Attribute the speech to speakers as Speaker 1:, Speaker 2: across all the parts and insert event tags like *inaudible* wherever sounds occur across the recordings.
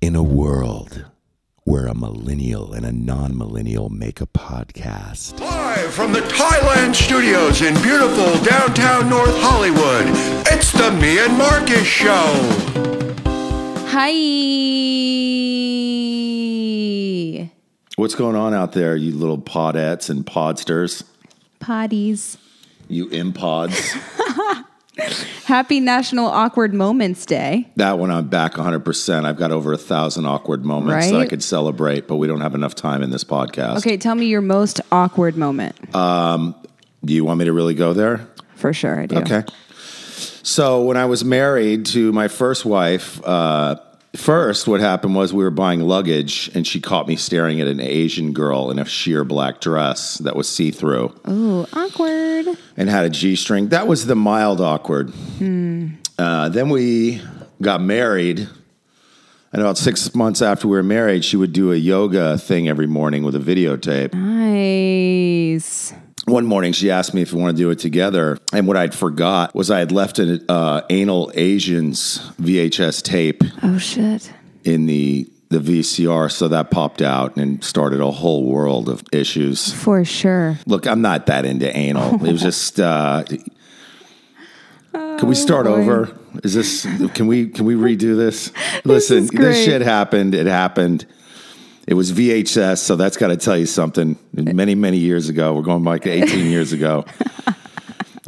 Speaker 1: in a world where a millennial and a non millennial make a podcast.
Speaker 2: Live from the Thailand studios in beautiful downtown North Hollywood, it's the Me and Marcus Show.
Speaker 3: Hi.
Speaker 1: What's going on out there, you little podettes and podsters?
Speaker 3: Potties.
Speaker 1: You *laughs* impods.
Speaker 3: Happy National Awkward Moments Day.
Speaker 1: that one I'm back 100%. I've got over a thousand awkward moments that I
Speaker 3: Right?
Speaker 1: could celebrate, but we don't have enough time in this podcast.
Speaker 3: Okay, tell me your most awkward moment.
Speaker 1: Do you want me to really go there?
Speaker 3: For sure, I do.
Speaker 1: Okay. So when I was married to my first wife, uh, first what happened was we were buying luggage, and she caught me staring at an Asian girl in a sheer black dress that was see through
Speaker 3: Ooh, awkward.
Speaker 1: and had a G string. That was the mild awkward. Uh, then we got married. And about six months after we were married, she would do a yoga thing every morning with a videotape.
Speaker 3: Uh-huh. Nice.
Speaker 1: One morning, she asked me if we wanted to do it together. And what I'd forgot was I had left an uh, anal Asians VHS tape
Speaker 3: Oh, shit.
Speaker 1: in the, the VCR. So that popped out and started a whole world of issues.
Speaker 3: For sure.
Speaker 1: Look, I'm not that into anal. It was just. Uh, can we start
Speaker 3: Oh, boy.
Speaker 1: over? Is this can we can we redo
Speaker 3: *laughs*
Speaker 1: this? Listen,
Speaker 3: is
Speaker 1: this,
Speaker 3: great.
Speaker 1: shit happened. It happened. It was VHS, so that's got to tell you something. Many many years ago, we're going back to 18 years
Speaker 3: *laughs*
Speaker 1: ago.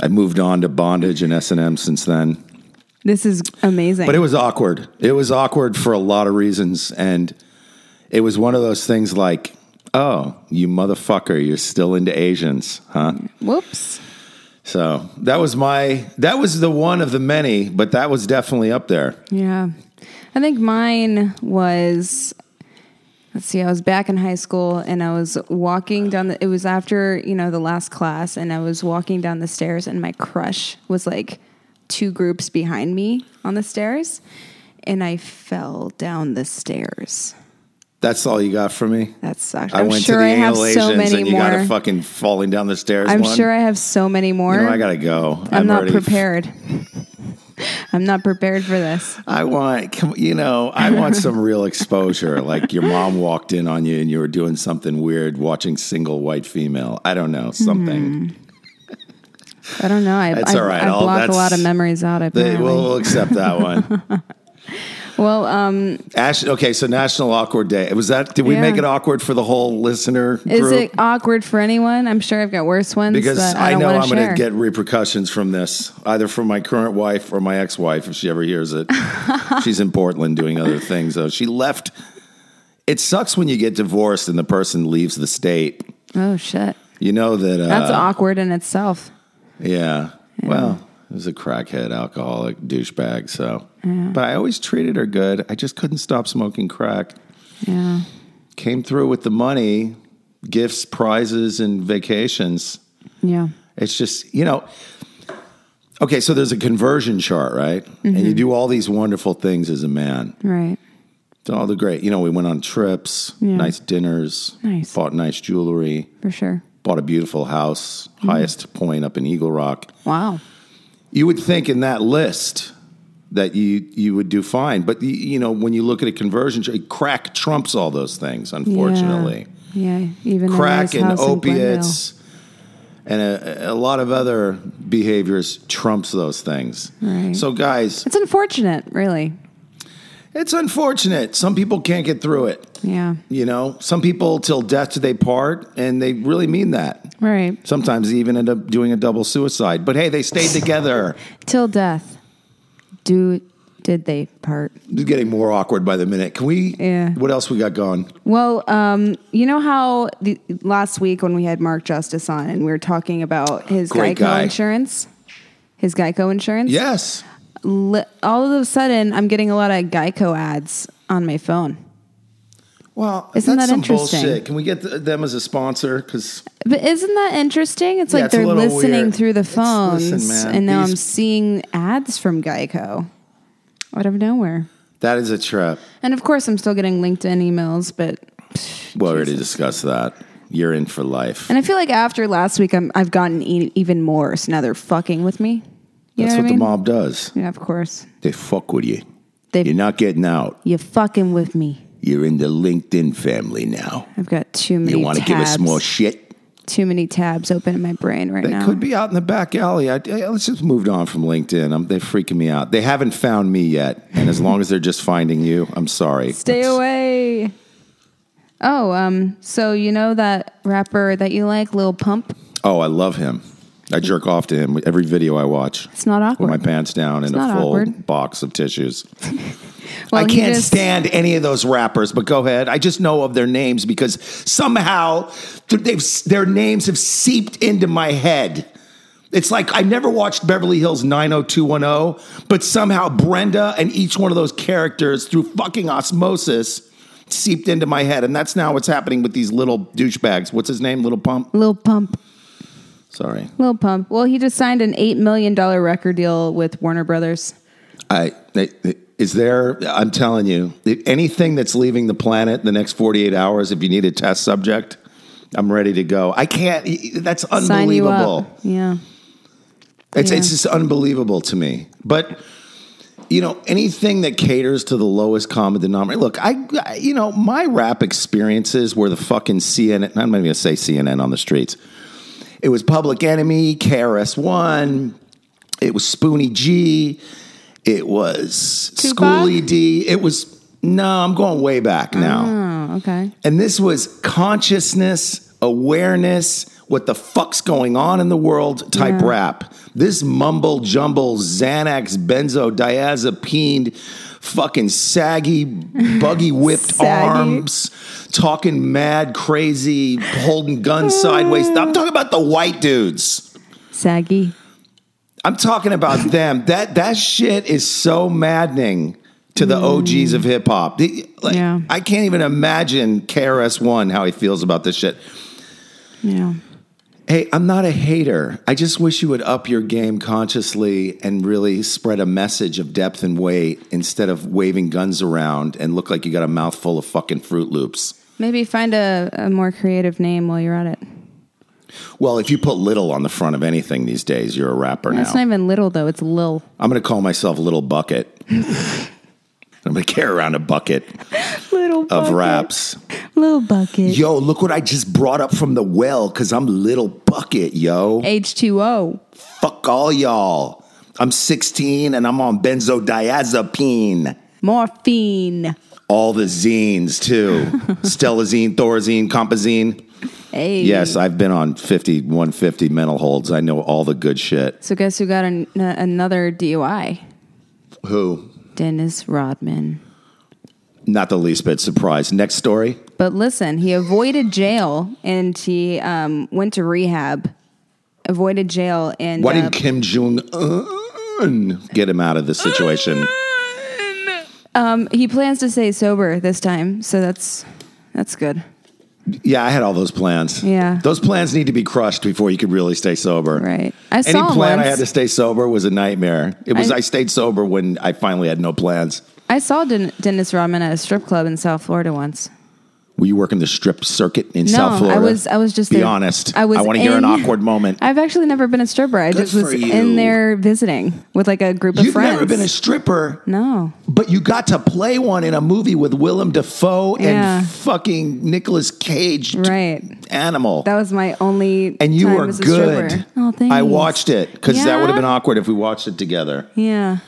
Speaker 1: I moved on to bondage and S and M since then,
Speaker 3: This is amazing.
Speaker 1: but it was awkward. It was awkward for a lot of reasons, and it was one of those things like, "Oh, you motherfucker, you're still into Asians, huh?"
Speaker 3: Whoops.
Speaker 1: So that was my that was the one of the many, but that was definitely up there.
Speaker 3: Yeah. I think mine was let's see, I was back in high school and I was walking down the it was after, you know, the last class and I was walking down the stairs and my crush was like two groups behind me on the stairs and I fell down the stairs.
Speaker 1: That's all you got for me.
Speaker 3: That sucked.
Speaker 1: I
Speaker 3: I'm
Speaker 1: went
Speaker 3: sure
Speaker 1: to the
Speaker 3: I have
Speaker 1: anal Asians
Speaker 3: so many
Speaker 1: and you got a
Speaker 3: more.
Speaker 1: fucking falling down the stairs.
Speaker 3: I'm
Speaker 1: one.
Speaker 3: sure I have so many more.
Speaker 1: You know, I gotta go.
Speaker 3: I'm, not
Speaker 1: already-
Speaker 3: prepared. *laughs* I'm not prepared for this.
Speaker 1: *laughs* I want, come- you know, I want
Speaker 3: *laughs*
Speaker 1: some real exposure. like your mom walked in on you and you were doing something weird, watching single white female. I don't know
Speaker 3: Mm-hmm.
Speaker 1: something.
Speaker 3: I don't know. I,
Speaker 1: That's
Speaker 3: I,
Speaker 1: all right.
Speaker 3: I
Speaker 1: I'll-
Speaker 3: block a
Speaker 1: that's-
Speaker 3: lot of memories out.
Speaker 1: They,
Speaker 3: Apparently.
Speaker 1: we'll, we'll accept
Speaker 3: *laughs*
Speaker 1: that one.
Speaker 3: Well, um,
Speaker 1: Ash, okay, so National Awkward Day. Was that? Did we
Speaker 3: Yeah.
Speaker 1: make it awkward for the whole listener?
Speaker 3: is
Speaker 1: group?
Speaker 3: it awkward for anyone? I'm sure I've got worse ones.
Speaker 1: because
Speaker 3: but
Speaker 1: I,
Speaker 3: I, don't
Speaker 1: know
Speaker 3: wanna
Speaker 1: I'm going
Speaker 3: share.
Speaker 1: to get repercussions from this, either from my current wife or my ex-wife if she ever hears
Speaker 3: *laughs*
Speaker 1: it. She's in Portland doing other things. Though she left. It sucks when you get divorced and the person leaves the state.
Speaker 3: Oh shit,
Speaker 1: You know that. Uh,
Speaker 3: that's awkward in itself.
Speaker 1: Yeah. Well, it was a crackhead, alcoholic, douchebag. So, but I always treated her good. I just couldn't stop smoking crack.
Speaker 3: Yeah,
Speaker 1: Came through with the money, gifts, prizes, and vacations.
Speaker 3: yeah,
Speaker 1: It's just, you know, okay, so there's a conversion chart, right? And
Speaker 3: Mm-hmm.
Speaker 1: you do all these wonderful things as a man.
Speaker 3: right.
Speaker 1: It's All the great, you know, we went on trips,
Speaker 3: Yeah.
Speaker 1: nice dinners,
Speaker 3: Nice.
Speaker 1: bought nice jewelry,
Speaker 3: For sure.
Speaker 1: bought a beautiful house,
Speaker 3: Mm-hmm.
Speaker 1: highest point up in Eagle Rock.
Speaker 3: Wow.
Speaker 1: You would think in that list that you you would do fine, but you, you know, when you look at a conversion chart, crack trumps all those things, unfortunately.
Speaker 3: Yeah. yeah. Even a
Speaker 1: crack
Speaker 3: nice
Speaker 1: and
Speaker 3: house in
Speaker 1: opiates and a, a lot of other behaviors trumps those things.
Speaker 3: Right.
Speaker 1: So guys,
Speaker 3: Glendale. It's unfortunate, really.
Speaker 1: it's unfortunate. Some people can't get through it.
Speaker 3: Yeah.
Speaker 1: You know, some people till death do they part, and they really mean that.
Speaker 3: Right.
Speaker 1: Sometimes they even end up doing a double suicide. But hey, they stayed together.
Speaker 3: Till death. Do did they part?
Speaker 1: It's getting more awkward by the minute. Can we?
Speaker 3: Yeah.
Speaker 1: What else we got going?
Speaker 3: Well, um, you know how the, last week when we had Mark Justice on and we were talking about his
Speaker 1: Great
Speaker 3: Geico
Speaker 1: guy.
Speaker 3: insurance, his Geico insurance.
Speaker 1: Yes.
Speaker 3: Li- all of a sudden, I'm getting a lot of Geico ads on my phone.
Speaker 1: Well,
Speaker 3: Isn't
Speaker 1: that's
Speaker 3: that
Speaker 1: some
Speaker 3: interesting?
Speaker 1: bullshit. Can we get th- them as a sponsor? Because
Speaker 3: But isn't that interesting? It's like
Speaker 1: it's a
Speaker 3: they're
Speaker 1: little
Speaker 3: listening
Speaker 1: weird.
Speaker 3: through the
Speaker 1: It's-
Speaker 3: phones,
Speaker 1: listen, man,
Speaker 3: and now
Speaker 1: these-
Speaker 3: I'm seeing ads from Geico out of nowhere.
Speaker 1: that is a trip.
Speaker 3: And of course, I'm still getting LinkedIn emails, but psh,
Speaker 1: Well, we
Speaker 3: Jesus.
Speaker 1: already discussed that. You're in for life.
Speaker 3: And I feel like after last week, I'm, I've gotten e- even more. So now they're fucking with me. You
Speaker 1: That's what
Speaker 3: know what, I
Speaker 1: the
Speaker 3: mean?
Speaker 1: mob does.
Speaker 3: Yeah, of course.
Speaker 1: They fuck with you.
Speaker 3: They,
Speaker 1: You're not getting out.
Speaker 3: you're fucking with me.
Speaker 1: You're in the LinkedIn family now.
Speaker 3: I've got too many.
Speaker 1: You want to give us
Speaker 3: tabs-
Speaker 1: more shit?
Speaker 3: Too many tabs open in my brain right
Speaker 1: They
Speaker 3: now.
Speaker 1: could be out in the back alley. I, I- let's just move on from LinkedIn. I'm, they're freaking me out. They haven't found me yet. And as long as they're just finding you, I'm sorry.
Speaker 3: Stay
Speaker 1: Let's-
Speaker 3: away. Oh, um. So you know that rapper that you like, Lil Pump?
Speaker 1: Oh, I love him. I jerk off to him with every video I watch.
Speaker 3: It's not
Speaker 1: With my
Speaker 3: awkward.
Speaker 1: pants down and a
Speaker 3: not
Speaker 1: full
Speaker 3: awkward.
Speaker 1: box of tissues.
Speaker 3: Well,
Speaker 1: I
Speaker 3: he
Speaker 1: can't
Speaker 3: just-
Speaker 1: stand any of those rappers, but go ahead. I just know of their names because somehow th- they've, their names have seeped into my head. It's like I never watched Beverly Hills 90210, but somehow Brenda and each one of those characters through fucking osmosis seeped into my head. And that's now what's happening with these little douchebags. What's his name? Little Pump?
Speaker 3: Lil Pump.
Speaker 1: Sorry.
Speaker 3: Lil Pump. Well, he just signed an eight million dollar record deal with Warner Brothers.
Speaker 1: I they- they- is there. I'm telling you, anything that's leaving the planet in the next 48 hours, if you need a test subject, I'm ready to go. I can't. That's
Speaker 3: Sign you
Speaker 1: unbelievable.
Speaker 3: up. Yeah.
Speaker 1: It's
Speaker 3: Yeah.
Speaker 1: it's just unbelievable to me. But you know, anything that caters to the lowest common denominator. Look, I, I you know, my rap experiences were the fucking CNN. I'm not even gonna say CNN on the streets. It was Public Enemy, KRS One. It was Spoonie G. It was
Speaker 3: Tupac?
Speaker 1: Schoolie D. It was no. I'm going way back now.
Speaker 3: Oh, okay.
Speaker 1: And this was consciousness, awareness, what the fuck's going on in the world type
Speaker 3: Yeah.
Speaker 1: rap. This mumble jumble, Xanax, benzodiazepine, fucking saggy,
Speaker 3: *laughs*
Speaker 1: buggy whipped
Speaker 3: Saggy.
Speaker 1: arms, talking mad, crazy, holding guns sideways. I'm talking about the white dudes.
Speaker 3: Saggy.
Speaker 1: I'm talking
Speaker 3: *laughs*
Speaker 1: about them. That that shit is so maddening to the OGs of hip hop. The- Like,
Speaker 3: Mm. Yeah.
Speaker 1: I can't even imagine KRS One how he feels about this shit.
Speaker 3: Yeah.
Speaker 1: Hey, I'm not a hater. I just wish you would up your game consciously and really spread a message of depth and weight instead of waving guns around and look like you got a mouthful of fucking Fruit Loops.
Speaker 3: Maybe find a, a more creative name while you're at it.
Speaker 1: Well, if you put little on the front of anything these days, you're a rapper now.
Speaker 3: It's not even little though. It's Lil.
Speaker 1: I'm going to call myself Little Bucket.
Speaker 3: *laughs*
Speaker 1: I'm going to carry around a bucket
Speaker 3: Little
Speaker 1: of raps.
Speaker 3: Little bucket.
Speaker 1: Yo, look what I just brought up from the well because I'm Little Bucket, yo.
Speaker 3: H two O.
Speaker 1: Fuck all y'all. I'm 16 and I'm on benzodiazepine.
Speaker 3: Morphine.
Speaker 1: All the zines, too. *laughs* Stelazine, Thorazine, Compazine.
Speaker 3: Hey.
Speaker 1: Yes, I've been on 50, 150 mental holds. I know all the good shit.
Speaker 3: So guess who got an, uh, another DUI?
Speaker 1: Who?
Speaker 3: Dennis Rodman.
Speaker 1: Not the least bit surprised. Next story.
Speaker 3: But listen, he avoided jail and he um, went to rehab. Avoided jail and
Speaker 1: Why
Speaker 3: uh,
Speaker 1: didn't Kim Jong un get him out of this situation?
Speaker 3: um, he plans to stay sober this time. So that's that's good.
Speaker 1: Yeah, I had all those plans.
Speaker 3: Yeah.
Speaker 1: Those plans need to be crushed before you could really stay sober.
Speaker 3: Right. I
Speaker 1: Any
Speaker 3: saw him
Speaker 1: plan I
Speaker 3: once.
Speaker 1: had to stay sober was a nightmare. It was I,
Speaker 3: I-
Speaker 1: stayed sober when I finally had no plans.
Speaker 3: I saw Den- Dennis Rodman at a strip club in South Florida once.
Speaker 1: Were you working the strip circuit in
Speaker 3: No,
Speaker 1: South Florida?
Speaker 3: I was I was just
Speaker 1: be
Speaker 3: there.
Speaker 1: honest.
Speaker 3: I was.
Speaker 1: I want to hear an
Speaker 3: in-
Speaker 1: awkward
Speaker 3: *laughs*
Speaker 1: moment.
Speaker 3: I've actually never been a stripper. I just
Speaker 1: for
Speaker 3: was
Speaker 1: you.
Speaker 3: in there visiting with like a group of
Speaker 1: You've
Speaker 3: friends.
Speaker 1: never been a stripper,
Speaker 3: no.
Speaker 1: but you got to play one in a movie with Willem Dafoe
Speaker 3: Yeah.
Speaker 1: and fucking Nicolas Cage. t-
Speaker 3: Right.
Speaker 1: Animal.
Speaker 3: That was my only.
Speaker 1: and you
Speaker 3: time
Speaker 1: were
Speaker 3: as a
Speaker 1: good.
Speaker 3: Stripper. Oh, thanks.
Speaker 1: I watched it because that
Speaker 3: Yeah?
Speaker 1: would have been awkward if we watched it together.
Speaker 3: Yeah,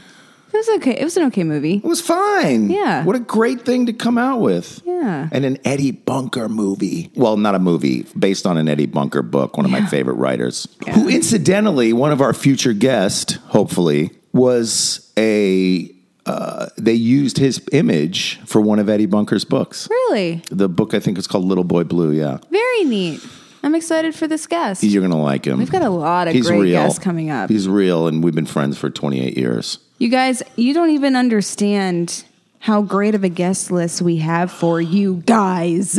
Speaker 3: it was okay. It was an okay movie.
Speaker 1: It was fine.
Speaker 3: Yeah.
Speaker 1: What a great thing to come out with.
Speaker 3: Yeah.
Speaker 1: And an Eddie Bunker movie. Well, not a movie, based on an Eddie Bunker book, one of my favorite writers. Who, incidentally, one of our future guests, hopefully, was a. Uh, they used his image for one of Eddie Bunker's books.
Speaker 3: Really,
Speaker 1: The book, I think, is called Little Boy Blue. Yeah.
Speaker 3: very neat. I'm excited for this guest.
Speaker 1: You're going to like him.
Speaker 3: We've got a lot of
Speaker 1: He's
Speaker 3: great
Speaker 1: real.
Speaker 3: guests coming up.
Speaker 1: He's real, and we've been friends for 28 years.
Speaker 3: You guys, you don't even understand how great of a guest list we have for you guys.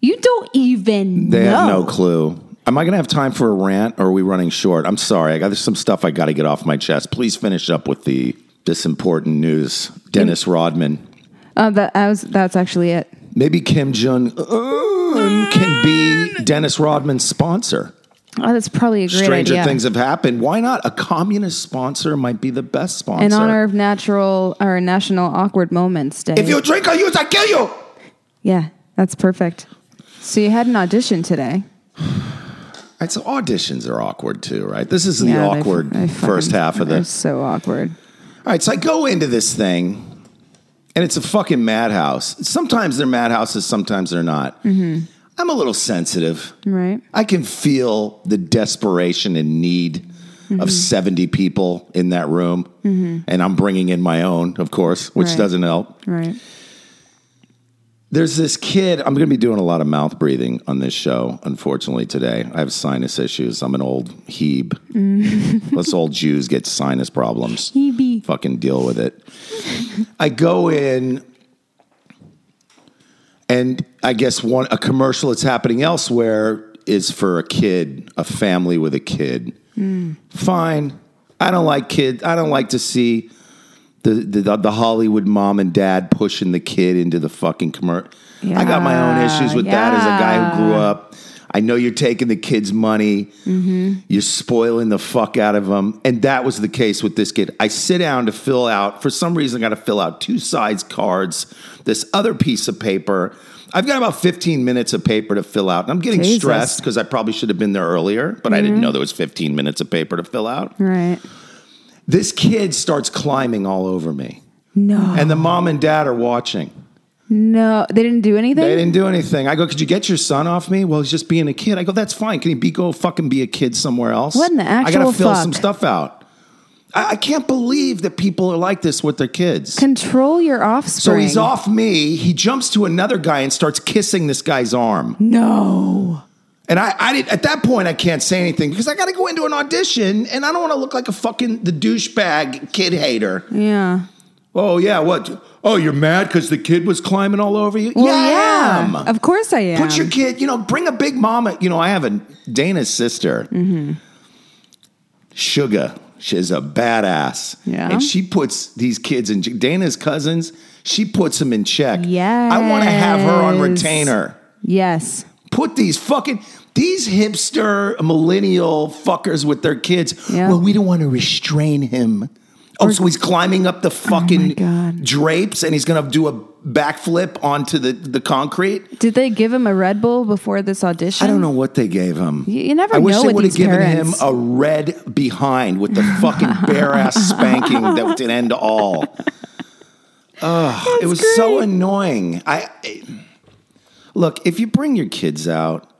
Speaker 3: You don't even
Speaker 1: They
Speaker 3: know.
Speaker 1: have no clue. Am I going to have time for a rant or are we running short? I'm sorry. I got there's some stuff I got to get off my chest. Please finish up with the this important news. Dennis Rodman.
Speaker 3: Uh, that, I was, that's actually it.
Speaker 1: Maybe Kim Jong Un can be Dennis Rodman's sponsor.
Speaker 3: Oh, that's probably a great
Speaker 1: Stranger
Speaker 3: idea.
Speaker 1: things have happened. Why not? A communist sponsor might be the best sponsor.
Speaker 3: in honor of natural or National Awkward Moments Day.
Speaker 1: if you drink or use, I kill you.
Speaker 3: yeah, that's perfect. So you had an audition today.
Speaker 1: Right, so auditions are awkward too, right? This is the
Speaker 3: Yeah, they-
Speaker 1: awkward
Speaker 3: they fucking-
Speaker 1: first half of
Speaker 3: they're
Speaker 1: this.
Speaker 3: So awkward.
Speaker 1: All right, so I go into this thing, and it's a fucking madhouse. Sometimes they're madhouses, sometimes they're not. I'm a little sensitive.
Speaker 3: Right.
Speaker 1: I can feel the desperation and need of 70 people in that room. And I'm bringing in my own, of course, which
Speaker 3: Right.
Speaker 1: doesn't help.
Speaker 3: Right.
Speaker 1: There's this kid, I'm going to be doing a lot of mouth breathing on this show, unfortunately, today. I have sinus issues. I'm an old Hebe. Us old Jews get sinus problems.
Speaker 3: Hebe.
Speaker 1: Fucking deal with it. I go in, and I guess one a commercial that's happening elsewhere is for a kid, a family with a kid. Fine. I don't like kids. I don't like to see the, the the Hollywood mom and dad pushing the kid into the fucking commercial. I got my own
Speaker 3: Yeah,
Speaker 1: issues with that as a guy who grew
Speaker 3: yeah.
Speaker 1: up. I know you're taking the kids' money. You're spoiling the fuck out of them. And that was the case with this kid. I sit down to fill out, for some reason, I got to fill out two sides cards, this other piece of paper. I've got about 15 minutes of paper to fill out. And I'm getting
Speaker 3: Jesus. Mm-hmm.
Speaker 1: stressed because I probably should have been there earlier, but I didn't know there was 15 minutes of paper to fill out.
Speaker 3: Right.
Speaker 1: This kid starts climbing all over me.
Speaker 3: No.
Speaker 1: And the mom and dad are watching.
Speaker 3: no. They didn't do anything.
Speaker 1: They didn't do anything. I go, could you get your son off me? Well, he's just being a kid. I go, that's fine. Can he be go fucking be a kid somewhere else?
Speaker 3: What in the
Speaker 1: I gotta
Speaker 3: actual
Speaker 1: fill
Speaker 3: fuck?
Speaker 1: some stuff out. I, I can't believe that people are like this with their kids.
Speaker 3: Control your offspring.
Speaker 1: so he's off me. He jumps to another guy and starts kissing this guy's arm.
Speaker 3: No.
Speaker 1: And I, I did, at that point, I can't say anything because I got to go into an audition, and I don't want to look like a fucking the douchebag kid hater.
Speaker 3: Yeah.
Speaker 1: Oh yeah, what? Oh, you're mad because the kid was climbing all over you?
Speaker 3: Well,
Speaker 1: yeah, I am.
Speaker 3: Of course I am.
Speaker 1: Put your kid, you know, bring a big mama. You know, I have a Dana's sister,
Speaker 3: Mm-hmm.
Speaker 1: Sugar. She's a badass.
Speaker 3: Yeah.
Speaker 1: And she puts these kids in Dana's cousins, she puts them in check. I want to have her on
Speaker 3: Yes.
Speaker 1: retainer.
Speaker 3: Yes.
Speaker 1: Put these fucking these hipster millennial fuckers with their kids.
Speaker 3: Yeah.
Speaker 1: Well, we don't want to restrain him. Oh, so he's climbing up the fucking
Speaker 3: Oh God.
Speaker 1: drapes and he's gonna do a backflip onto the, the concrete.
Speaker 3: Did they give him a Red Bull before this audition?
Speaker 1: I don't know what they gave him.
Speaker 3: You- you never
Speaker 1: I wish
Speaker 3: know
Speaker 1: they
Speaker 3: with
Speaker 1: would have
Speaker 3: these
Speaker 1: given
Speaker 3: parents.
Speaker 1: him a red behind with the fucking bare
Speaker 3: *laughs*
Speaker 1: ass spanking that would end all. Ugh, it was so annoying. I, I- look if you bring your kids out,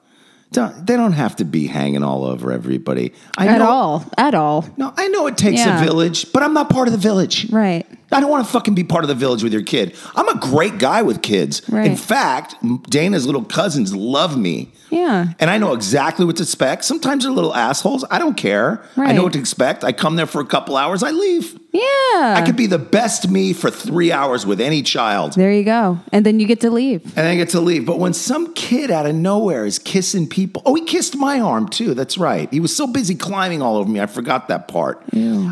Speaker 1: don't, they don't have to be hanging all over everybody. I
Speaker 3: At
Speaker 1: know,
Speaker 3: all. At all.
Speaker 1: No, I know it takes
Speaker 3: Yeah.
Speaker 1: a village, but I'm not part of the village.
Speaker 3: Right.
Speaker 1: I don't want to fucking be part of the village with your kid. I'm a great guy with kids. In
Speaker 3: Right.
Speaker 1: fact, Dana's little cousins love me.
Speaker 3: Yeah.
Speaker 1: And I know exactly what to expect. Sometimes they're little assholes. I don't care. I
Speaker 3: Right.
Speaker 1: know what to expect. I come there for a couple hours, I leave.
Speaker 3: Yeah.
Speaker 1: I could be the best me for three hours with any child.
Speaker 3: There you go. And then you get to leave.
Speaker 1: And I get to leave. But when some kid out of nowhere is kissing people, oh, he kissed my arm too. That's right. He was so busy climbing all over me. I forgot that part.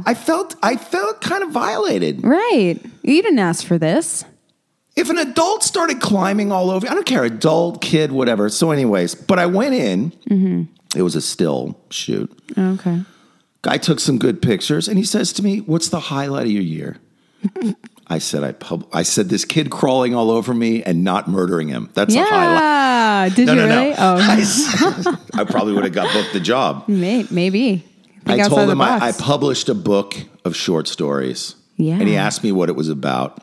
Speaker 1: I felt I felt kind of violated.
Speaker 3: Right. You didn't ask for this.
Speaker 1: If an adult started climbing all over, I don't care, adult, kid, whatever. So, anyways, but I went in.
Speaker 3: Mm-hmm.
Speaker 1: It was a still shoot.
Speaker 3: Okay.
Speaker 1: Guy took some good pictures, and he says to me, "What's the highlight of your year?" *laughs* I said, "I pub- I said this kid crawling all over me and not murdering him. That's the highlight."
Speaker 3: Yeah. Did
Speaker 1: No,
Speaker 3: you
Speaker 1: no,
Speaker 3: really?
Speaker 1: no. I,
Speaker 3: Oh, *laughs*
Speaker 1: s- I probably would have got booked the job.
Speaker 3: may- maybe. *laughs* Think
Speaker 1: I
Speaker 3: outside
Speaker 1: told
Speaker 3: the
Speaker 1: him I, I
Speaker 3: box.
Speaker 1: published a book of short stories.
Speaker 3: Yeah.
Speaker 1: And he asked me what it was about.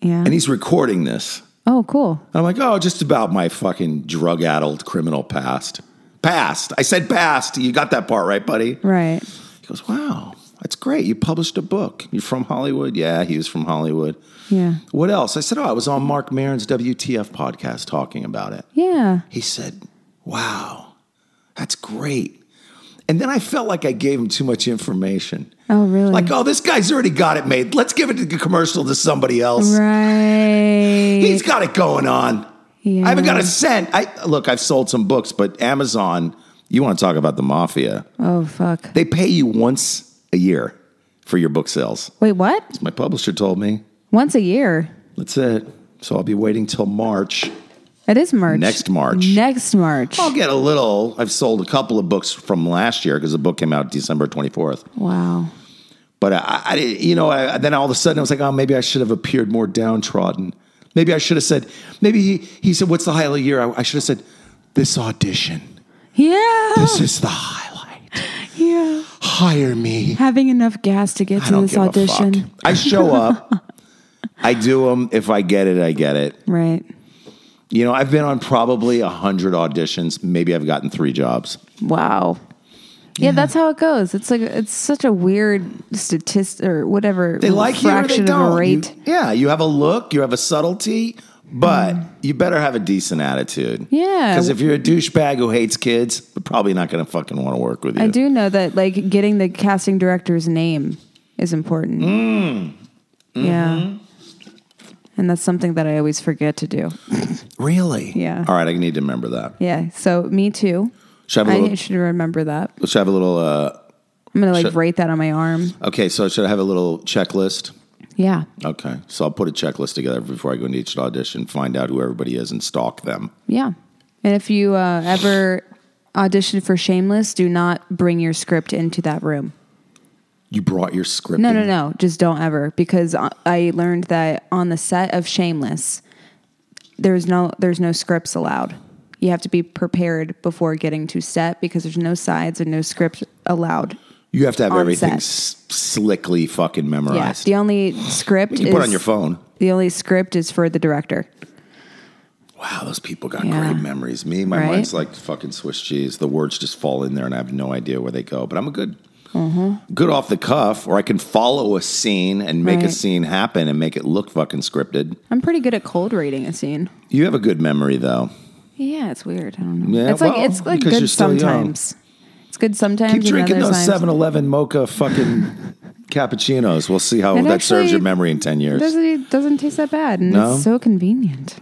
Speaker 3: yeah.
Speaker 1: And he's recording this.
Speaker 3: oh, cool.
Speaker 1: I'm like, oh, just about my fucking drug addled criminal past. Past. I said past. You got that part right, buddy?
Speaker 3: Right.
Speaker 1: He goes, wow, that's great. You published a book. You're from Hollywood? Yeah, he was from Hollywood.
Speaker 3: Yeah.
Speaker 1: What else? I said, oh, I was on Mark Marin's WTF podcast talking about it.
Speaker 3: Yeah.
Speaker 1: He said, wow, that's great. And then I felt like I gave him too much information.
Speaker 3: Oh, really?
Speaker 1: Like, oh, this guy's already got it made. Let's give it a commercial to somebody else.
Speaker 3: Right.
Speaker 1: He's got it going on.
Speaker 3: Yeah.
Speaker 1: I haven't got a cent. I look, I've sold some books, but Amazon, you want to talk about the mafia.
Speaker 3: oh, fuck.
Speaker 1: They pay you once a year for your book sales.
Speaker 3: Wait, what?
Speaker 1: My publisher told me.
Speaker 3: Once a year.
Speaker 1: That's it. So I'll be waiting till March.
Speaker 3: It is March.
Speaker 1: Next March. Oh.
Speaker 3: Next March.
Speaker 1: I'll get a little. I've sold a couple of books from last year because the book came out December 24th.
Speaker 3: Wow.
Speaker 1: But I, I didn't- you know, I, then all of a sudden I was like, oh, maybe I should have appeared more downtrodden. Maybe I should have said, maybe he, he said, what's the highlight of the year? I, I should have said, this audition.
Speaker 3: Yeah.
Speaker 1: This is the highlight.
Speaker 3: yeah.
Speaker 1: Hire me.
Speaker 3: Having enough gas to get
Speaker 1: I
Speaker 3: to
Speaker 1: don't
Speaker 3: this
Speaker 1: give
Speaker 3: audition.
Speaker 1: a fuck. I show up.
Speaker 3: *laughs*
Speaker 1: I do them. If I get it, I get it.
Speaker 3: Right.
Speaker 1: You know, I've been on probably a hundred auditions. Maybe I've gotten three jobs.
Speaker 3: Wow. Yeah, that's how it goes. It's like it's such a weird statistic or whatever.
Speaker 1: They like you or they
Speaker 3: fraction
Speaker 1: don't.
Speaker 3: of a rate.
Speaker 1: You- yeah, you have a look, you have a subtlety, but you better have a decent attitude.
Speaker 3: Yeah.
Speaker 1: because if you're a douchebag who hates kids, we're probably not going to fucking want to work with you.
Speaker 3: I do know that like getting the casting director's name is important.
Speaker 1: Mm.
Speaker 3: Yeah.
Speaker 1: Mm-hmm.
Speaker 3: And that's something that I always forget to do.
Speaker 1: Really?
Speaker 3: Yeah.
Speaker 1: All right, I need to remember that.
Speaker 3: Yeah. So me too.
Speaker 1: Should I have a
Speaker 3: I
Speaker 1: little?
Speaker 3: should remember that.
Speaker 1: Should I have a little? Uh,
Speaker 3: I'm gonna like
Speaker 1: Should-
Speaker 3: write that on my arm.
Speaker 1: okay, so should I have a little checklist?
Speaker 3: Yeah.
Speaker 1: Okay, so I'll put a checklist together before I go into each audition, find out who everybody is, and stalk them.
Speaker 3: Yeah. And if you uh, ever audition for Shameless, do not bring your script into that room.
Speaker 1: You brought your script.
Speaker 3: No,
Speaker 1: in.
Speaker 3: no, no. Just don't ever because I- I learned that on the set of Shameless, there's no there's no scripts allowed. You have to be prepared before getting to set because there's no sides and no script allowed.
Speaker 1: You have to have
Speaker 3: On
Speaker 1: everything
Speaker 3: set.
Speaker 1: s- slickly fucking
Speaker 3: Yeah.
Speaker 1: memorized.
Speaker 3: The only script
Speaker 1: you can
Speaker 3: is
Speaker 1: put it on your phone.
Speaker 3: The only script is for the director.
Speaker 1: Wow, those people got
Speaker 3: Yeah.
Speaker 1: great memories. Me, my
Speaker 3: Right?
Speaker 1: mind's like fucking Swiss cheese. The words just fall in there, and I have no idea where they go. But I'm a good, good off the cuff, or I can follow a scene and make a
Speaker 3: Mm-hmm. Right.
Speaker 1: scene happen and make it look fucking scripted.
Speaker 3: I'm pretty good at cold reading a scene.
Speaker 1: You have a good memory, though.
Speaker 3: Yeah, it's weird. I don't know.
Speaker 1: Yeah,
Speaker 3: it's
Speaker 1: well,
Speaker 3: like it's like
Speaker 1: because
Speaker 3: good
Speaker 1: you're still young.
Speaker 3: sometimes. It's good sometimes.
Speaker 1: Keep
Speaker 3: and
Speaker 1: drinking
Speaker 3: other
Speaker 1: those
Speaker 3: times-
Speaker 1: 7-Eleven mocha fucking cappuccinos. We'll see how
Speaker 3: It
Speaker 1: that serves
Speaker 3: actually
Speaker 1: your memory in ten years.
Speaker 3: Doesn't it doesn't taste that bad, and
Speaker 1: No?
Speaker 3: it's so convenient.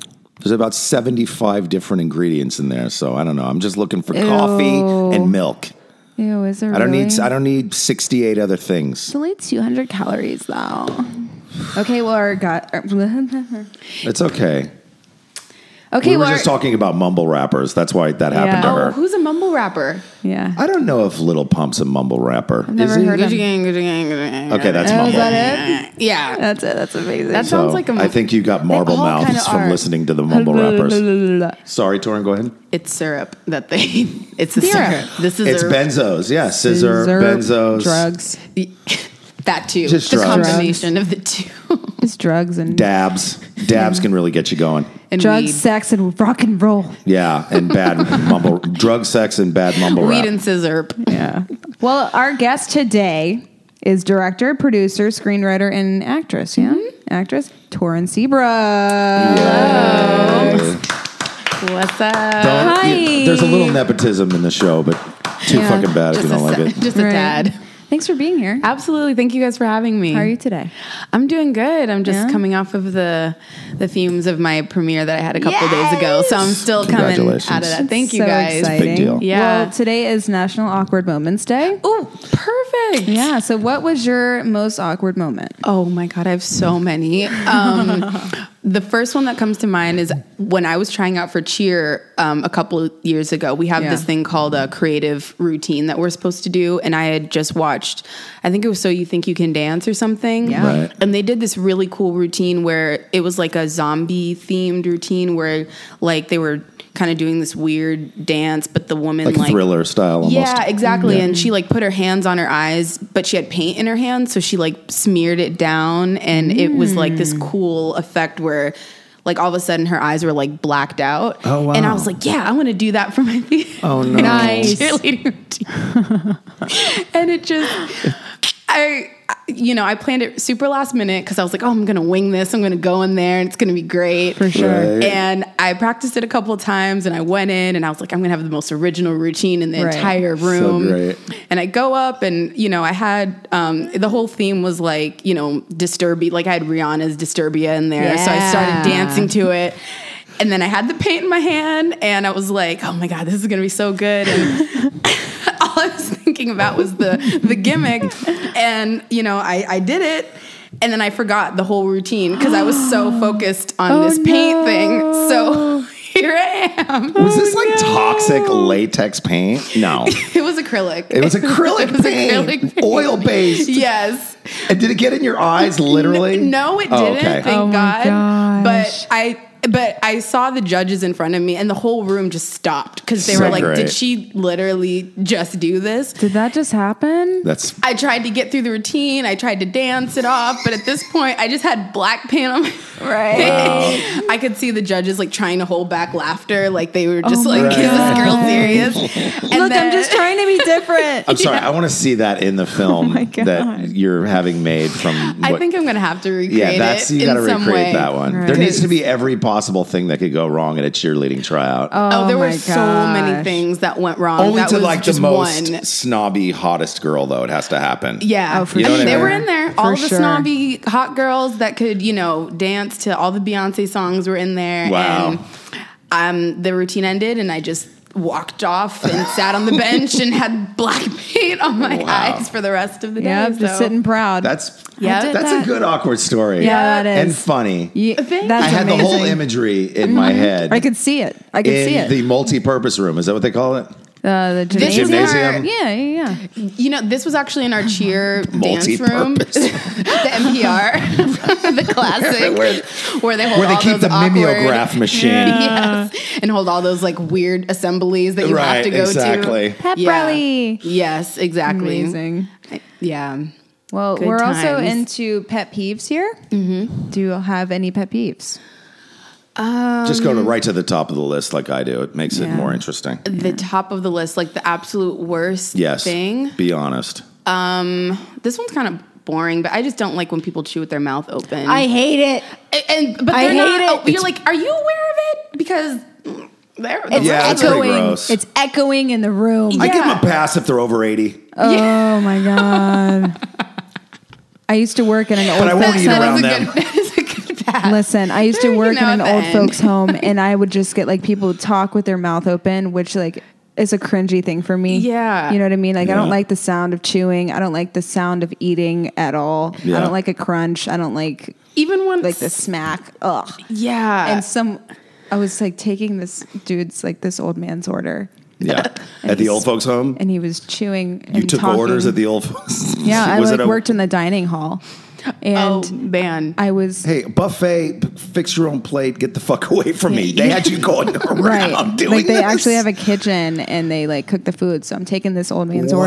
Speaker 1: There's about 75 different ingredients in there, so I don't know. I'm just looking for
Speaker 3: Ew.
Speaker 1: coffee and milk.
Speaker 3: Ew, is there
Speaker 1: I don't
Speaker 3: really?
Speaker 1: need I don't need 68 other things.
Speaker 3: It's only 200 calories, though. Okay, well, our got. *laughs* Okay,
Speaker 1: It's okay. we were
Speaker 3: well, our-
Speaker 1: just talking about mumble rappers. That's why that happened
Speaker 3: Yeah.
Speaker 1: to her.
Speaker 4: Oh, who's a mumble rapper?
Speaker 3: yeah.
Speaker 1: I don't know if Little Pump's a mumble rapper.
Speaker 3: never
Speaker 1: Is he?
Speaker 3: heard of him.
Speaker 1: Okay,
Speaker 4: Okay,
Speaker 1: that's
Speaker 3: Oh, is
Speaker 1: mumble.
Speaker 3: that it?
Speaker 4: yeah.
Speaker 3: That's it. That's amazing.
Speaker 4: That
Speaker 1: So,
Speaker 4: sounds like a.
Speaker 1: I think you got marble
Speaker 4: all
Speaker 1: mouths
Speaker 4: kinda
Speaker 1: from
Speaker 4: are.
Speaker 1: listening to
Speaker 3: *laughs*
Speaker 1: the mumble rappers. Sorry, Torin, go ahead.
Speaker 4: it's syrup that they. *laughs* It's the
Speaker 3: Syrup.
Speaker 4: syrup. This is
Speaker 1: It's
Speaker 4: a-
Speaker 1: benzos. Yeah, scissor,
Speaker 3: Syrup,
Speaker 1: benzos.
Speaker 3: drugs.
Speaker 4: *laughs* that too.
Speaker 1: Just
Speaker 4: the
Speaker 1: drugs.
Speaker 4: combination of the two. *laughs*
Speaker 3: It's drugs and
Speaker 1: Dabs. Dabs can really get you going.
Speaker 4: and
Speaker 3: drugs,
Speaker 4: weed.
Speaker 3: sex, and rock and roll.
Speaker 1: Yeah, and bad mumble, drug sex and bad mumble
Speaker 4: Weed
Speaker 1: rap.
Speaker 4: and scissor.
Speaker 3: Yeah. *laughs* well, our guest today is director, producer, screenwriter, and actress. Yeah, actress Torrin Sebra.
Speaker 1: Yeah.
Speaker 4: What's up?
Speaker 1: Don't-
Speaker 3: Hi.
Speaker 1: you- there's a little nepotism in the show, but too
Speaker 3: Yeah,
Speaker 1: fucking bad if you
Speaker 4: Just,
Speaker 1: don't
Speaker 4: a,
Speaker 1: like
Speaker 4: se-
Speaker 1: it.
Speaker 4: just a
Speaker 3: Right.
Speaker 4: dad.
Speaker 3: Thanks for being here.
Speaker 4: Absolutely. Thank you guys for having me.
Speaker 3: How are you today?
Speaker 4: I'm doing good. I'm just
Speaker 3: Yeah?
Speaker 4: coming off of the the fumes of my premiere that I had a couple days ago, so I'm still coming out
Speaker 1: Congratulations.
Speaker 4: of that. Thank you
Speaker 3: So
Speaker 4: guys.
Speaker 3: Exciting.
Speaker 1: Big deal.
Speaker 4: Yeah.
Speaker 3: Well, today is National Awkward Moments Day.
Speaker 4: Oh, perfect.
Speaker 3: Yeah. So, what was your most awkward moment?
Speaker 4: Oh my God, I have so many.
Speaker 3: *laughs*
Speaker 4: Um, the first one that comes to mind is when I was trying out for cheer um, a couple of years ago. We have
Speaker 3: Yeah.
Speaker 4: this thing called a creative routine that we're supposed to do. And I had just watched, I think it was So You Think You Can Dance or something.
Speaker 3: Yeah.
Speaker 1: Right.
Speaker 4: And they did this really cool routine where it was like a zombie themed routine where like they were kind of doing this weird dance, but the woman
Speaker 1: Like,
Speaker 4: like,
Speaker 1: thriller style almost.
Speaker 4: yeah, exactly. And she like put her hands on her eyes, but she had paint in her hands, so she like smeared it down, and it was like
Speaker 1: Mm.
Speaker 4: this cool effect where. Like all of a sudden, her eyes were like blacked out.
Speaker 1: Oh,
Speaker 4: And I
Speaker 1: wow.
Speaker 4: was like, "Yeah, I want to do that for my *laughs*
Speaker 1: Oh, no.
Speaker 3: Nice.
Speaker 4: cheerleading routine." *laughs* and it just, I, you know, I planned it super last minute because I was like, "Oh, I'm gonna wing this. I'm gonna go in there, and it's gonna be great
Speaker 3: For sure.
Speaker 1: Right.
Speaker 4: and I practiced it a couple of times and I went in and I was like, I'm gonna have the most original routine in the
Speaker 3: Right.
Speaker 4: entire
Speaker 1: So
Speaker 4: room.
Speaker 1: great.
Speaker 4: And I go up and, you know, I had um, the whole theme was like, you know, Disturbia, like I had Rihanna's Disturbia in there. So I started
Speaker 3: Yeah.
Speaker 4: dancing to it. And then I had the paint in my hand and I was like, oh my God, this is gonna be so good. And *laughs* all I was thinking about was the the gimmick. And, you know, I, I did it. And then
Speaker 5: *gasps*
Speaker 4: I forgot the whole routine because I was so focused on
Speaker 3: Oh,
Speaker 4: this paint
Speaker 3: no.
Speaker 4: thing. So *laughs* here I am.
Speaker 1: Was this like
Speaker 4: Oh,
Speaker 1: toxic latex paint?
Speaker 4: *laughs*
Speaker 1: No.
Speaker 4: It was acrylic.
Speaker 1: It
Speaker 4: *laughs*
Speaker 1: was acrylic paint. Oil based.
Speaker 4: Yes.
Speaker 1: And did it get in your eyes literally?
Speaker 4: No, it didn't.
Speaker 1: Oh,
Speaker 4: Thank
Speaker 1: okay.
Speaker 5: Oh my
Speaker 4: God.
Speaker 5: gosh.
Speaker 4: But I. But I saw the judges in front of me, and the whole room just stopped because they
Speaker 1: So
Speaker 4: were like,
Speaker 1: great.
Speaker 4: "Did she literally just do this?"
Speaker 3: Did that just happen?
Speaker 1: That's
Speaker 4: I tried to get through the routine. I tried to dance it off, but at this point, I just had black paint on. My-
Speaker 3: Right. *laughs*
Speaker 1: Oh.
Speaker 4: *laughs* I could see the judges like trying to hold back laughter, like they were just like,
Speaker 1: Oh my
Speaker 4: "Is this girl
Speaker 1: *laughs*
Speaker 3: God.
Speaker 4: serious?" And
Speaker 3: Look, I'm just trying to be *laughs* different.
Speaker 1: I'm sorry. I want to see that in
Speaker 4: *laughs*
Speaker 1: the film
Speaker 3: my God.
Speaker 1: that you're having made from.
Speaker 4: Oh I
Speaker 1: what-
Speaker 4: think I'm gonna have to recreate
Speaker 1: yeah, that's
Speaker 4: it
Speaker 1: you got
Speaker 4: in
Speaker 1: to
Speaker 4: some
Speaker 1: recreate
Speaker 4: way.
Speaker 1: that one. There
Speaker 3: Right.
Speaker 1: needs to be every possible thing that could go wrong at a cheerleading tryout.
Speaker 4: Oh, there were
Speaker 3: my
Speaker 4: so many
Speaker 3: gosh.
Speaker 4: things that went wrong.
Speaker 3: Oh,
Speaker 1: Only
Speaker 4: that
Speaker 1: to
Speaker 4: was
Speaker 1: like the
Speaker 4: just
Speaker 1: most
Speaker 4: one.
Speaker 1: snobby, hottest girl though. It has to happen.
Speaker 4: Yeah,
Speaker 3: Oh, for
Speaker 1: You know
Speaker 4: I mean,
Speaker 1: what I
Speaker 4: they
Speaker 1: mean?
Speaker 4: were in there.
Speaker 3: For
Speaker 4: all the
Speaker 3: sure.
Speaker 4: snobby hot girls that could, you know, dance to all the Beyonce songs were in there.
Speaker 1: Wow.
Speaker 4: And um, the routine ended, and I just walked off and *laughs* sat on the bench and had black paint on my
Speaker 1: Wow.
Speaker 4: eyes for the rest of the
Speaker 3: Yeah,
Speaker 4: day.
Speaker 3: just
Speaker 4: so-
Speaker 3: sitting proud.
Speaker 1: That's
Speaker 4: Yeah. I did
Speaker 1: That's
Speaker 3: that.
Speaker 1: a good awkward story.
Speaker 3: yeah, that
Speaker 1: and
Speaker 3: is.
Speaker 1: funny.
Speaker 3: Ye-
Speaker 4: Thank
Speaker 3: that's
Speaker 1: I had
Speaker 3: amazing. Mm-hmm.
Speaker 1: the whole imagery in my head.
Speaker 3: I could see it. I could
Speaker 1: in
Speaker 3: see it.
Speaker 1: the multi-purpose room. Is that what they call it?
Speaker 3: uh, the
Speaker 4: This
Speaker 3: gymnasium.
Speaker 4: is
Speaker 1: gymnasium?
Speaker 4: our-
Speaker 3: Yeah, yeah, yeah.
Speaker 4: you know, this was actually in
Speaker 1: *laughs*
Speaker 4: our cheer dance room, *laughs* the
Speaker 3: *laughs*
Speaker 1: Multi-purpose.
Speaker 4: NPR, *laughs* the classic,
Speaker 1: *laughs* Where-
Speaker 4: where, they hold
Speaker 1: Where they
Speaker 4: all
Speaker 1: keep
Speaker 4: those
Speaker 1: the
Speaker 4: awkward-
Speaker 1: mimeograph machine.
Speaker 4: *laughs* Yes, and hold all those like weird assemblies that you
Speaker 1: Right,
Speaker 4: have to go
Speaker 1: exactly.
Speaker 4: to.
Speaker 3: Pep
Speaker 4: Yeah.
Speaker 3: rally.
Speaker 4: Yes, exactly.
Speaker 3: Amazing.
Speaker 4: Yeah.
Speaker 3: Well,
Speaker 4: Good
Speaker 3: we're also
Speaker 4: times.
Speaker 3: into pet peeves here. Mm-hmm. Do you have any pet peeves?
Speaker 1: Just go to right to the top of the list, like I do. It makes it
Speaker 3: Um, Yeah.
Speaker 1: more interesting.
Speaker 4: The top of the list, like the absolute worst
Speaker 1: Yes.
Speaker 4: thing.
Speaker 1: Be honest.
Speaker 4: This one's kind of boring, but I just don't like when people chew with their mouth open.
Speaker 5: hate it.
Speaker 4: and, and- but
Speaker 5: I
Speaker 4: they're not,
Speaker 5: hate it.
Speaker 4: oh, you're like, are you aware of it? Because mm, they're,
Speaker 5: It's
Speaker 1: Yeah, that's pretty
Speaker 5: echoing.
Speaker 1: gross.
Speaker 5: It's echoing in the room.
Speaker 1: I give them
Speaker 4: Yeah.
Speaker 1: a pass if they're over
Speaker 3: *laughs*
Speaker 1: eighty,
Speaker 3: Oh my god. I used to work in an
Speaker 1: but I
Speaker 3: old
Speaker 1: won't
Speaker 3: folks
Speaker 1: eat
Speaker 3: home.
Speaker 1: around
Speaker 4: that is
Speaker 1: them.
Speaker 4: a good, *laughs* that is a good pass.
Speaker 3: Listen, I used
Speaker 4: There
Speaker 3: to
Speaker 4: you
Speaker 3: work in
Speaker 4: know
Speaker 3: an
Speaker 4: at the
Speaker 3: old
Speaker 4: end.
Speaker 3: folks home
Speaker 1: *laughs*
Speaker 3: and I would just get like people would talk with their mouth open, which like is a cringy thing for me.
Speaker 4: Yeah.
Speaker 3: You know what I mean? Like I don't
Speaker 1: Yeah.
Speaker 3: like the sound of chewing. I don't like the sound of eating at all.
Speaker 1: Yeah.
Speaker 3: I don't like a crunch. I don't like
Speaker 4: Even when
Speaker 3: like the smack. Ugh.
Speaker 4: Yeah.
Speaker 3: and some I was like taking this dude's like this old man's order
Speaker 1: Yeah, at the old folks' home,
Speaker 3: and he was chewing and
Speaker 1: you took
Speaker 3: talking.
Speaker 1: orders at the old folks. *laughs*
Speaker 3: Yeah, I
Speaker 1: Was
Speaker 3: like
Speaker 1: it a-
Speaker 3: worked in the dining hall.
Speaker 4: oh
Speaker 3: And
Speaker 4: man.
Speaker 1: *laughs*
Speaker 3: I was
Speaker 1: Hey, buffet, p- fix your own plate. Get the fuck *laughs* away from me. They had you going around
Speaker 3: right.
Speaker 1: doing
Speaker 3: Like they
Speaker 1: this.
Speaker 3: actually have a kitchen and they like cook the food. So I'm taking this old man's
Speaker 1: Wow.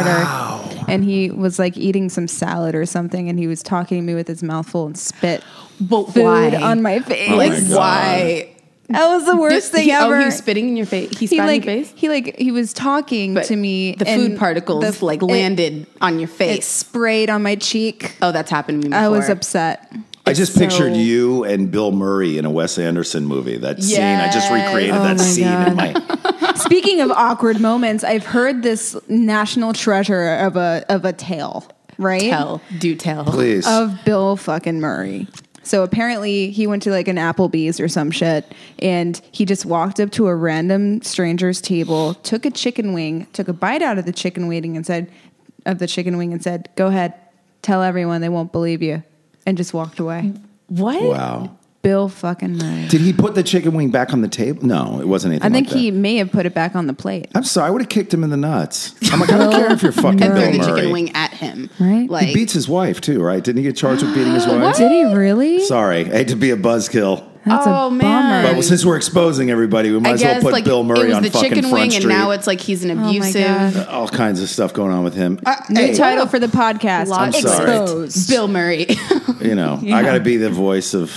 Speaker 3: order. And he was like eating some salad or something and he was talking to me with his mouth full and spit
Speaker 4: But
Speaker 3: food
Speaker 4: why?
Speaker 3: on my face.
Speaker 1: Oh my
Speaker 4: like
Speaker 1: God.
Speaker 4: why?
Speaker 3: that was the worst thing
Speaker 4: He-
Speaker 3: ever.
Speaker 4: Oh, he's spitting in your face. He
Speaker 3: he
Speaker 4: spat
Speaker 3: like
Speaker 4: in your face.
Speaker 3: he like he was talking
Speaker 4: But
Speaker 3: to me
Speaker 4: The
Speaker 3: and
Speaker 4: food particles
Speaker 3: the-
Speaker 4: like
Speaker 3: it-
Speaker 4: landed on your
Speaker 3: it
Speaker 4: face.
Speaker 3: sprayed on my cheek.
Speaker 4: Oh, that's happened to me. Before.
Speaker 3: I was upset.
Speaker 1: I just
Speaker 4: so-
Speaker 1: pictured you and Bill Murray in a Wes Anderson movie. That scene, I just
Speaker 4: Yes.
Speaker 1: recreated
Speaker 3: Oh
Speaker 1: that
Speaker 3: my
Speaker 1: scene in my.
Speaker 3: Speaking of awkward moments, I've heard this national treasure of a of a tale, right?
Speaker 4: Tell, do tell.
Speaker 1: Please,
Speaker 3: Of Bill fucking Murray. So apparently he went to like an Applebee's or some shit and he just walked up to a random stranger's table, took a chicken wing, took a bite out of the chicken wing and said of the chicken wing and said, "Go ahead, tell everyone they won't believe you." And just walked away.
Speaker 4: What?
Speaker 1: wow.
Speaker 3: Bill fucking Murray.
Speaker 1: Did he put the chicken wing back on the table? No, it wasn't
Speaker 3: I
Speaker 1: anything.
Speaker 3: think
Speaker 1: like that.
Speaker 3: he may have put it back on the plate.
Speaker 1: I'm sorry, I would have kicked him in the nuts. I'm like, I don't care if you're fucking
Speaker 4: And
Speaker 1: Bill
Speaker 4: threw the
Speaker 1: Murray.
Speaker 4: chicken wing at him.
Speaker 3: Right.
Speaker 4: Like
Speaker 1: He beats his wife too, right? Didn't he get charged with beating his wife?
Speaker 3: Did he really?
Speaker 1: Sorry, I hate to be a buzzkill,
Speaker 3: That's a
Speaker 4: Oh,
Speaker 3: bummer.
Speaker 4: man.
Speaker 1: but since we're exposing everybody, we might
Speaker 4: I
Speaker 1: as well
Speaker 4: guess
Speaker 1: put
Speaker 4: like
Speaker 1: Bill Murray
Speaker 4: it was
Speaker 1: on
Speaker 4: the
Speaker 1: fucking
Speaker 4: chicken
Speaker 1: Front
Speaker 4: wing,
Speaker 1: Street.
Speaker 4: and now it's like he's an
Speaker 3: Oh my
Speaker 4: abusive
Speaker 3: God.
Speaker 1: all kinds of stuff going on with him. I,
Speaker 3: New
Speaker 1: hey,
Speaker 3: title for Uh, the podcast.
Speaker 4: Lot- I'm
Speaker 1: sorry.
Speaker 3: Exposed. *laughs*
Speaker 4: Bill Murray. *laughs*
Speaker 1: you know, I got to be the voice of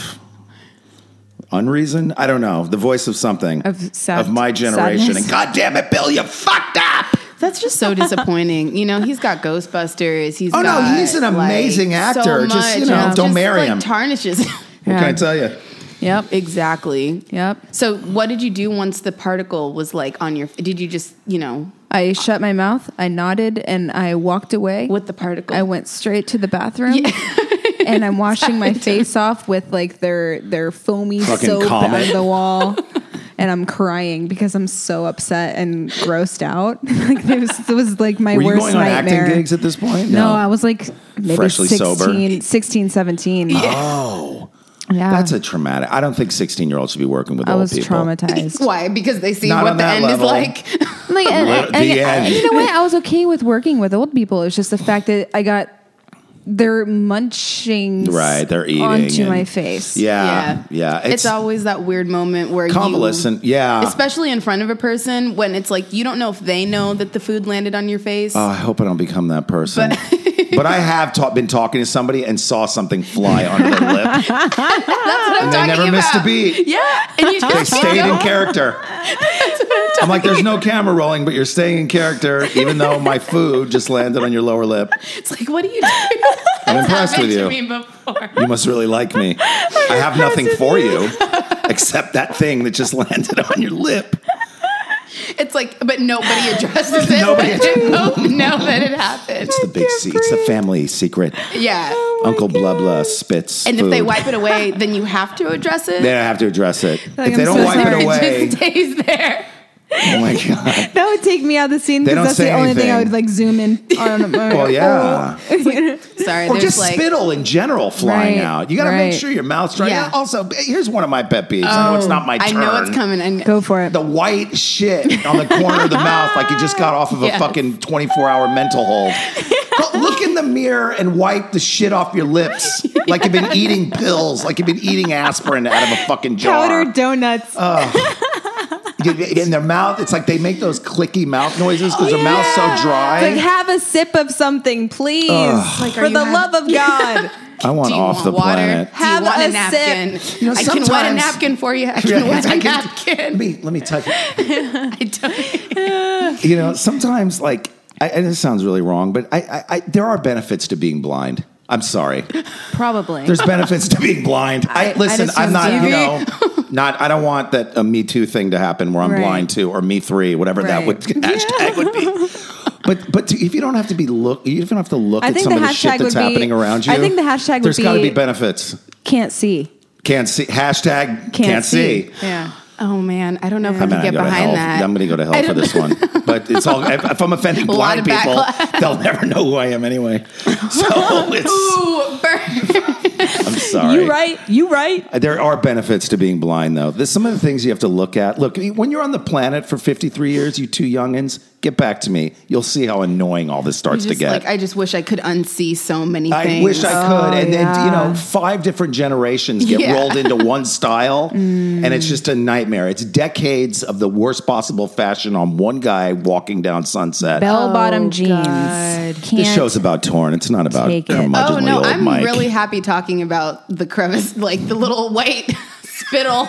Speaker 1: unreason. I don't know, the voice of something
Speaker 3: Of sad-
Speaker 1: of my generation.
Speaker 3: sadness.
Speaker 1: And God damn it, Bill, you fucked up.
Speaker 4: That's just so disappointing. You know, he's got Ghostbusters. He's
Speaker 1: Oh, no,
Speaker 4: got,
Speaker 1: he's an
Speaker 4: like,
Speaker 1: amazing
Speaker 4: so
Speaker 1: actor. Just, you
Speaker 4: much.
Speaker 1: know,
Speaker 4: Yeah.
Speaker 1: don't
Speaker 4: Just,
Speaker 1: marry
Speaker 4: like,
Speaker 1: him.
Speaker 4: Tarnishes.
Speaker 1: What
Speaker 3: Yeah.
Speaker 1: can I tell you?
Speaker 3: Yep.
Speaker 4: *laughs* exactly.
Speaker 3: Yep.
Speaker 4: So, what did you do once the particle was like on your? Did you just, you know,
Speaker 3: I shut my mouth. I nodded and I walked away.
Speaker 4: with the particle?
Speaker 3: I went straight to the bathroom. *laughs* and
Speaker 4: *laughs*
Speaker 3: I'm washing my face off with like their their foamy
Speaker 1: Fucking
Speaker 3: soap
Speaker 1: Comet.
Speaker 3: on the
Speaker 4: *laughs*
Speaker 3: wall. And I'm crying because I'm so upset and grossed out. *laughs* like it was, it was like my
Speaker 1: Were you
Speaker 3: worst
Speaker 1: going on
Speaker 3: nightmare.
Speaker 1: acting gigs at this point?
Speaker 3: No, I was like maybe
Speaker 1: Freshly sober?
Speaker 3: 16, 16, 17.
Speaker 1: Oh.
Speaker 3: Yeah.
Speaker 1: That's a traumatic. I don't think 16 year olds should be working with
Speaker 3: uh, I
Speaker 1: old
Speaker 3: was
Speaker 1: people.
Speaker 3: traumatized.
Speaker 4: Why? Because they see
Speaker 1: Not
Speaker 4: what
Speaker 1: on
Speaker 4: the
Speaker 1: that
Speaker 4: end
Speaker 1: level.
Speaker 4: is like.
Speaker 3: I'm like,
Speaker 1: *laughs*
Speaker 3: and,
Speaker 1: Well,
Speaker 3: and- and-
Speaker 1: the end.
Speaker 3: and you know what? I was okay with working with old people. It was just the fact that I got their munchings
Speaker 1: Right, they're eating
Speaker 3: onto
Speaker 1: and-
Speaker 3: my face.
Speaker 4: *laughs*
Speaker 1: Yeah, yeah.
Speaker 4: It's, always that weird moment where you-
Speaker 1: convalescent. uh, yeah.
Speaker 4: especially in front of a person when it's like you don't know if they know that the food landed on your face.
Speaker 1: Oh, I hope I don't become that person.
Speaker 4: *laughs*
Speaker 1: But, I have ta- been talking to somebody and saw something fly on their
Speaker 4: *laughs*
Speaker 1: lip.
Speaker 4: That's what I'm
Speaker 1: And they
Speaker 4: talking
Speaker 1: never
Speaker 4: about.
Speaker 1: missed a beat.
Speaker 4: Yeah, and you
Speaker 1: They
Speaker 4: just can't
Speaker 1: stayed
Speaker 4: go-
Speaker 1: in character. I'm like, there's no camera rolling, but you're staying in character, even though my food just landed on your lower lip.
Speaker 4: It's like, what do you do?
Speaker 1: I'm *laughs* impressed with
Speaker 5: to
Speaker 1: you.
Speaker 5: me before.
Speaker 1: You must really like me. I have nothing for you except that thing that just landed on your
Speaker 4: *laughs*
Speaker 1: lip.
Speaker 4: It's like, but nobody addresses
Speaker 1: *laughs*
Speaker 4: it.
Speaker 1: Nobody
Speaker 4: but they both know that
Speaker 1: *laughs*
Speaker 4: it happened.
Speaker 1: It's the big C. It's the family secret.
Speaker 4: Yeah.
Speaker 1: Uncle Blah Blah spits.
Speaker 4: Oh And if they
Speaker 1: food.
Speaker 4: wipe it away, then you have to address it.
Speaker 1: they don't have to address
Speaker 4: *laughs*
Speaker 1: it. If
Speaker 3: Like,
Speaker 1: they
Speaker 3: I'm
Speaker 1: don't
Speaker 3: so
Speaker 1: wipe
Speaker 3: sorry.
Speaker 1: it
Speaker 3: It
Speaker 1: away,
Speaker 4: It *laughs* just stays there.
Speaker 1: oh
Speaker 4: *laughs*
Speaker 1: my god.
Speaker 3: That would take me out of the scene
Speaker 1: They don't
Speaker 3: because that's
Speaker 1: say
Speaker 3: the only thing I
Speaker 1: anything.
Speaker 3: would like
Speaker 1: *laughs*
Speaker 3: zoom in on.
Speaker 1: Well,
Speaker 3: *laughs*
Speaker 1: yeah.
Speaker 4: Sorry,
Speaker 1: Or
Speaker 4: there's
Speaker 1: just
Speaker 4: like
Speaker 1: spittle in general flying
Speaker 3: Right,
Speaker 1: out. You got to make
Speaker 3: right.
Speaker 1: sure your mouth's dry.
Speaker 4: Yeah. Oh,
Speaker 1: Also, here's one of my pet peeves. I know it's not my
Speaker 4: I
Speaker 1: turn.
Speaker 4: know it's coming. And
Speaker 3: Go for it.
Speaker 1: The white shit on the corner of the mouth, like you just got off of a
Speaker 4: *laughs* Yes.
Speaker 1: fucking 24 hour mental hold. Go- Look in the mirror and wipe the shit off your lips, like you've been eating pills, like you've been eating aspirin out of a fucking jar.
Speaker 3: Powdered donuts.
Speaker 1: Oh. in their mouth. It's like they make those clicky mouth noises because
Speaker 4: Oh,
Speaker 1: their mouth's so dry.
Speaker 3: It's like have a sip of something, please,
Speaker 4: Like, are
Speaker 3: for
Speaker 4: you
Speaker 3: the
Speaker 4: hav-
Speaker 3: love of God.
Speaker 1: I want
Speaker 4: do you
Speaker 1: off
Speaker 4: want
Speaker 1: the
Speaker 4: water?
Speaker 1: planet.
Speaker 4: Do you
Speaker 3: Have
Speaker 4: want
Speaker 3: a
Speaker 4: a napkin?
Speaker 1: You know,
Speaker 4: I can wet a
Speaker 1: sometimes-
Speaker 4: napkin
Speaker 3: *laughs*
Speaker 4: for you. I
Speaker 1: Yeah,
Speaker 4: can wet
Speaker 1: I
Speaker 4: a
Speaker 1: can-
Speaker 4: napkin.
Speaker 1: Let *laughs* me let me touch. it.
Speaker 4: I don't.
Speaker 1: You know, sometimes like I, and this sounds really wrong, but I, I, I there are benefits to being blind. I'm sorry.
Speaker 3: *laughs* Probably.
Speaker 1: There's benefits to being blind. I,
Speaker 3: I-
Speaker 1: listen.
Speaker 3: I'd
Speaker 1: I am
Speaker 3: assume
Speaker 1: not.
Speaker 3: so.
Speaker 1: You know,
Speaker 3: *laughs*
Speaker 1: not. I don't want that a Me Too thing to happen where I'm
Speaker 3: Right.
Speaker 1: blind too, or Me Three, whatever that
Speaker 3: Right.
Speaker 1: would hashtag would be. But but to, if you don't have to be look, you don't have to look
Speaker 3: I
Speaker 1: at
Speaker 3: think
Speaker 1: some
Speaker 3: the
Speaker 1: of the
Speaker 3: hashtag
Speaker 1: shit that's
Speaker 3: would be-
Speaker 1: happening around you.
Speaker 3: I think the hashtag would
Speaker 1: There's got to
Speaker 3: be-
Speaker 1: be benefits.
Speaker 3: Can't see.
Speaker 1: Can't see. Hashtag can't, see.
Speaker 3: Yeah.
Speaker 4: *laughs* Oh man, I don't know if I,
Speaker 1: I'm
Speaker 4: can
Speaker 1: gonna
Speaker 4: get
Speaker 1: go to
Speaker 4: behind
Speaker 1: hell.
Speaker 4: that.
Speaker 1: I'm going to go to
Speaker 4: I
Speaker 1: hell for
Speaker 4: don't-
Speaker 1: this one. But it's all if, if I'm offending
Speaker 4: *laughs* A lot
Speaker 1: blind
Speaker 4: of
Speaker 1: people,
Speaker 4: backlash.
Speaker 1: they'll never know who I am anyway.
Speaker 4: *laughs*
Speaker 1: So it's,
Speaker 4: Ooh, burn.
Speaker 1: I'm sorry. Uh,
Speaker 3: You right? You right?
Speaker 1: There are benefits to being blind, though. There's some of the things you have to look at. Look, when you're on the planet for 53 years, you two youngins, get back to me. You'll see how annoying all this starts to
Speaker 4: *laughs* Just
Speaker 1: get.
Speaker 4: like I just wish I could unsee so many
Speaker 1: I
Speaker 4: things.
Speaker 1: wish I could. and then, you know,
Speaker 3: Oh, yeah.
Speaker 1: five different generations get
Speaker 4: Yeah.
Speaker 1: rolled into
Speaker 3: *laughs*
Speaker 1: one style,
Speaker 3: Mm.
Speaker 1: and it's just a nightmare. It's decades of the worst possible fashion on one guy walking down Sunset.
Speaker 3: Bell bottom
Speaker 5: Oh,
Speaker 3: jeans.
Speaker 5: God.
Speaker 3: Can't.
Speaker 1: this show's about torn. It's not about
Speaker 3: take it.
Speaker 1: curmudgeonly
Speaker 4: Oh no,
Speaker 1: old
Speaker 4: I'm
Speaker 1: Mike.
Speaker 4: really happy talking about the crevice, like the little white *laughs* spittle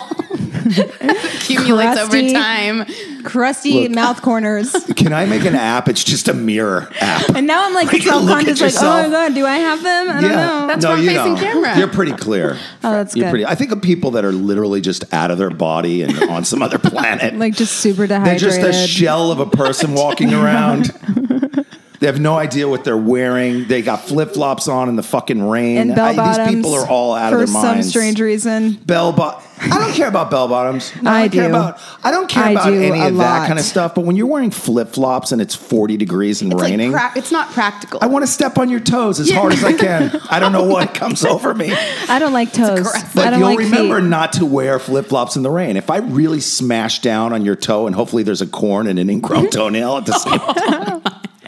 Speaker 4: accumulates over
Speaker 3: Crusty.
Speaker 4: time.
Speaker 3: crusty
Speaker 1: Look. *laughs*
Speaker 3: mouth corners.
Speaker 1: Can I make an app? It's just a mirror
Speaker 3: *laughs*
Speaker 1: app.
Speaker 3: and now I'm like
Speaker 1: Like,
Speaker 3: self
Speaker 1: look at
Speaker 3: conscious. Like,
Speaker 1: yourself.
Speaker 3: oh my god, do I have them? I don't know.
Speaker 4: That's front
Speaker 1: you
Speaker 4: facing camera.
Speaker 1: You're pretty clear.
Speaker 3: Oh, that's
Speaker 1: You're
Speaker 3: good.
Speaker 1: pretty. I think of people that are literally just out of their body and on some
Speaker 3: *laughs*
Speaker 1: other planet.
Speaker 3: Like just super
Speaker 1: They're just
Speaker 3: dehydrated.
Speaker 1: a shell of a person
Speaker 3: *laughs*
Speaker 1: walking around. They have no idea what they're wearing. They got flip flops on in the fucking rain.
Speaker 3: and
Speaker 1: I-
Speaker 3: bell bottoms.
Speaker 1: these people are all out of
Speaker 3: for
Speaker 1: their minds.
Speaker 3: some strange reason.
Speaker 1: bell bottom. I don't care about bell
Speaker 3: *laughs*
Speaker 1: bottoms. No, I,
Speaker 3: I
Speaker 1: Care
Speaker 3: do.
Speaker 1: about, I don't care
Speaker 3: I
Speaker 1: about
Speaker 3: do
Speaker 1: any
Speaker 3: a
Speaker 1: of that
Speaker 3: lot.
Speaker 1: kind of stuff. But when you're wearing flip flops and it's 40 degrees and
Speaker 4: It's like
Speaker 1: raining,
Speaker 4: pra- it's not practical.
Speaker 1: I want to step on your toes as
Speaker 4: Yeah.
Speaker 1: hard as I can. I don't
Speaker 3: *laughs*
Speaker 1: know what comes over me.
Speaker 3: I don't like toes.
Speaker 4: aggressive.
Speaker 3: I
Speaker 1: But
Speaker 3: don't
Speaker 1: you'll
Speaker 3: like
Speaker 1: remember *laughs*
Speaker 3: feet.
Speaker 1: not to wear flip flops in the rain. If I really smash down on your toe, and hopefully there's a corn and an
Speaker 3: *laughs*
Speaker 1: ingrown toenail at the same
Speaker 3: Oh,
Speaker 1: time.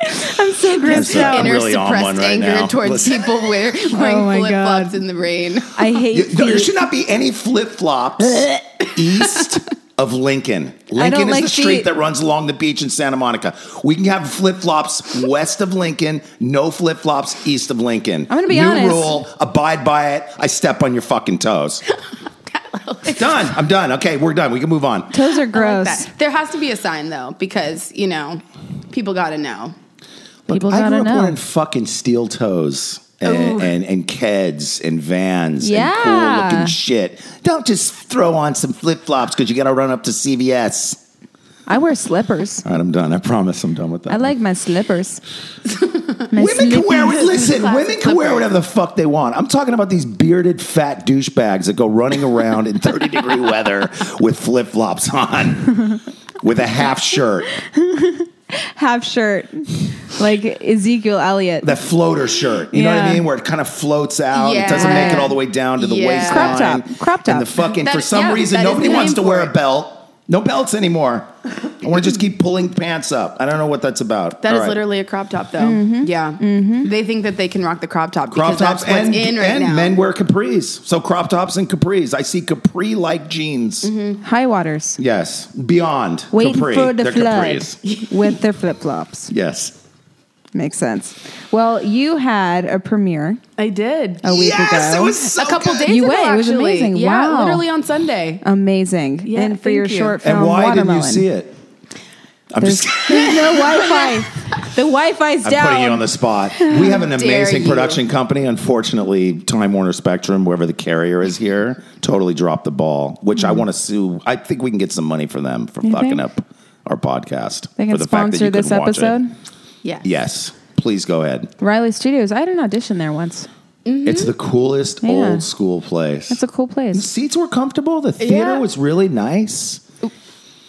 Speaker 3: I'm so grossed
Speaker 1: sorry. I'm *laughs*
Speaker 3: out.
Speaker 4: inner
Speaker 1: really on
Speaker 4: suppressed
Speaker 1: one right
Speaker 4: anger
Speaker 1: now.
Speaker 4: towards
Speaker 1: Listen.
Speaker 4: people wear,
Speaker 3: *laughs*
Speaker 4: wearing
Speaker 3: Oh my
Speaker 4: flip flops
Speaker 3: God.
Speaker 4: in the rain.
Speaker 3: I hate
Speaker 1: You- no, there
Speaker 3: feet.
Speaker 1: should not be any flip
Speaker 3: *laughs*
Speaker 1: flops east of Lincoln. Lincoln is
Speaker 3: like
Speaker 1: the street
Speaker 3: feet.
Speaker 1: that runs along the beach in Santa Monica. We can have flip flops west of Lincoln, no flip flops east of Lincoln.
Speaker 3: I'm gonna be
Speaker 1: New
Speaker 3: honest.
Speaker 1: rule, abide by it. I step on your fucking
Speaker 3: *laughs*
Speaker 1: toes. done. I'm done. Okay, we're done. We can move on.
Speaker 3: Toes are gross.
Speaker 4: That- There has to be a sign though, because you know, people got to know.
Speaker 1: Look,
Speaker 3: People
Speaker 1: I grew
Speaker 3: gotta
Speaker 1: up
Speaker 3: know.
Speaker 1: wearing fucking steel toes and,
Speaker 4: Ooh.
Speaker 1: and and keds and vans and cool
Speaker 3: Yeah.
Speaker 1: looking shit. Don't just throw on some flip flops because you got to run up to CVS.
Speaker 3: I wear slippers.
Speaker 1: All right, I'm done. I promise, I'm done with that.
Speaker 3: I like
Speaker 1: *laughs*
Speaker 3: my slippers.
Speaker 1: women can wear.
Speaker 3: slippers. *laughs*
Speaker 1: Listen, women
Speaker 4: Classic
Speaker 1: can wear
Speaker 4: slippers.
Speaker 1: whatever the fuck they want. I'm talking about these bearded fat douchebags that go running around in 30 degree weather with flip *laughs* flops on, with a half shirt.
Speaker 3: half shirt. like Ezekiel Elliott.
Speaker 1: That floater shirt, you know what I
Speaker 3: Yeah.
Speaker 1: mean, where it kind of floats out. It doesn't
Speaker 4: Yeah.
Speaker 1: make it all the way down to the
Speaker 4: Yeah.
Speaker 1: waistline.
Speaker 4: Crop
Speaker 3: top, crop
Speaker 1: And the
Speaker 3: top.
Speaker 1: fucking for
Speaker 4: That-
Speaker 1: some
Speaker 4: yeah,
Speaker 1: reason
Speaker 4: that is
Speaker 1: nobody
Speaker 4: the
Speaker 1: wants
Speaker 4: name
Speaker 1: to
Speaker 4: for
Speaker 1: wear a
Speaker 4: it.
Speaker 1: belt. No belts anymore. I want to just keep pulling pants up. I don't know what that's about.
Speaker 4: That is
Speaker 1: All right.
Speaker 4: literally a crop top, though.
Speaker 3: Mm-hmm.
Speaker 4: Yeah, they think that they can rock the crop top
Speaker 1: crop
Speaker 4: because
Speaker 1: tops
Speaker 4: that's what's
Speaker 1: and,
Speaker 4: in right
Speaker 1: and
Speaker 4: now.
Speaker 1: men wear capris. So crop tops and capris. I see capri like jeans.
Speaker 4: Mm-hmm.
Speaker 3: High waters.
Speaker 1: Yes, beyond
Speaker 3: Waiting
Speaker 1: capri.
Speaker 3: for the
Speaker 1: They're
Speaker 3: flood
Speaker 1: capris.
Speaker 3: with their flip flops.
Speaker 1: Yes.
Speaker 3: Makes sense. Well, you had a premiere
Speaker 4: I did
Speaker 3: a week
Speaker 1: yes,
Speaker 3: ago.
Speaker 1: it was so
Speaker 4: a couple
Speaker 1: good.
Speaker 4: days
Speaker 3: You
Speaker 4: ago.
Speaker 3: went. It was
Speaker 4: actually.
Speaker 3: amazing.
Speaker 4: Yeah,
Speaker 3: Wow.
Speaker 4: literally on Sunday.
Speaker 3: Amazing.
Speaker 4: Yeah,
Speaker 3: and for
Speaker 4: thank
Speaker 3: your
Speaker 4: you.
Speaker 3: short film,
Speaker 1: And why
Speaker 3: Watermelon.
Speaker 1: didn't you see it? I'm
Speaker 3: There's,
Speaker 1: just.
Speaker 3: there's no Wi-Fi. *laughs* The Wi-Fi's
Speaker 1: I'm
Speaker 3: down.
Speaker 1: putting you on the spot. We
Speaker 3: *laughs*
Speaker 1: have an amazing
Speaker 4: you.
Speaker 1: production company. Unfortunately, Time Warner Spectrum, whoever the carrier is here, totally dropped the ball. Which I want to sue. I think we can get some money for them for
Speaker 3: Mm-hmm. You
Speaker 1: fucking
Speaker 3: think?
Speaker 1: up our podcast.
Speaker 3: They can
Speaker 1: for the fact that
Speaker 3: sponsor
Speaker 1: you
Speaker 3: this
Speaker 1: couldn't watch it.
Speaker 3: episode.
Speaker 4: Yeah.
Speaker 1: Yes, please go ahead.
Speaker 3: Riley Studios. I had an audition there once.
Speaker 1: It's the coolest
Speaker 3: Mm-hmm. Yeah.
Speaker 1: old school place.
Speaker 3: It's a cool place.
Speaker 1: Seats were comfortable. The theater
Speaker 4: Yeah.
Speaker 1: was really nice.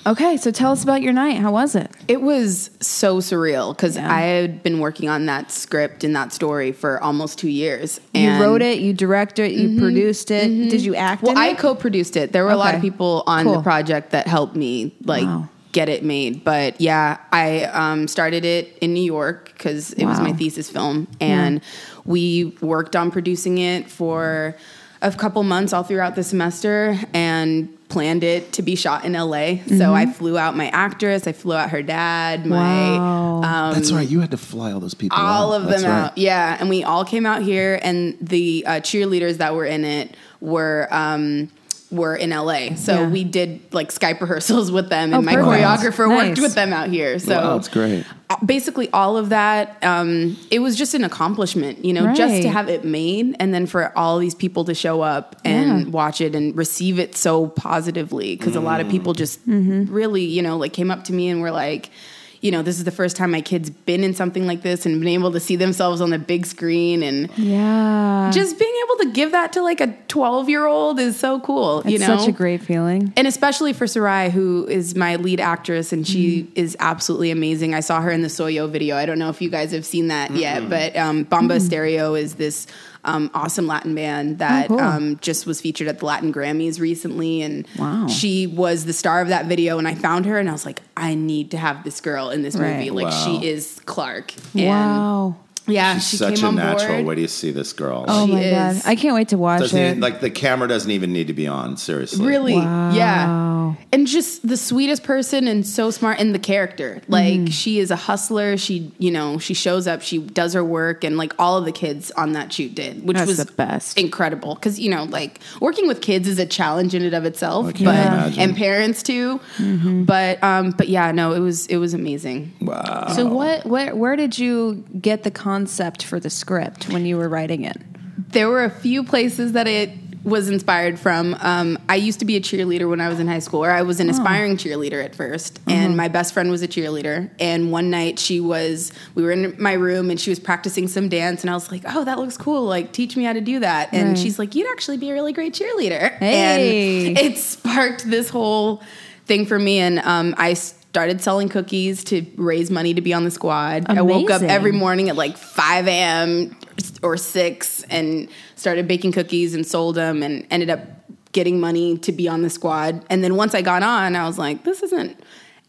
Speaker 3: Okay, so tell us about your night. How was it?
Speaker 4: It was so surreal because
Speaker 3: Yeah.
Speaker 4: I had been working on that script and that story for almost two years.
Speaker 3: You
Speaker 4: And
Speaker 3: wrote it, you directed it, you produced it. Did you act
Speaker 4: Well,
Speaker 3: in
Speaker 4: I
Speaker 3: it?
Speaker 4: co-produced it. There were a lot of
Speaker 3: Okay.
Speaker 4: people on
Speaker 3: Cool.
Speaker 4: the project that helped me like
Speaker 3: Wow.
Speaker 4: get it made. But yeah, I um, started it in New York because it was
Speaker 3: Wow.
Speaker 4: my thesis film, and we worked on producing it for a couple months all throughout the semester, and planned it to be shot in LA. So
Speaker 3: Mm-hmm.
Speaker 4: I flew out my actress, I flew out her dad, my
Speaker 3: Wow.
Speaker 1: That's right. You had to fly all those people.
Speaker 4: all
Speaker 1: out.
Speaker 4: of
Speaker 1: That's
Speaker 4: them
Speaker 1: right.
Speaker 4: out. Yeah, and we all came out here, and the uh, cheerleaders that were in it were. Um, were in LA, so
Speaker 3: Yeah.
Speaker 4: we did like Skype rehearsals *laughs* with them, and
Speaker 3: Oh,
Speaker 4: my
Speaker 3: perfect.
Speaker 4: choreographer
Speaker 3: Nice.
Speaker 4: worked with them out here. So
Speaker 1: Wow, that's great.
Speaker 4: uh, Basically, all of that, um, it was just an accomplishment, you know, just to
Speaker 3: Right.
Speaker 4: have it made, and then for all these people to show up and
Speaker 3: Yeah.
Speaker 4: watch it and receive it so positively, because a lot of people just
Speaker 3: Mm-hmm.
Speaker 4: really, you know, like came up to me and were like. You know, this is the first time my kid's been in something like this and been able to see themselves on the big screen and
Speaker 3: yeah.
Speaker 4: just being able to give that to like a 12 year old is so cool you
Speaker 3: It's
Speaker 4: know
Speaker 3: such a great feeling.
Speaker 4: and especially for Sarai, who is my lead actress, and she
Speaker 1: Mm-hmm.
Speaker 4: is absolutely amazing. I saw her in the Soyo video. I don't know if you guys have seen that yet, but um, Bomba Stereo is this um, awesome Latin
Speaker 1: Oh,
Speaker 4: band that
Speaker 3: cool.
Speaker 4: um, just was featured at the Latin Grammys recently. And
Speaker 3: Wow.
Speaker 4: she was the star of that video, and I found her, and I was like, I need to have this girl in this
Speaker 3: Right.
Speaker 4: movie. Like,
Speaker 1: Wow.
Speaker 4: she is Clark.
Speaker 3: wow.
Speaker 4: And yeah,
Speaker 1: She's
Speaker 4: she
Speaker 1: such
Speaker 4: came
Speaker 1: a
Speaker 4: on
Speaker 1: natural.
Speaker 4: board.
Speaker 1: Where do you see this girl?
Speaker 3: Oh
Speaker 4: she
Speaker 3: my god.
Speaker 4: is-
Speaker 3: I can't wait to watch
Speaker 1: Doesn't
Speaker 3: it.
Speaker 1: even- like the camera doesn't even need to be on. Seriously,
Speaker 4: Really, yeah.
Speaker 3: Wow.
Speaker 4: And just the sweetest person and so smart in the character. Like
Speaker 3: Mm.
Speaker 4: she is a hustler. She, you know, she shows up, she does her work and like all of the kids on that shoot did, which
Speaker 3: That's
Speaker 4: was
Speaker 3: the best.
Speaker 4: Incredible. Cause you know, like working with kids is a challenge in and of itself.
Speaker 1: I
Speaker 4: But
Speaker 1: can imagine.
Speaker 4: and parents too.
Speaker 3: Mm-hmm.
Speaker 4: But um, but yeah, no, it was it was amazing.
Speaker 1: Wow.
Speaker 3: so what where where did you get the concept for the script when you were writing it?
Speaker 4: There were a few places that it was inspired from. Um, I used to be a cheerleader when I was in high school, or I
Speaker 3: Oh.
Speaker 4: was an aspiring cheerleader at 1st
Speaker 3: Mm-hmm.
Speaker 4: And my best friend was a cheerleader. And one night she was, we were in my room and she was practicing some dance. And I was like, oh, that looks cool. Like, teach me how to do that. And
Speaker 3: Right.
Speaker 4: she's like, you'd actually be a really great cheerleader.
Speaker 3: Hey.
Speaker 4: And *laughs* it sparked this whole thing for me. And um, I started selling cookies to raise money to be on the squad. I woke up
Speaker 3: Amazing.
Speaker 4: every morning at like 5 a.m. or 6 and started baking cookies and sold them and ended up getting money to be on the squad. And then once I got on, I was like, this isn't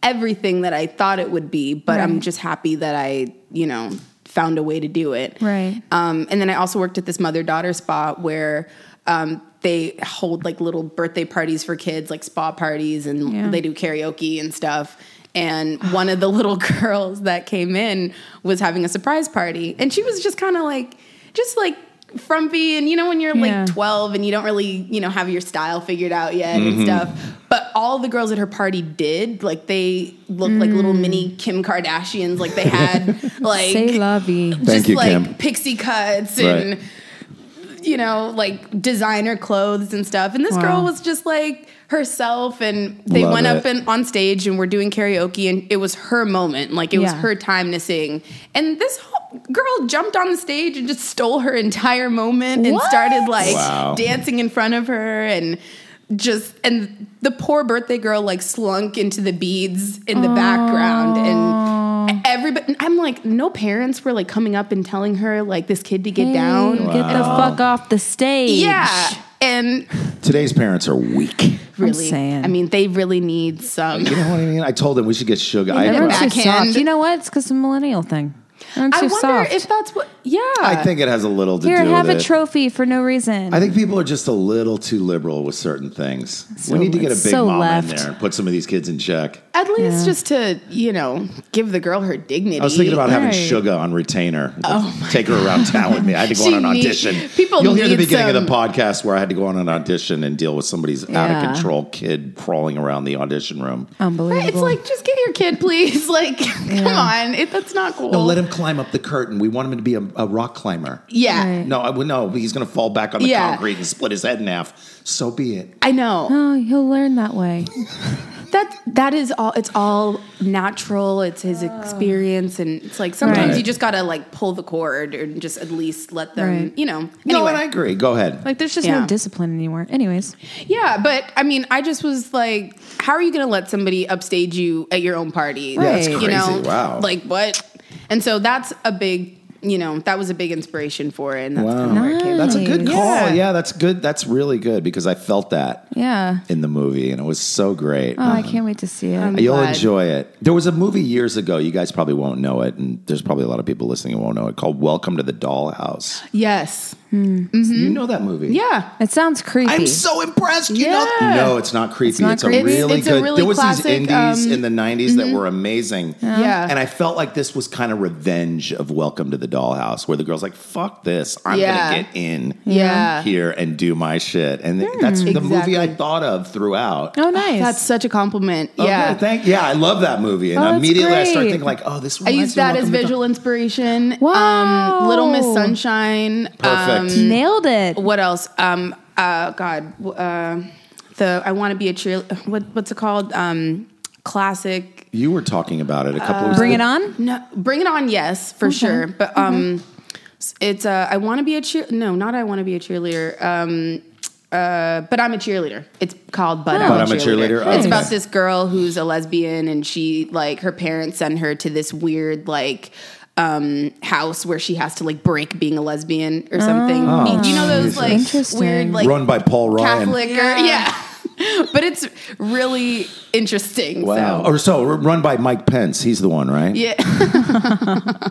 Speaker 4: everything that I thought it would be, but I'm
Speaker 3: Right.
Speaker 4: just happy that I, you know, found a way to do it.
Speaker 3: Right.
Speaker 4: Um, and then I also worked at this mother daughter spa where um, they hold like little birthday parties for kids, like spa parties, and
Speaker 3: Yeah.
Speaker 4: they do karaoke and stuff. And one of the little *laughs* girls that came in was having a surprise party, and she was just kind of like, just like frumpy, and you know when you're
Speaker 3: Yeah.
Speaker 4: like 12 and you don't really you know have your style figured out yet and stuff. But all the girls at her party did like they looked like little mini Kim Kardashians, like they had like
Speaker 3: Mm. *laughs* Say lovey.
Speaker 1: Thank
Speaker 4: just
Speaker 1: you,
Speaker 4: like
Speaker 1: Kim.
Speaker 4: pixie cuts
Speaker 1: Right.
Speaker 4: and you know like designer clothes and stuff and this
Speaker 3: Wow.
Speaker 4: girl was just like herself and they
Speaker 1: Love
Speaker 4: went
Speaker 1: it.
Speaker 4: up and on stage and were doing karaoke and it was her moment like it was
Speaker 3: Yeah.
Speaker 4: her time to sing and this whole girl jumped on the stage and just stole her entire moment and
Speaker 3: What?
Speaker 4: started like
Speaker 1: Wow.
Speaker 4: dancing in front of her and just and the poor birthday girl like slunk into the beads in the background and everybody. I'm like, no parents were like coming up and telling her like this kid to get
Speaker 3: Hey,
Speaker 4: down.
Speaker 3: Get the fuck off the stage.
Speaker 4: Yeah, and
Speaker 1: Today's parents are weak. You
Speaker 4: really,
Speaker 5: saying.
Speaker 4: I mean, they really need some.
Speaker 1: know what I mean? I told them we should get sugar. I,
Speaker 4: they're
Speaker 5: Everyone's too
Speaker 4: backhand.
Speaker 5: soft. You know what? It's because the millennial thing. I'm too
Speaker 4: I wonder
Speaker 5: soft.
Speaker 4: if that's what. Yeah,
Speaker 1: I think it has a little to
Speaker 3: Here,
Speaker 1: do
Speaker 3: have
Speaker 1: with
Speaker 3: a
Speaker 1: it.
Speaker 3: trophy for no reason.
Speaker 1: I think people are just a little too liberal with certain things.
Speaker 3: So-
Speaker 1: we need to get a
Speaker 3: it's
Speaker 1: big
Speaker 3: so
Speaker 1: mom in
Speaker 3: left.
Speaker 1: there and put some of these kids in check.
Speaker 4: At least just to you know give the girl her dignity.
Speaker 1: I was thinking about having
Speaker 3: Right.
Speaker 1: sugar on retainer. Take her around town with me. I had to go
Speaker 4: She
Speaker 1: on an
Speaker 4: need-
Speaker 1: audition.
Speaker 4: people
Speaker 1: You'll hear the
Speaker 4: need
Speaker 1: beginning of the
Speaker 4: some-
Speaker 1: podcast where I had to go on an audition and deal with somebody's out
Speaker 5: Yeah.
Speaker 1: of control kid crawling around the audition room.
Speaker 5: Unbelievable.
Speaker 4: It's like just get your kid, please. *laughs* Like, come on, it, that's not cool.
Speaker 1: No, let him climb up the curtain. We want him to be a, a rock climber.
Speaker 4: Yeah,
Speaker 1: No, I, well, no, he's going to fall back on the
Speaker 4: Yeah.
Speaker 1: concrete and split his head in half. So be it.
Speaker 4: I know
Speaker 5: oh, he'll learn that way.
Speaker 4: that that is all. It's all natural. It's his experience, and it's like sometimes
Speaker 1: Right.
Speaker 4: you just gotta like pull the cord or just at least let them.
Speaker 3: Right.
Speaker 4: You know. Anyway.
Speaker 1: No, and I agree. Go ahead.
Speaker 5: Like there's just
Speaker 4: Yeah.
Speaker 5: no discipline anymore. Anyways,
Speaker 4: yeah, but I mean, I just was like, how are you gonna let somebody upstage you at your own party?
Speaker 1: Yeah, that's
Speaker 4: You know,
Speaker 1: crazy. Wow.
Speaker 4: Like what? And so that's a big. You know, that was a big inspiration for it. And that's
Speaker 1: Wow.
Speaker 4: kind of where it came
Speaker 1: That's a
Speaker 4: from.
Speaker 1: good
Speaker 5: Nice.
Speaker 1: call. Yeah.
Speaker 4: Yeah.
Speaker 1: that's good. That's really good because I felt that
Speaker 5: yeah.
Speaker 1: in the movie and it was so great.
Speaker 3: oh, I can't wait to see it.
Speaker 1: You'll
Speaker 4: glad.
Speaker 1: enjoy it. There was a movie years ago, you guys probably won't know it, and there's probably a lot of people listening who won't know it, called Welcome to the Dollhouse.
Speaker 4: Yes.
Speaker 1: You know that movie.
Speaker 4: Yeah.
Speaker 3: it sounds creepy.
Speaker 1: I'm so impressed. You know,
Speaker 4: Yeah.
Speaker 1: no, it's not creepy. It's,
Speaker 5: not
Speaker 1: a
Speaker 5: creepy.
Speaker 4: It's-
Speaker 1: really
Speaker 4: it's a
Speaker 1: good.
Speaker 4: really
Speaker 1: there was
Speaker 4: classic,
Speaker 1: these indies
Speaker 4: um,
Speaker 1: in the '90s that were amazing.
Speaker 4: Yeah.
Speaker 1: and I felt like this was kind of revenge of Welcome to the Dollhouse, where the girl's like, "Fuck this, I'm
Speaker 4: Yeah.
Speaker 1: gonna get in
Speaker 4: Yeah.
Speaker 1: here and do my shit." And that's the movie
Speaker 4: Exactly.
Speaker 1: I thought of throughout.
Speaker 5: Oh, nice.
Speaker 4: That's such a compliment.
Speaker 1: Okay,
Speaker 4: yeah.
Speaker 1: thank yeah, I love that movie, and
Speaker 3: Oh, that's
Speaker 1: immediately I start
Speaker 3: great.
Speaker 1: thinking like, "Oh, this."
Speaker 4: I
Speaker 1: reminds
Speaker 4: use
Speaker 1: me of
Speaker 4: that as
Speaker 1: Welcome to the
Speaker 4: visual inspiration.
Speaker 3: Wow.
Speaker 4: Um, Little Miss Sunshine.
Speaker 1: Perfect.
Speaker 4: Um,
Speaker 3: Nailed it.
Speaker 4: what else? Um, uh, God. w- Uh, the I want to be a cheer. What, what's it called? Um, classic.
Speaker 1: You were talking about it a couple of
Speaker 3: Bring it on.
Speaker 4: No, bring it on. Yes, for sure. But um, s- it's uh, I want to be a cheer. No, not I want to be a cheerleader. Um, uh, but I'm a cheerleader. It's called But, I'm,
Speaker 1: But
Speaker 4: a
Speaker 1: I'm a
Speaker 4: cheerleader.
Speaker 1: Cheerleader? Oh,
Speaker 4: It's
Speaker 1: Okay.
Speaker 4: about this girl who's a lesbian and she like her parents send her to this weird like um house where she has to like break being a lesbian or something. Do you know those
Speaker 1: Jesus.
Speaker 4: like
Speaker 5: Interesting.
Speaker 4: weird like
Speaker 1: Run by Paul Ryan.
Speaker 4: Catholic or yeah. *laughs* but it's really interesting.
Speaker 1: Wow.
Speaker 4: So
Speaker 1: Or so r- run by Mike Pence. He's the one, right?
Speaker 4: yeah.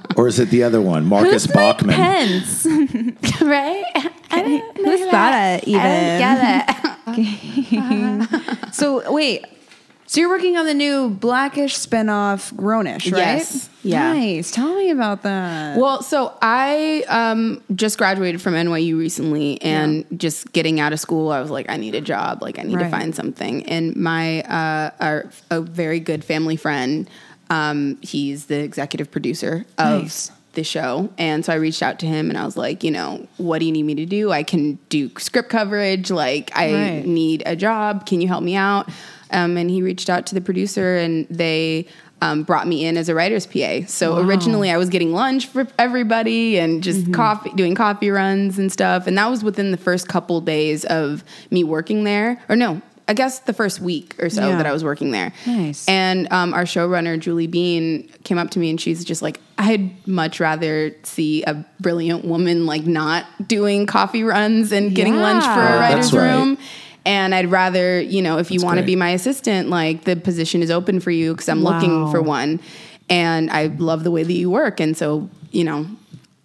Speaker 1: *laughs* Or is it the other one, Marcus
Speaker 3: Who's Mike
Speaker 1: Bachman?
Speaker 3: Pence?
Speaker 4: right?
Speaker 3: Who's that even? *laughs* So wait. So you're working on the new Blackish spinoff, Grownish, right?
Speaker 4: Yes. Yeah.
Speaker 3: Nice. Tell me about that.
Speaker 4: Well, so I um, just graduated from NYU recently, and just getting out of school, I was like, I need a job. Like, I need to
Speaker 3: Right.
Speaker 4: find something. And my uh, our, a very good family friend, um, he's the executive producer of
Speaker 3: Nice.
Speaker 4: the show, and so I reached out to him, and I was like, you know, what do you need me to do? I can do script coverage. Like, I
Speaker 3: Right.
Speaker 4: need a job. Can you help me out? Um, and he reached out to the producer, and they. Um, brought me in as a writer's PA. So originally I was getting lunch for everybody and just
Speaker 3: Mm-hmm.
Speaker 4: coffee, doing coffee runs and stuff. And that was within the first couple days of me working there. Or no, I guess the first week or so
Speaker 3: Yeah.
Speaker 4: that I was working there.
Speaker 3: Nice.
Speaker 4: And um, our showrunner, Julie Bean, came up to me and she's just like, I'd much rather see a brilliant woman like not doing coffee runs and getting
Speaker 3: Yeah.
Speaker 4: lunch for
Speaker 3: Oh,
Speaker 4: a
Speaker 1: that's
Speaker 4: writer's
Speaker 1: right.
Speaker 4: room and I'd rather, you know, if you want to
Speaker 1: great.
Speaker 4: be my assistant, like the position is open for you because I'm looking
Speaker 3: Wow.
Speaker 4: for one. And I love the way that you work. And so, you know,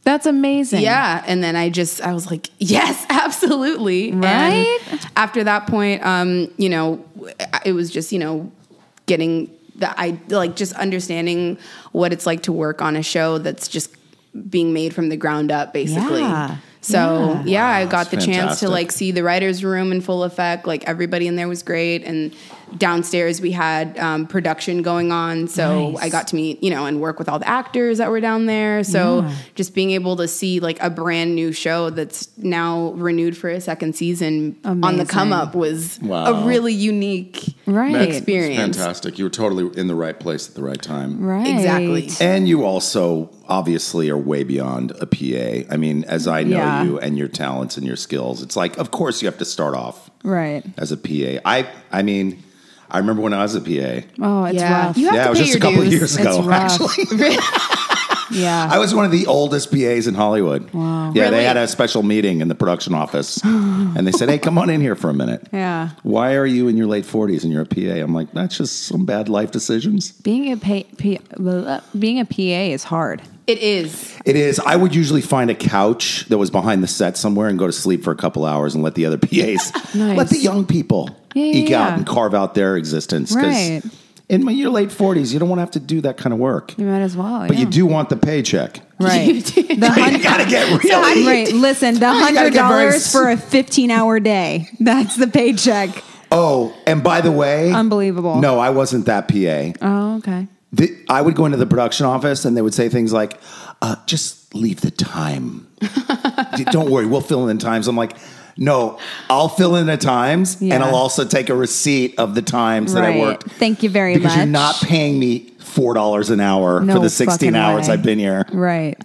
Speaker 3: That's amazing.
Speaker 4: yeah. And then I just, I was like, yes, *laughs* absolutely. And
Speaker 3: Right?
Speaker 4: after that point, um, you know, it was just, you know, getting the, I like just understanding what it's like to work on a show that's just being made from the ground up, basically.
Speaker 3: Yeah.
Speaker 4: So yeah, I got the
Speaker 1: that's
Speaker 4: chance to
Speaker 1: fantastic.
Speaker 4: like see the writers' room in full effect. Like everybody in there was great, and downstairs we had um, production going on. So I got to meet you know and work with all the actors that were down there. So just being able to see like a brand new show that's now renewed for a second season on the come
Speaker 3: Amazing.
Speaker 4: up was
Speaker 1: Wow.
Speaker 4: a really unique
Speaker 3: Right. That's
Speaker 4: experience.
Speaker 1: Fantastic. You were totally in the right place at the right time.
Speaker 3: Right.
Speaker 4: Exactly.
Speaker 1: And you also obviously are way beyond a PA. I mean, as I know
Speaker 3: Yeah.
Speaker 1: you and your talents and your skills, it's like, of course, you have to start off
Speaker 3: Right.
Speaker 1: as a PA. I, I mean, I remember when I was at PA.
Speaker 6: Oh, it's
Speaker 4: Yeah.
Speaker 6: rough.
Speaker 4: You have
Speaker 1: yeah,
Speaker 4: to
Speaker 1: it was
Speaker 4: pay
Speaker 1: just a
Speaker 4: your
Speaker 1: couple
Speaker 4: dues.
Speaker 1: years ago,
Speaker 6: It's rough.
Speaker 1: actually.
Speaker 6: yeah.
Speaker 1: I was one of the oldest PAs in Hollywood.
Speaker 6: Wow.
Speaker 1: Yeah, they
Speaker 4: Really?
Speaker 1: had a special meeting in the production
Speaker 3: *gasps*
Speaker 1: office and they said, Hey, come on in here for a minute.
Speaker 6: yeah.
Speaker 1: Why are you in your late 40s and you're a PA? I'm like, That's just some bad life decisions.
Speaker 6: Being a pa- P- blah, being a PA is hard.
Speaker 4: *laughs* It is.
Speaker 1: It is. I would usually find a couch that was behind the set somewhere and go to sleep for a couple hours and let the other *laughs*
Speaker 3: *laughs*
Speaker 1: PAs,
Speaker 3: Nice.
Speaker 1: let the young people
Speaker 3: Yeah, yeah,
Speaker 1: eke out
Speaker 3: yeah.
Speaker 1: and carve out their existence. 'Cause
Speaker 3: Right.
Speaker 1: In my- your late 40s, you don't want to have to do that kind of work.
Speaker 3: You might as well.
Speaker 1: But you do want the paycheck. *laughs*
Speaker 6: Right. the
Speaker 1: You
Speaker 3: *laughs*
Speaker 6: hun-
Speaker 1: got to get really.
Speaker 6: right. Listen,
Speaker 1: *laughs*
Speaker 6: the
Speaker 1: gotta
Speaker 6: hundred
Speaker 1: get very
Speaker 6: dollars for a fifteen-hour day. That's the paycheck.
Speaker 1: Oh, and by the way,
Speaker 6: Unbelievable.
Speaker 1: No, I wasn't that PA.
Speaker 3: Oh, okay.
Speaker 1: The- I would go into the production office and they would say things like, uh, "Just leave the time. D- Don't worry, we'll fill in the times." I'm like, "No, I'll fill in the times, and
Speaker 3: Yeah.
Speaker 1: I'll also take a receipt of the times that I
Speaker 6: Right.
Speaker 1: worked."
Speaker 6: Thank you very
Speaker 1: because you're
Speaker 6: much.
Speaker 1: not paying me four dollars an hour
Speaker 3: No
Speaker 1: for the 16
Speaker 3: fucking
Speaker 1: hours
Speaker 3: way.
Speaker 1: I've been here.
Speaker 6: Right.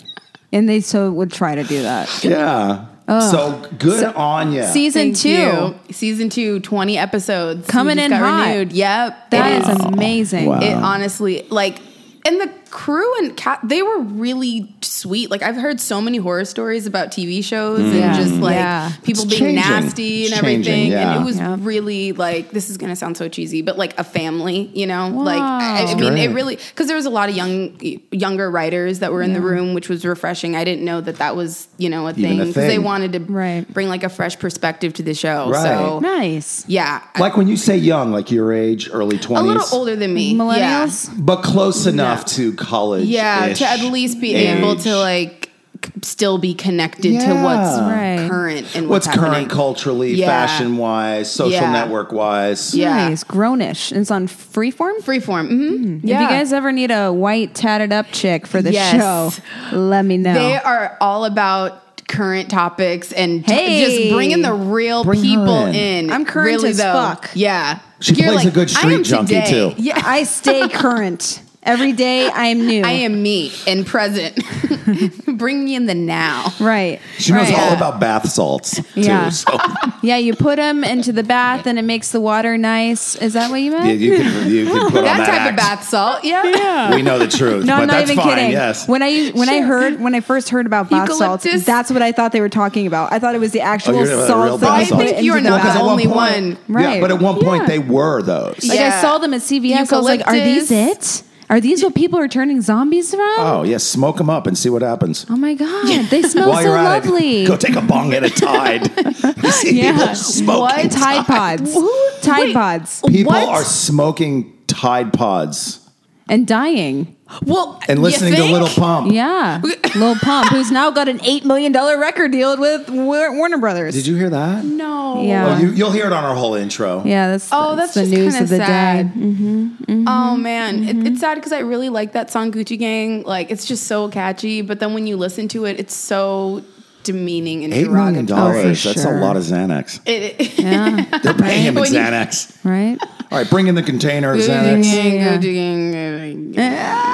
Speaker 6: And they so would try to do that.
Speaker 1: Yeah. So good on you.
Speaker 3: Season
Speaker 4: Thank
Speaker 3: two.
Speaker 4: you. Season two, 20 episodes. We
Speaker 3: Coming
Speaker 4: just
Speaker 3: in
Speaker 4: got
Speaker 3: hot.
Speaker 4: Renewed. Yep.
Speaker 3: That
Speaker 4: it
Speaker 3: is amazing.
Speaker 1: Wow.
Speaker 4: It honestly, like, and the crew and cat, they were really sweet. Like, I've heard so many horror stories about TV shows
Speaker 3: Yeah.
Speaker 4: and just like
Speaker 3: Yeah.
Speaker 4: people
Speaker 1: Mm. It's
Speaker 4: being
Speaker 1: changing.
Speaker 4: nasty
Speaker 1: It's
Speaker 4: and
Speaker 1: changing,
Speaker 4: everything.
Speaker 1: yeah.
Speaker 4: And it was
Speaker 3: Yep.
Speaker 4: really like, this is going to sound so cheesy, but like a family, you know? Like, I, I
Speaker 3: Wow.
Speaker 4: mean,
Speaker 1: great.
Speaker 4: it really, because there was a lot of young, younger writers that were in the room, which was refreshing. I didn't know that that was, you know, a
Speaker 1: Even
Speaker 4: thing
Speaker 1: a
Speaker 4: because they
Speaker 1: thing.
Speaker 4: wanted to
Speaker 3: Right.
Speaker 4: bring like a fresh perspective to the show.
Speaker 1: Right.
Speaker 4: So,
Speaker 3: Nice.
Speaker 4: yeah. I-
Speaker 1: like when you say young, like your age, early 20s,
Speaker 4: a little older than me. Yeah.
Speaker 3: Millennials.
Speaker 1: but close enough to college.
Speaker 4: Yeah, to at least be able to like c- still be connected to what's
Speaker 1: Yeah.
Speaker 3: Right.
Speaker 4: current and
Speaker 1: what's
Speaker 4: what's,
Speaker 1: current
Speaker 4: happening.
Speaker 1: culturally,
Speaker 4: Yeah.
Speaker 1: fashion wise, social
Speaker 4: Yeah.
Speaker 1: network wise.
Speaker 4: Yeah.
Speaker 3: Nice. Grownish. It's on Freeform.
Speaker 4: Freeform. Mm-hmm. Yeah.
Speaker 3: Mm, If you guys ever need a white tatted up chick for the
Speaker 4: Yes.
Speaker 3: show, let me know.
Speaker 4: they are all about current topics and t-
Speaker 3: Hey.
Speaker 4: just bringing the real
Speaker 1: Bring her
Speaker 4: people
Speaker 1: in.
Speaker 4: in.
Speaker 3: I'm current
Speaker 4: really,
Speaker 3: as
Speaker 4: though.
Speaker 3: fuck.
Speaker 4: Yeah.
Speaker 1: She plays a good
Speaker 4: "I
Speaker 1: street
Speaker 4: am
Speaker 1: junkie,
Speaker 4: today."
Speaker 1: too.
Speaker 4: Yeah.
Speaker 3: I stay current. Every day I am new.
Speaker 4: I am me and present. *laughs* Bring me in the now.
Speaker 3: Right.
Speaker 1: She knows
Speaker 3: Right.
Speaker 1: all
Speaker 3: Yeah.
Speaker 1: about bath salts too.
Speaker 3: Yeah.
Speaker 4: *laughs*
Speaker 1: So
Speaker 3: Yeah, you put them into the bath and it makes the water nice. Is that what you meant?
Speaker 1: you, you can you can put on
Speaker 4: That
Speaker 1: that
Speaker 4: type
Speaker 1: act.
Speaker 4: of bath salt. Yeah.
Speaker 1: We know the truth,
Speaker 3: No,
Speaker 1: but
Speaker 3: I'm not
Speaker 1: that's
Speaker 3: even
Speaker 1: fine.
Speaker 3: kidding.
Speaker 1: Yes,
Speaker 3: When I when I heard when I first heard about bath salts,
Speaker 4: Eucalyptus?
Speaker 3: that's what I thought they were talking about. I thought it was the
Speaker 1: Oh,
Speaker 3: actual
Speaker 1: you're talking about real
Speaker 3: salts that
Speaker 1: bath
Speaker 3: they
Speaker 1: salts.
Speaker 3: put
Speaker 1: I
Speaker 4: think you are
Speaker 3: into
Speaker 4: not
Speaker 3: the
Speaker 1: at
Speaker 3: bath.
Speaker 4: the
Speaker 1: one
Speaker 4: only
Speaker 1: point-
Speaker 4: one.
Speaker 1: Yeah,
Speaker 3: Right.
Speaker 1: but at one point
Speaker 3: Yeah.
Speaker 1: they were those.
Speaker 3: Like I
Speaker 4: Yeah.
Speaker 3: saw them at CVS. I was like, are these
Speaker 4: Eucalyptus.
Speaker 3: it? Are these what people are turning zombies from?
Speaker 1: Oh yeah, smoke them up and see what happens.
Speaker 3: Oh my god, they smell
Speaker 1: While
Speaker 3: so
Speaker 1: you're at
Speaker 3: lovely.
Speaker 1: it, go take a bong and a
Speaker 3: *laughs*
Speaker 1: Tide. *laughs* You see
Speaker 3: Yeah.
Speaker 1: people smoking
Speaker 3: Tide, pods, Tide
Speaker 4: Wait.
Speaker 3: pods,
Speaker 1: People
Speaker 4: What?
Speaker 1: are smoking Tide Pods
Speaker 3: and dying.
Speaker 4: Well,
Speaker 1: and
Speaker 4: you
Speaker 1: listening to
Speaker 4: think?
Speaker 1: Little Pump. *laughs*
Speaker 3: Yeah, Lil Pump, who's now got an eight million dollar record deal with Wa- Warner Brothers.
Speaker 1: Did you hear that?
Speaker 4: No.
Speaker 3: Yeah.
Speaker 1: Oh, you, you'll hear it on our whole intro.
Speaker 3: yeah, that's
Speaker 4: Oh, that's,
Speaker 3: the
Speaker 4: just
Speaker 3: news
Speaker 4: kinda
Speaker 3: of the
Speaker 4: sad.
Speaker 3: day. Mm-hmm.
Speaker 4: Oh man, It, it's sad because I really like that song Gucci Gang. Like, it's just so catchy. But then when you listen to it, it's so demeaning and
Speaker 1: Eight million
Speaker 4: derogatory.
Speaker 1: dollars.
Speaker 3: Oh, for
Speaker 1: That's a
Speaker 3: sure.
Speaker 1: lot of Xanax.
Speaker 4: It-
Speaker 1: *laughs*
Speaker 4: it-
Speaker 3: Yeah,
Speaker 1: They're paying him in
Speaker 4: When you-
Speaker 1: Xanax.
Speaker 3: right.
Speaker 1: All right, bring in the container of
Speaker 4: Gucci
Speaker 1: Xanax.
Speaker 3: Yeah.
Speaker 4: Gang, Gucci Gang,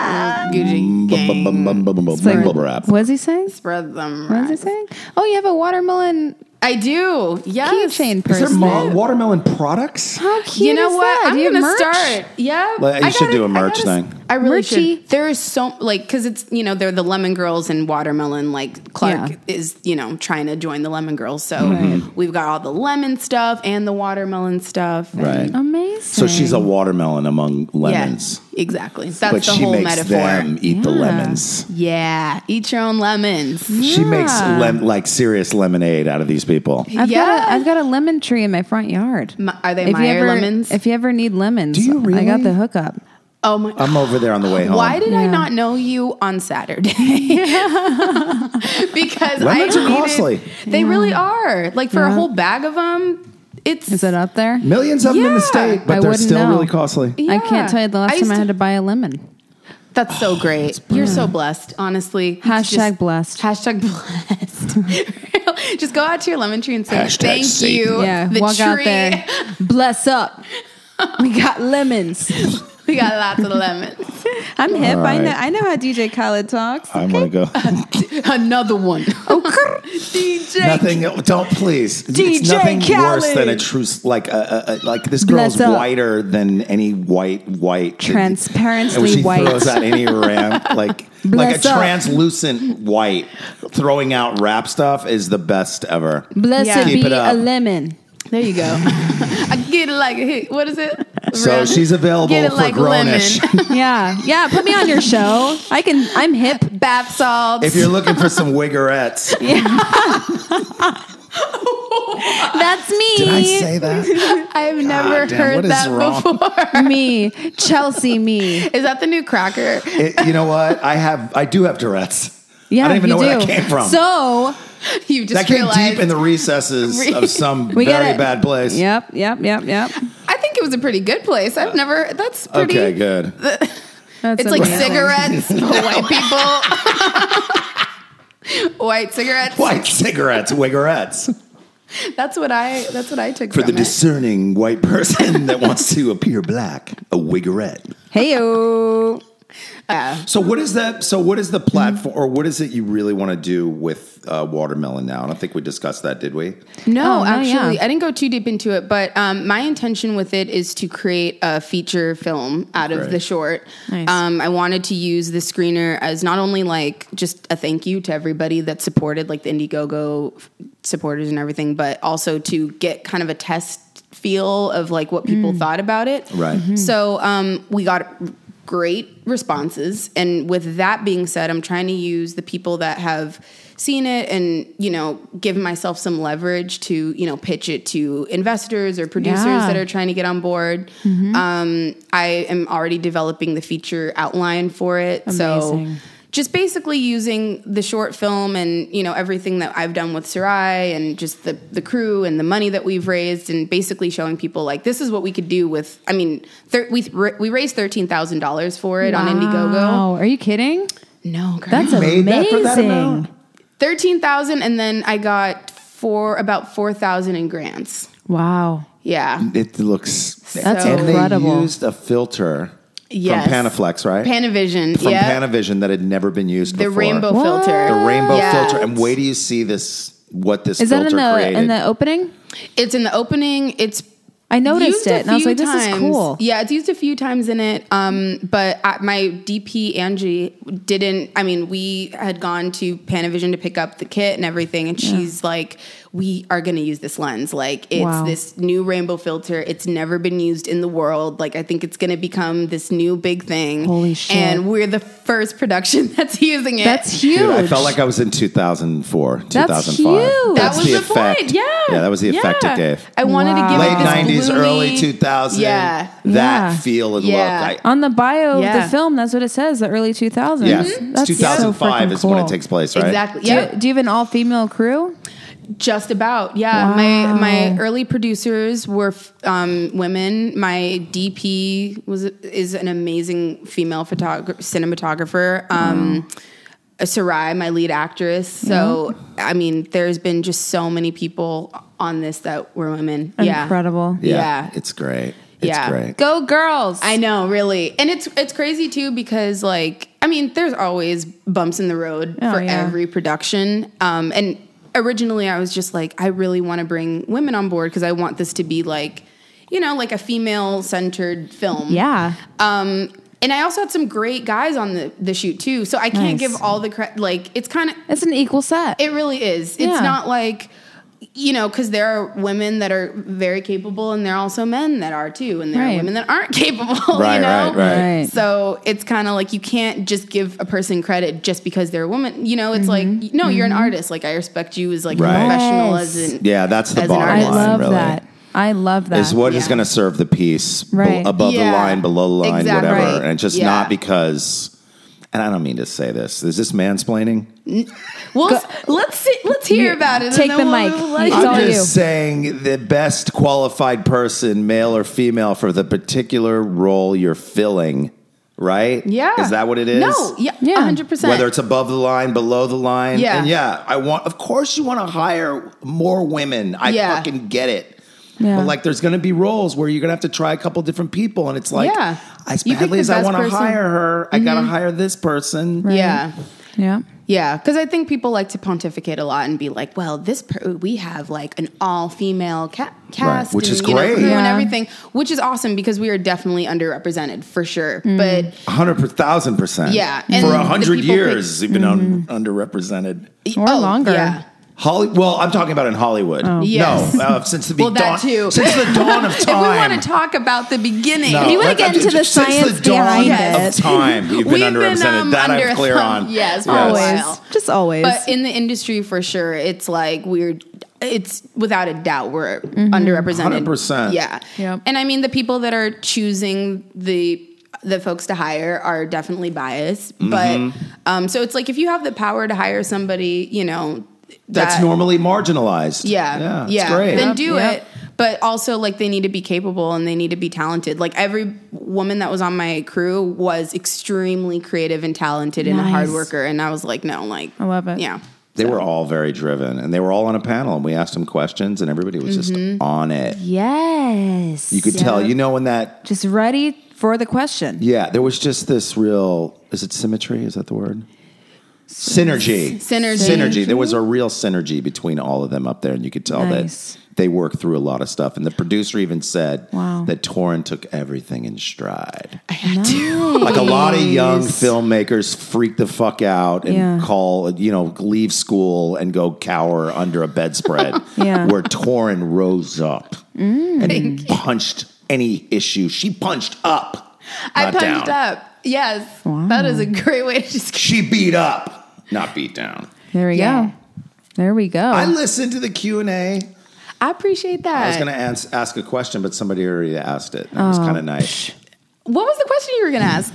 Speaker 4: Gucci
Speaker 1: Bum, bum,
Speaker 4: Gang.
Speaker 1: bum, bum, bum, bum,
Speaker 3: Like,
Speaker 1: bubble wrap.
Speaker 3: What is he saying?
Speaker 4: Spread them.
Speaker 3: What is he
Speaker 4: right.
Speaker 3: saying? Oh, you have a watermelon
Speaker 4: I do. Yes.
Speaker 3: keychain
Speaker 1: Is there
Speaker 3: person.
Speaker 1: mo- watermelon products?
Speaker 3: How cute
Speaker 4: You know
Speaker 3: is
Speaker 4: what?
Speaker 3: that?
Speaker 4: I'm
Speaker 3: Do you have
Speaker 4: gonna
Speaker 3: merch?
Speaker 4: start. Yeah,
Speaker 1: Well, you
Speaker 4: I
Speaker 1: should do a
Speaker 4: I
Speaker 1: merch
Speaker 4: gotta-
Speaker 1: thing.
Speaker 4: I really
Speaker 3: Merchy.
Speaker 4: should. There is so like because it's you know they're the Lemon Girls and Watermelon. Like Clark
Speaker 3: Yeah.
Speaker 4: is you know trying to join the Lemon Girls, so we've got all the lemon stuff and the watermelon stuff.
Speaker 1: Right.
Speaker 3: Amazing.
Speaker 1: So she's a watermelon among lemons.
Speaker 4: Yeah, exactly. That's
Speaker 1: But
Speaker 4: the
Speaker 1: she
Speaker 4: whole
Speaker 1: makes
Speaker 4: metaphor.
Speaker 1: them eat the
Speaker 3: Yeah.
Speaker 1: lemons.
Speaker 4: Yeah, eat your own lemons.
Speaker 1: She makes
Speaker 3: Yeah.
Speaker 1: lem- like serious lemonade out of these people.
Speaker 3: I've got a,
Speaker 4: Yeah.
Speaker 3: I've got a lemon tree in my front yard.
Speaker 4: Mi- are they
Speaker 3: if you
Speaker 4: Meyer
Speaker 3: ever,
Speaker 4: lemons?
Speaker 3: If you ever need lemons,
Speaker 1: Do you
Speaker 3: I got
Speaker 1: really?
Speaker 3: the hookup.
Speaker 4: oh my!
Speaker 1: I'm over there on the way home.
Speaker 4: Why did I
Speaker 3: Yeah.
Speaker 4: not know you on Saturday? *laughs* because
Speaker 1: Lemons
Speaker 4: I
Speaker 1: are
Speaker 4: needed-
Speaker 1: costly.
Speaker 4: They really are. Like for a
Speaker 3: Yeah.
Speaker 4: whole bag of them, it's
Speaker 3: Is it up there?
Speaker 1: Millions of them in the
Speaker 4: Yeah.
Speaker 1: state, but
Speaker 3: I
Speaker 1: they're
Speaker 3: wouldn't
Speaker 1: still
Speaker 3: know.
Speaker 1: really costly.
Speaker 3: I
Speaker 4: Yeah.
Speaker 3: can't tell you the last
Speaker 4: I
Speaker 3: time
Speaker 4: used
Speaker 3: I had to
Speaker 4: to-
Speaker 3: buy a lemon.
Speaker 4: that's
Speaker 3: *sighs*
Speaker 4: so great. You're so blessed, honestly. It's
Speaker 3: Hashtag
Speaker 4: just-
Speaker 3: blessed.
Speaker 4: Hashtag
Speaker 3: *laughs*
Speaker 4: blessed. *laughs* just go out to your lemon tree and say
Speaker 1: Hashtag
Speaker 4: thank
Speaker 1: Satan.
Speaker 4: you.
Speaker 3: Yeah,
Speaker 4: the
Speaker 3: walk
Speaker 4: tree.
Speaker 3: out
Speaker 4: *laughs*
Speaker 3: there. Bless up. We got lemons. *laughs*
Speaker 4: We got lots of lemons.
Speaker 3: I'm hip.
Speaker 1: All
Speaker 3: I know.
Speaker 1: right.
Speaker 3: I know how DJ Khaled talks.
Speaker 1: I'm gonna go.
Speaker 3: *laughs*
Speaker 4: Another *laughs* one.
Speaker 3: DJ.
Speaker 1: nothing. Don't
Speaker 3: *laughs*
Speaker 1: please. it's
Speaker 3: DJ
Speaker 1: nothing worse
Speaker 3: Khaled.
Speaker 1: than a true s- like a, a, a- like this girl's
Speaker 3: Bless up.
Speaker 1: whiter than any white white
Speaker 3: Transparently
Speaker 1: And when she
Speaker 3: white.
Speaker 1: throws out
Speaker 3: *laughs*
Speaker 1: any ramp like like a
Speaker 3: Bless up.
Speaker 1: translucent white throwing out rap stuff is the best ever.
Speaker 3: Blessed
Speaker 4: Yeah.
Speaker 1: Keep
Speaker 3: be
Speaker 1: it up.
Speaker 3: a
Speaker 5: *laughs*
Speaker 3: lemon.
Speaker 4: There
Speaker 3: *laughs*
Speaker 4: you go. I get it like a hit. What is it?
Speaker 1: So she's available
Speaker 4: Get it
Speaker 1: for
Speaker 4: like
Speaker 1: grownish.
Speaker 4: lemon.
Speaker 3: Yeah, yeah. Put me on your show. I can. I'm hip.
Speaker 4: Bath
Speaker 1: *laughs*
Speaker 4: salts. *laughs*
Speaker 1: if you're looking for some
Speaker 3: *laughs*
Speaker 1: wiggerettes,
Speaker 3: That's me.
Speaker 1: did I say that?
Speaker 4: I've never
Speaker 1: damn, what
Speaker 4: heard
Speaker 1: is
Speaker 4: that
Speaker 1: wrong?
Speaker 4: before. *laughs*
Speaker 3: me, Chelsea. Me.
Speaker 4: Is that the new cracker? *laughs*
Speaker 1: It- you know what? I have I do have Tourette's.
Speaker 3: Yeah,
Speaker 1: I don't even
Speaker 3: you
Speaker 1: know where
Speaker 3: do.
Speaker 1: that came from.
Speaker 3: So
Speaker 4: You just
Speaker 1: that came
Speaker 4: realized.
Speaker 1: deep in
Speaker 4: *laughs*
Speaker 1: the recesses of some
Speaker 3: we got
Speaker 1: very
Speaker 3: it.
Speaker 1: bad place.
Speaker 3: Yep, yep, yep, yep.
Speaker 4: I think it was a pretty good place. I've never. That's pretty.
Speaker 1: Uh, Okay, good.
Speaker 3: That's
Speaker 4: It's like
Speaker 3: amazing.
Speaker 4: cigarettes for white *laughs* people. white cigarettes.
Speaker 1: White cigarettes,
Speaker 4: *laughs*
Speaker 1: wiggerettes.
Speaker 4: That's what I. That's what I took
Speaker 1: For
Speaker 4: from
Speaker 1: the
Speaker 4: it.
Speaker 1: discerning white person that wants to appear black, a wiggerette.
Speaker 3: Heyo.
Speaker 4: yeah.
Speaker 1: So what is that? So what
Speaker 4: Mm-hmm.
Speaker 1: is the platform, or what is it you really want to do with uh, watermelon now? I don't think we discussed that, did we?
Speaker 4: No,
Speaker 3: Oh, no,
Speaker 4: actually,
Speaker 3: yeah.
Speaker 4: I didn't go too deep into it, but um, my intention with it is to create a feature film out of
Speaker 1: Great.
Speaker 4: the short.
Speaker 5: Nice.
Speaker 4: Um, I wanted to use the screener as not only like just a thank you to everybody that supported, like the Indiegogo f- supporters and everything, but also to get kind of a test feel of like what people thought about it.
Speaker 1: Right. Mhm.
Speaker 4: So um, we got great responses. And with that being said, I'm trying to use the people that have seen it and, you know, give myself some leverage to, you know, pitch it to investors or producers
Speaker 5: Yeah.
Speaker 4: that are trying to get on board. Um, I am already developing the feature outline for it. So
Speaker 5: Amazing.
Speaker 4: just basically using the short film and you know everything that I've done with Sarai and just the the crew and the money that we've raised and basically showing people like this is what we could do with I mean thir- we th- we raised thirteen thousand dollars for it on Indiegogo.
Speaker 5: Wow, are you kidding?
Speaker 4: No, girl.
Speaker 5: That's
Speaker 1: made
Speaker 5: amazing.
Speaker 1: that for that amount?
Speaker 4: thirteen thousand, and then I got for about four thousand in grants.
Speaker 5: Wow.
Speaker 4: Yeah,
Speaker 1: It looks
Speaker 5: That's
Speaker 1: and They
Speaker 5: incredible.
Speaker 1: used a filter
Speaker 4: Yes.
Speaker 1: from Panaflex, right?
Speaker 4: Panavision.
Speaker 1: from
Speaker 4: yeah,
Speaker 1: Panavision that had never been used
Speaker 4: the
Speaker 1: before.
Speaker 4: rainbow
Speaker 5: What?
Speaker 4: filter.
Speaker 1: the rainbow
Speaker 4: Yeah.
Speaker 1: filter. And wait do you see this? What this
Speaker 3: Is that
Speaker 1: filter
Speaker 3: in the
Speaker 1: created?
Speaker 3: in the opening?
Speaker 4: It's in the opening. It's
Speaker 5: I noticed
Speaker 4: used a
Speaker 5: it, and I was
Speaker 4: few
Speaker 5: like, "This
Speaker 4: times.
Speaker 5: is cool."
Speaker 4: Yeah, it's used a few times in it. Um, but I, my DP Angie didn't. I mean, we had gone to Panavision to pick up the kit and everything, and she's like, "We are going to use this lens. Like, it's
Speaker 5: Wow.
Speaker 4: this new rainbow filter. It's never been used in the world. Like, I think it's going to become this new big thing.
Speaker 5: Holy shit.
Speaker 4: And we're the first production *laughs* that's using it.
Speaker 5: That's huge.
Speaker 1: Dude, I felt like I was in 2004, 2005.
Speaker 5: huge.
Speaker 4: that was the, point. Yeah,
Speaker 1: Yeah, that was the effect
Speaker 4: Yeah.
Speaker 1: it gave.
Speaker 4: I wanted to
Speaker 5: Wow.
Speaker 4: give
Speaker 1: Late
Speaker 4: it this
Speaker 1: 90s,
Speaker 4: gloomy-
Speaker 1: early 2000s.
Speaker 4: Yeah.
Speaker 1: That
Speaker 5: Yeah.
Speaker 1: feel and
Speaker 4: Yeah.
Speaker 1: look. I,
Speaker 5: on the bio of
Speaker 4: Yeah.
Speaker 5: the film, that's what it says. The early 2000s.
Speaker 1: yeah.
Speaker 3: Mm-hmm.
Speaker 5: That's so
Speaker 1: 2005
Speaker 5: freaking
Speaker 1: is when
Speaker 5: cool.
Speaker 1: it takes place, right?
Speaker 4: Exactly.
Speaker 5: Do
Speaker 4: Yeah.
Speaker 5: you, do you have an all female crew?
Speaker 4: Just about, yeah.
Speaker 5: Wow.
Speaker 4: My my early producers were um, women. My DP was is an amazing female photographer, cinematographer. Um, Sarai, my lead actress. So I mean, there's been just so many people on this that were women. Yeah,
Speaker 5: Incredible.
Speaker 1: Yeah.
Speaker 4: Yeah.
Speaker 1: It's great. It's
Speaker 4: Yeah.
Speaker 1: great.
Speaker 3: Go girls.
Speaker 4: I know, really. And it's it's crazy too because like I mean, there's always bumps in the road
Speaker 5: Oh,
Speaker 4: for
Speaker 5: yeah.
Speaker 4: every production. Um and originally I was just like I really want to bring women on board because I want this to be like you know, like a female centered film.
Speaker 5: Yeah.
Speaker 4: Um and I also had some great guys on the, the shoot too. So I
Speaker 5: Nice.
Speaker 4: can't give all the credit like it's kind of
Speaker 5: It's an equal set.
Speaker 4: it really is.
Speaker 5: Yeah.
Speaker 4: It's not like you know, because there are women that are very capable, and there are also men that are too, and there
Speaker 5: Right.
Speaker 4: are women that aren't *laughs* capable.
Speaker 1: Right,
Speaker 4: you know,
Speaker 1: right, right.
Speaker 5: Right.
Speaker 4: So it's kind of like you can't just give a person credit just because they're a woman. You know, it's like no, you're an artist. Like I respect you as like
Speaker 1: Right.
Speaker 4: a professional
Speaker 5: Yes.
Speaker 4: as an
Speaker 1: Yeah, that's the
Speaker 4: As an
Speaker 1: bottom
Speaker 5: I
Speaker 4: artist.
Speaker 1: line,
Speaker 5: love
Speaker 1: really.
Speaker 5: that. I love that.
Speaker 1: Is what is
Speaker 4: Yeah.
Speaker 1: going to serve the piece bel-
Speaker 5: Right.
Speaker 1: above the
Speaker 4: Yeah.
Speaker 1: line, below the line,
Speaker 4: Exactly.
Speaker 1: whatever.
Speaker 4: Right.
Speaker 1: And it's just
Speaker 4: Yeah.
Speaker 1: not because, and I don't mean to say this, is this mansplaining?
Speaker 4: Well, let's see, let's hear
Speaker 5: You-
Speaker 4: about it.
Speaker 5: take
Speaker 4: and then
Speaker 5: the
Speaker 4: we'll-
Speaker 5: mic.
Speaker 4: we'll let
Speaker 5: It's
Speaker 4: you-
Speaker 5: all
Speaker 1: I'm
Speaker 5: you.
Speaker 1: just saying the best qualified person, male or female, for the particular role you're filling, right?
Speaker 4: yeah.
Speaker 1: Is that what it is?
Speaker 4: No. Yeah.
Speaker 5: Yeah.
Speaker 4: hundred percent.
Speaker 1: Whether it's above the line, below the line.
Speaker 4: Yeah.
Speaker 1: And yeah, I want, of course, you want to hire more women. I
Speaker 4: Yeah.
Speaker 1: fucking get it.
Speaker 3: Yeah.
Speaker 1: But like, there's going to be roles where you're going to have to try a couple different people, and it's like,
Speaker 4: Yeah.
Speaker 1: as
Speaker 4: You pick
Speaker 1: badly
Speaker 4: the
Speaker 1: as I
Speaker 4: best
Speaker 1: want to
Speaker 4: person. Mm-hmm.
Speaker 1: hire her, I got to hire this person.
Speaker 4: Yeah.
Speaker 3: Yeah.
Speaker 4: Yeah, because I think people like to pontificate a lot and be like, "Well, this per- we have like an all-female ca- cast,
Speaker 1: which
Speaker 4: and,
Speaker 1: is
Speaker 4: you know,
Speaker 1: great.
Speaker 4: crew and
Speaker 3: Yeah.
Speaker 4: everything," which is awesome because we are definitely underrepresented for sure. But
Speaker 1: A hundred per thousand percent.
Speaker 4: Yeah, and
Speaker 1: for
Speaker 4: the
Speaker 1: a hundred
Speaker 4: people Mm-hmm.
Speaker 1: years, it's been un- underrepresented.
Speaker 3: Or longer.
Speaker 4: oh, yeah.
Speaker 1: Holly, well, I'm talking about in Hollywood.
Speaker 4: Oh. Yes.
Speaker 1: No, uh, since the
Speaker 4: Well,
Speaker 1: dawn,
Speaker 4: that too.
Speaker 1: since the dawn of
Speaker 4: *laughs* If we want
Speaker 1: time.
Speaker 4: to talk about the beginning,
Speaker 1: No,
Speaker 5: If you wanna
Speaker 1: that-
Speaker 5: get into
Speaker 1: that-
Speaker 5: the
Speaker 1: since
Speaker 5: science
Speaker 1: the dawn
Speaker 5: behind
Speaker 1: of
Speaker 5: it.
Speaker 1: time, you've been
Speaker 4: We've been,
Speaker 1: underrepresented.
Speaker 4: um,
Speaker 1: that
Speaker 4: under
Speaker 1: I'm clear
Speaker 4: thumb-
Speaker 1: on.
Speaker 4: yes, for a
Speaker 5: Always.
Speaker 4: Wow.
Speaker 5: Just always.
Speaker 4: But in the industry, for sure, it's like we're. It's without a doubt we're underrepresented.
Speaker 1: 100%.
Speaker 4: Yeah.
Speaker 3: Mm-hmm. Yep.
Speaker 4: And I mean, the people that are choosing the the folks to hire are definitely biased.
Speaker 1: Mm-hmm.
Speaker 4: But um, so it's like if you have the power to hire somebody, you know,
Speaker 1: That's
Speaker 4: that-
Speaker 1: normally marginalized.
Speaker 4: Yeah.
Speaker 1: yeah, it's great.
Speaker 4: Then do
Speaker 3: Yep.
Speaker 4: it. But also, like, they need to be capable and they need to be talented. Like, every woman that was on my crew was extremely creative and talented and a hard
Speaker 3: Nice.
Speaker 4: worker. And I was like, no, like, I
Speaker 3: love it.
Speaker 4: Yeah.
Speaker 1: They were all very driven, and they were all on a panel, and we asked them questions, and everybody was just on it.
Speaker 5: Yes.
Speaker 1: You could tell, you know, when that
Speaker 5: Just ready for the question.
Speaker 1: yeah, there was just this real. Is it symmetry? Is that the word? Synergy.
Speaker 4: Synergy.
Speaker 1: Synergy. There was a real synergy between all of them up there, and you could tell
Speaker 5: Nice.
Speaker 1: that they worked through a lot of stuff. And the producer even said
Speaker 5: Wow.
Speaker 1: that Torrin took everything in stride.
Speaker 4: had to.
Speaker 1: Like a lot of young filmmakers freak the fuck out and
Speaker 5: Yeah.
Speaker 1: call, you know, leave school and go cower under a bedspread.
Speaker 5: *laughs* Yeah.
Speaker 1: Where Torin rose up and punched any issue. She punched up.
Speaker 4: I
Speaker 1: not
Speaker 4: punched
Speaker 1: down.
Speaker 4: up. Yes. That is a great way to just.
Speaker 1: She beat up, not beat down.
Speaker 5: There we
Speaker 4: Yeah.
Speaker 5: go. There we go.
Speaker 1: I listened to the Q and A.
Speaker 4: I appreciate that.
Speaker 1: I was going to ask, ask a question, but somebody already asked it. And it was
Speaker 4: Oh,
Speaker 1: kind of nice.
Speaker 4: what was the question you were going to ask?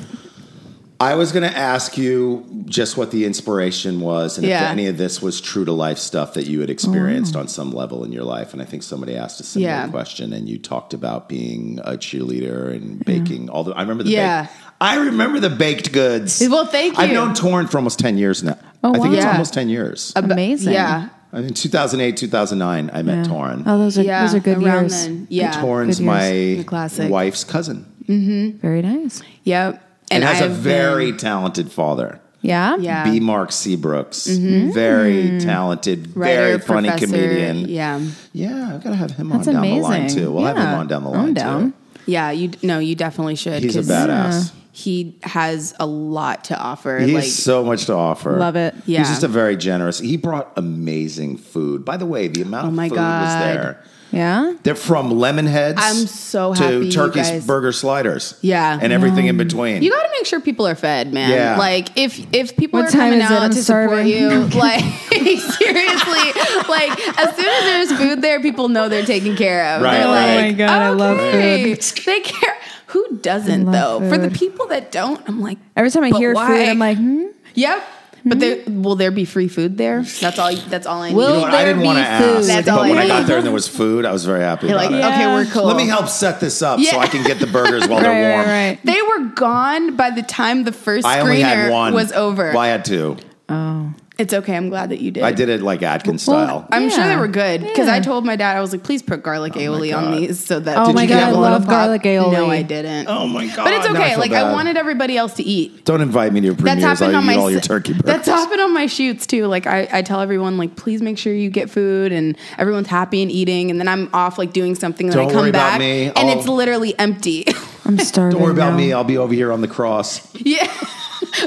Speaker 1: I was going to ask you just what the inspiration was and
Speaker 4: Yeah. Mm.
Speaker 1: if any of this was true to life stuff that you had experienced on some level in your life. And I think somebody asked a similar
Speaker 4: Yeah.
Speaker 1: question and you talked about being a cheerleader and baking. Although I remember the
Speaker 4: Mm. Yeah.
Speaker 1: baked, I remember the baked goods.
Speaker 4: Well, thank
Speaker 1: I've
Speaker 4: you.
Speaker 1: known Torn for almost 10 years now.
Speaker 5: Oh,
Speaker 1: I think it's
Speaker 4: wow.
Speaker 1: almost 10 years.
Speaker 5: *laughs* Amazing.
Speaker 4: Yeah.
Speaker 1: I mean, 2008, 2009, I met Torrin.
Speaker 5: Oh, those are
Speaker 4: Yeah.
Speaker 5: those are good
Speaker 4: around
Speaker 5: years.
Speaker 4: Then. Yeah.
Speaker 1: Torrin's
Speaker 5: good years.
Speaker 1: my
Speaker 4: The classic.
Speaker 1: wife's cousin
Speaker 5: Very nice.
Speaker 4: Yep.
Speaker 1: and, has a
Speaker 4: I've
Speaker 1: very
Speaker 4: been-
Speaker 1: talented father.
Speaker 5: Yeah.
Speaker 4: Yeah. Mm-hmm.
Speaker 1: B. Mark Seabrooks. Very talented, very
Speaker 4: writer,
Speaker 1: funny
Speaker 4: professor,
Speaker 1: comedian.
Speaker 4: Yeah.
Speaker 1: Yeah, I've got to have him
Speaker 5: That's
Speaker 1: on down the line
Speaker 5: amazing.
Speaker 1: too. We'll have
Speaker 5: Yeah.
Speaker 1: him on down the
Speaker 5: I'm
Speaker 1: line
Speaker 5: down.
Speaker 4: Yeah. You No, you definitely should.
Speaker 1: too. He's a
Speaker 4: 'cause
Speaker 1: badass.
Speaker 4: He has a lot to offer.
Speaker 1: He
Speaker 4: like,
Speaker 1: has so much to offer.
Speaker 5: Love it.
Speaker 4: Yeah.
Speaker 1: He's just a very generous. He brought amazing food. By the way, the amount
Speaker 4: Oh
Speaker 1: of
Speaker 4: my
Speaker 1: food
Speaker 4: God.
Speaker 1: was there.
Speaker 5: Yeah.
Speaker 1: They're from lemon heads.
Speaker 4: I'm so
Speaker 1: to
Speaker 4: happy you
Speaker 1: turkey's
Speaker 4: guys-
Speaker 1: burger sliders.
Speaker 4: Yeah.
Speaker 1: and everything in between.
Speaker 4: You got to make sure people are fed, man.
Speaker 1: Yeah.
Speaker 4: Like if if people
Speaker 5: What
Speaker 4: are
Speaker 5: time
Speaker 4: coming
Speaker 5: is it?
Speaker 4: out
Speaker 5: I'm
Speaker 4: to
Speaker 5: starving. *laughs*
Speaker 4: support you, like *laughs* seriously, like as soon as there's food there, people know they're taken care of.
Speaker 1: Right,
Speaker 4: They're
Speaker 1: Oh my
Speaker 4: like,
Speaker 5: God, I love
Speaker 4: "Okay, They care. Who doesn't
Speaker 5: I
Speaker 4: though?
Speaker 5: love
Speaker 4: For the
Speaker 5: food.
Speaker 4: people that don't, I'm like,
Speaker 5: Every time I
Speaker 4: "But
Speaker 5: hear
Speaker 4: why?"
Speaker 5: food, I'm like, hmm?
Speaker 4: yep. But there will there be free food there? That's all. That's all I need.
Speaker 5: Will
Speaker 1: You know what? I
Speaker 5: there
Speaker 1: didn't want to
Speaker 5: be
Speaker 1: ask,
Speaker 5: food?
Speaker 4: That's all
Speaker 1: but
Speaker 4: I
Speaker 1: when I
Speaker 4: need.
Speaker 1: got there and there was food, I was very happy.
Speaker 4: You're
Speaker 1: about
Speaker 4: like,
Speaker 1: it.
Speaker 4: okay,
Speaker 5: Yeah.
Speaker 4: we're cool.
Speaker 1: Let me help set this up so
Speaker 4: Yeah.
Speaker 1: I can get the burgers
Speaker 4: *laughs*
Speaker 1: while
Speaker 5: Right,
Speaker 1: they're warm.
Speaker 5: right, right.
Speaker 4: They were gone by the time the first
Speaker 1: I
Speaker 4: screener
Speaker 1: only had one.
Speaker 4: was over.
Speaker 1: Well, I had two.
Speaker 3: Oh,
Speaker 4: It's okay. I'm glad that you did.
Speaker 1: I did it like Atkins style.
Speaker 4: I'm sure they
Speaker 5: Yeah.
Speaker 4: were good because I
Speaker 5: Yeah.
Speaker 4: told my dad I was like, please put garlic aioli on
Speaker 1: Oh God.
Speaker 4: these so that.
Speaker 5: Oh
Speaker 1: Did my you God, get I one?
Speaker 5: love garlic aioli.
Speaker 4: No, I didn't.
Speaker 1: oh my god!
Speaker 4: but it's
Speaker 1: now I
Speaker 4: okay.
Speaker 1: feel
Speaker 4: like I
Speaker 1: bad.
Speaker 4: wanted everybody else to eat.
Speaker 1: Don't invite me to your
Speaker 4: That's
Speaker 1: premieres.
Speaker 4: happened
Speaker 1: I'll
Speaker 4: on
Speaker 1: eat
Speaker 4: my
Speaker 1: all your
Speaker 4: s-
Speaker 1: turkey burgers.
Speaker 4: That's happened on my shoots too. Like I, I tell everyone like please make sure you get food and everyone's happy and eating and then I'm off like doing something and then
Speaker 1: Don't
Speaker 4: I come
Speaker 1: worry about
Speaker 4: back
Speaker 1: me.
Speaker 4: and
Speaker 1: I'll-
Speaker 4: it's literally empty. *laughs*
Speaker 5: I'm starving.
Speaker 1: Don't worry about
Speaker 5: now.
Speaker 1: me. I'll be over here on the cross
Speaker 4: yeah.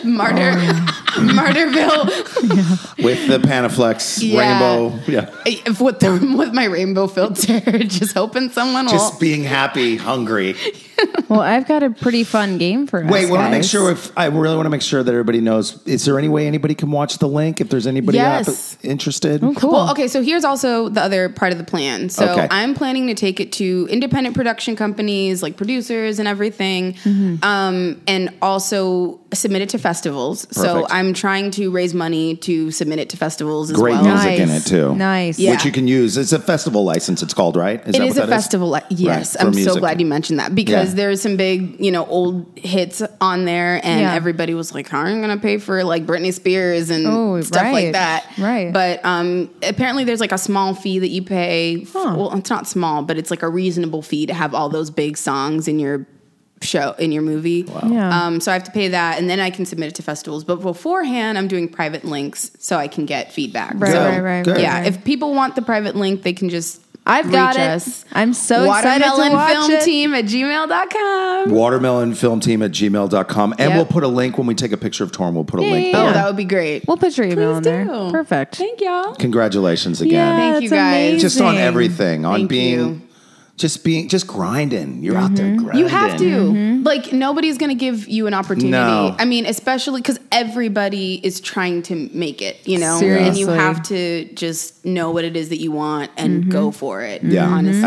Speaker 4: Martyr
Speaker 1: Um.
Speaker 4: *laughs* Martyrville
Speaker 1: with the Panaflex
Speaker 4: Yeah.
Speaker 1: rainbow. Yeah.
Speaker 4: if with the with my rainbow filter *laughs* just hoping someone will
Speaker 1: Just being happy, hungry.
Speaker 5: Well, I've got a pretty fun game for us.
Speaker 1: Wait, we want to make
Speaker 5: guys.
Speaker 1: sure. If I really want to make sure that everybody knows, is there any way anybody can watch the link? If there's anybody out
Speaker 4: Yes. Oh,
Speaker 1: th- interested,
Speaker 5: Cool.
Speaker 4: Well, okay, so here's also the other part of the plan. So
Speaker 1: Okay.
Speaker 4: I'm planning to take it to independent production companies, like producers and everything,
Speaker 1: Mm-hmm.
Speaker 4: um, and also submit it to festivals. So
Speaker 1: Perfect.
Speaker 4: I'm trying to raise money to submit it to festivals as
Speaker 1: great
Speaker 4: well.
Speaker 1: music in it
Speaker 5: Nice.
Speaker 1: too.
Speaker 5: Nice.
Speaker 4: Yeah.
Speaker 1: which you can use. It's a festival license. It's called right. Is
Speaker 4: It is
Speaker 1: what
Speaker 4: a
Speaker 1: that
Speaker 4: festival. li- Yes,
Speaker 1: Right, for
Speaker 4: I'm so
Speaker 1: music.
Speaker 4: glad you mentioned that because because there was some big, you know, old hits on there, and
Speaker 3: Yeah.
Speaker 4: everybody was like, "How are you going to pay for like Britney Spears and
Speaker 3: Oh,
Speaker 4: stuff
Speaker 3: right,
Speaker 4: like that?"
Speaker 3: right.
Speaker 4: But um, apparently, there's like a small fee that you pay. f-
Speaker 3: Huh.
Speaker 4: Well, it's not small, but it's like a reasonable fee to have all those big songs in your show in your movie.
Speaker 3: Yeah.
Speaker 4: Um, so I have to pay that, and then I can submit it to festivals. But beforehand, I'm doing private links so I can get feedback.
Speaker 3: Right,
Speaker 4: So,
Speaker 3: right, right,
Speaker 1: good.
Speaker 3: right,
Speaker 4: yeah,
Speaker 3: right.
Speaker 4: if people want the private link, they can just.
Speaker 3: I've got
Speaker 4: reach
Speaker 3: it.
Speaker 4: Us.
Speaker 3: I'm so excited to
Speaker 4: Watermelon
Speaker 3: watch
Speaker 4: film
Speaker 3: it.
Speaker 4: team at gmail.com.
Speaker 1: Watermelonfilmteam at gmail.com. And
Speaker 4: Yep.
Speaker 1: we'll put a link when we take a picture of Torm, we'll put a link.
Speaker 4: Oh,
Speaker 1: there.
Speaker 4: that would be great.
Speaker 3: We'll put your email
Speaker 4: Please
Speaker 3: in there.
Speaker 4: do.
Speaker 3: Perfect.
Speaker 4: Thank y'all.
Speaker 1: Congratulations
Speaker 3: yeah,
Speaker 1: again.
Speaker 4: Thank you,
Speaker 3: that's
Speaker 4: guys.
Speaker 3: amazing.
Speaker 1: Just on everything, on
Speaker 4: Thank
Speaker 1: being
Speaker 4: you.
Speaker 1: just being just grinding. You're out there grinding.
Speaker 4: Mm-hmm. You have to. Like, nobody's going to give you an opportunity.
Speaker 1: No.
Speaker 4: I mean, especially because everybody is trying to make it, you know? And you
Speaker 3: Seriously.
Speaker 4: have to just know what it is that you want and go for it.
Speaker 1: Yeah,
Speaker 4: Mm-hmm. honestly.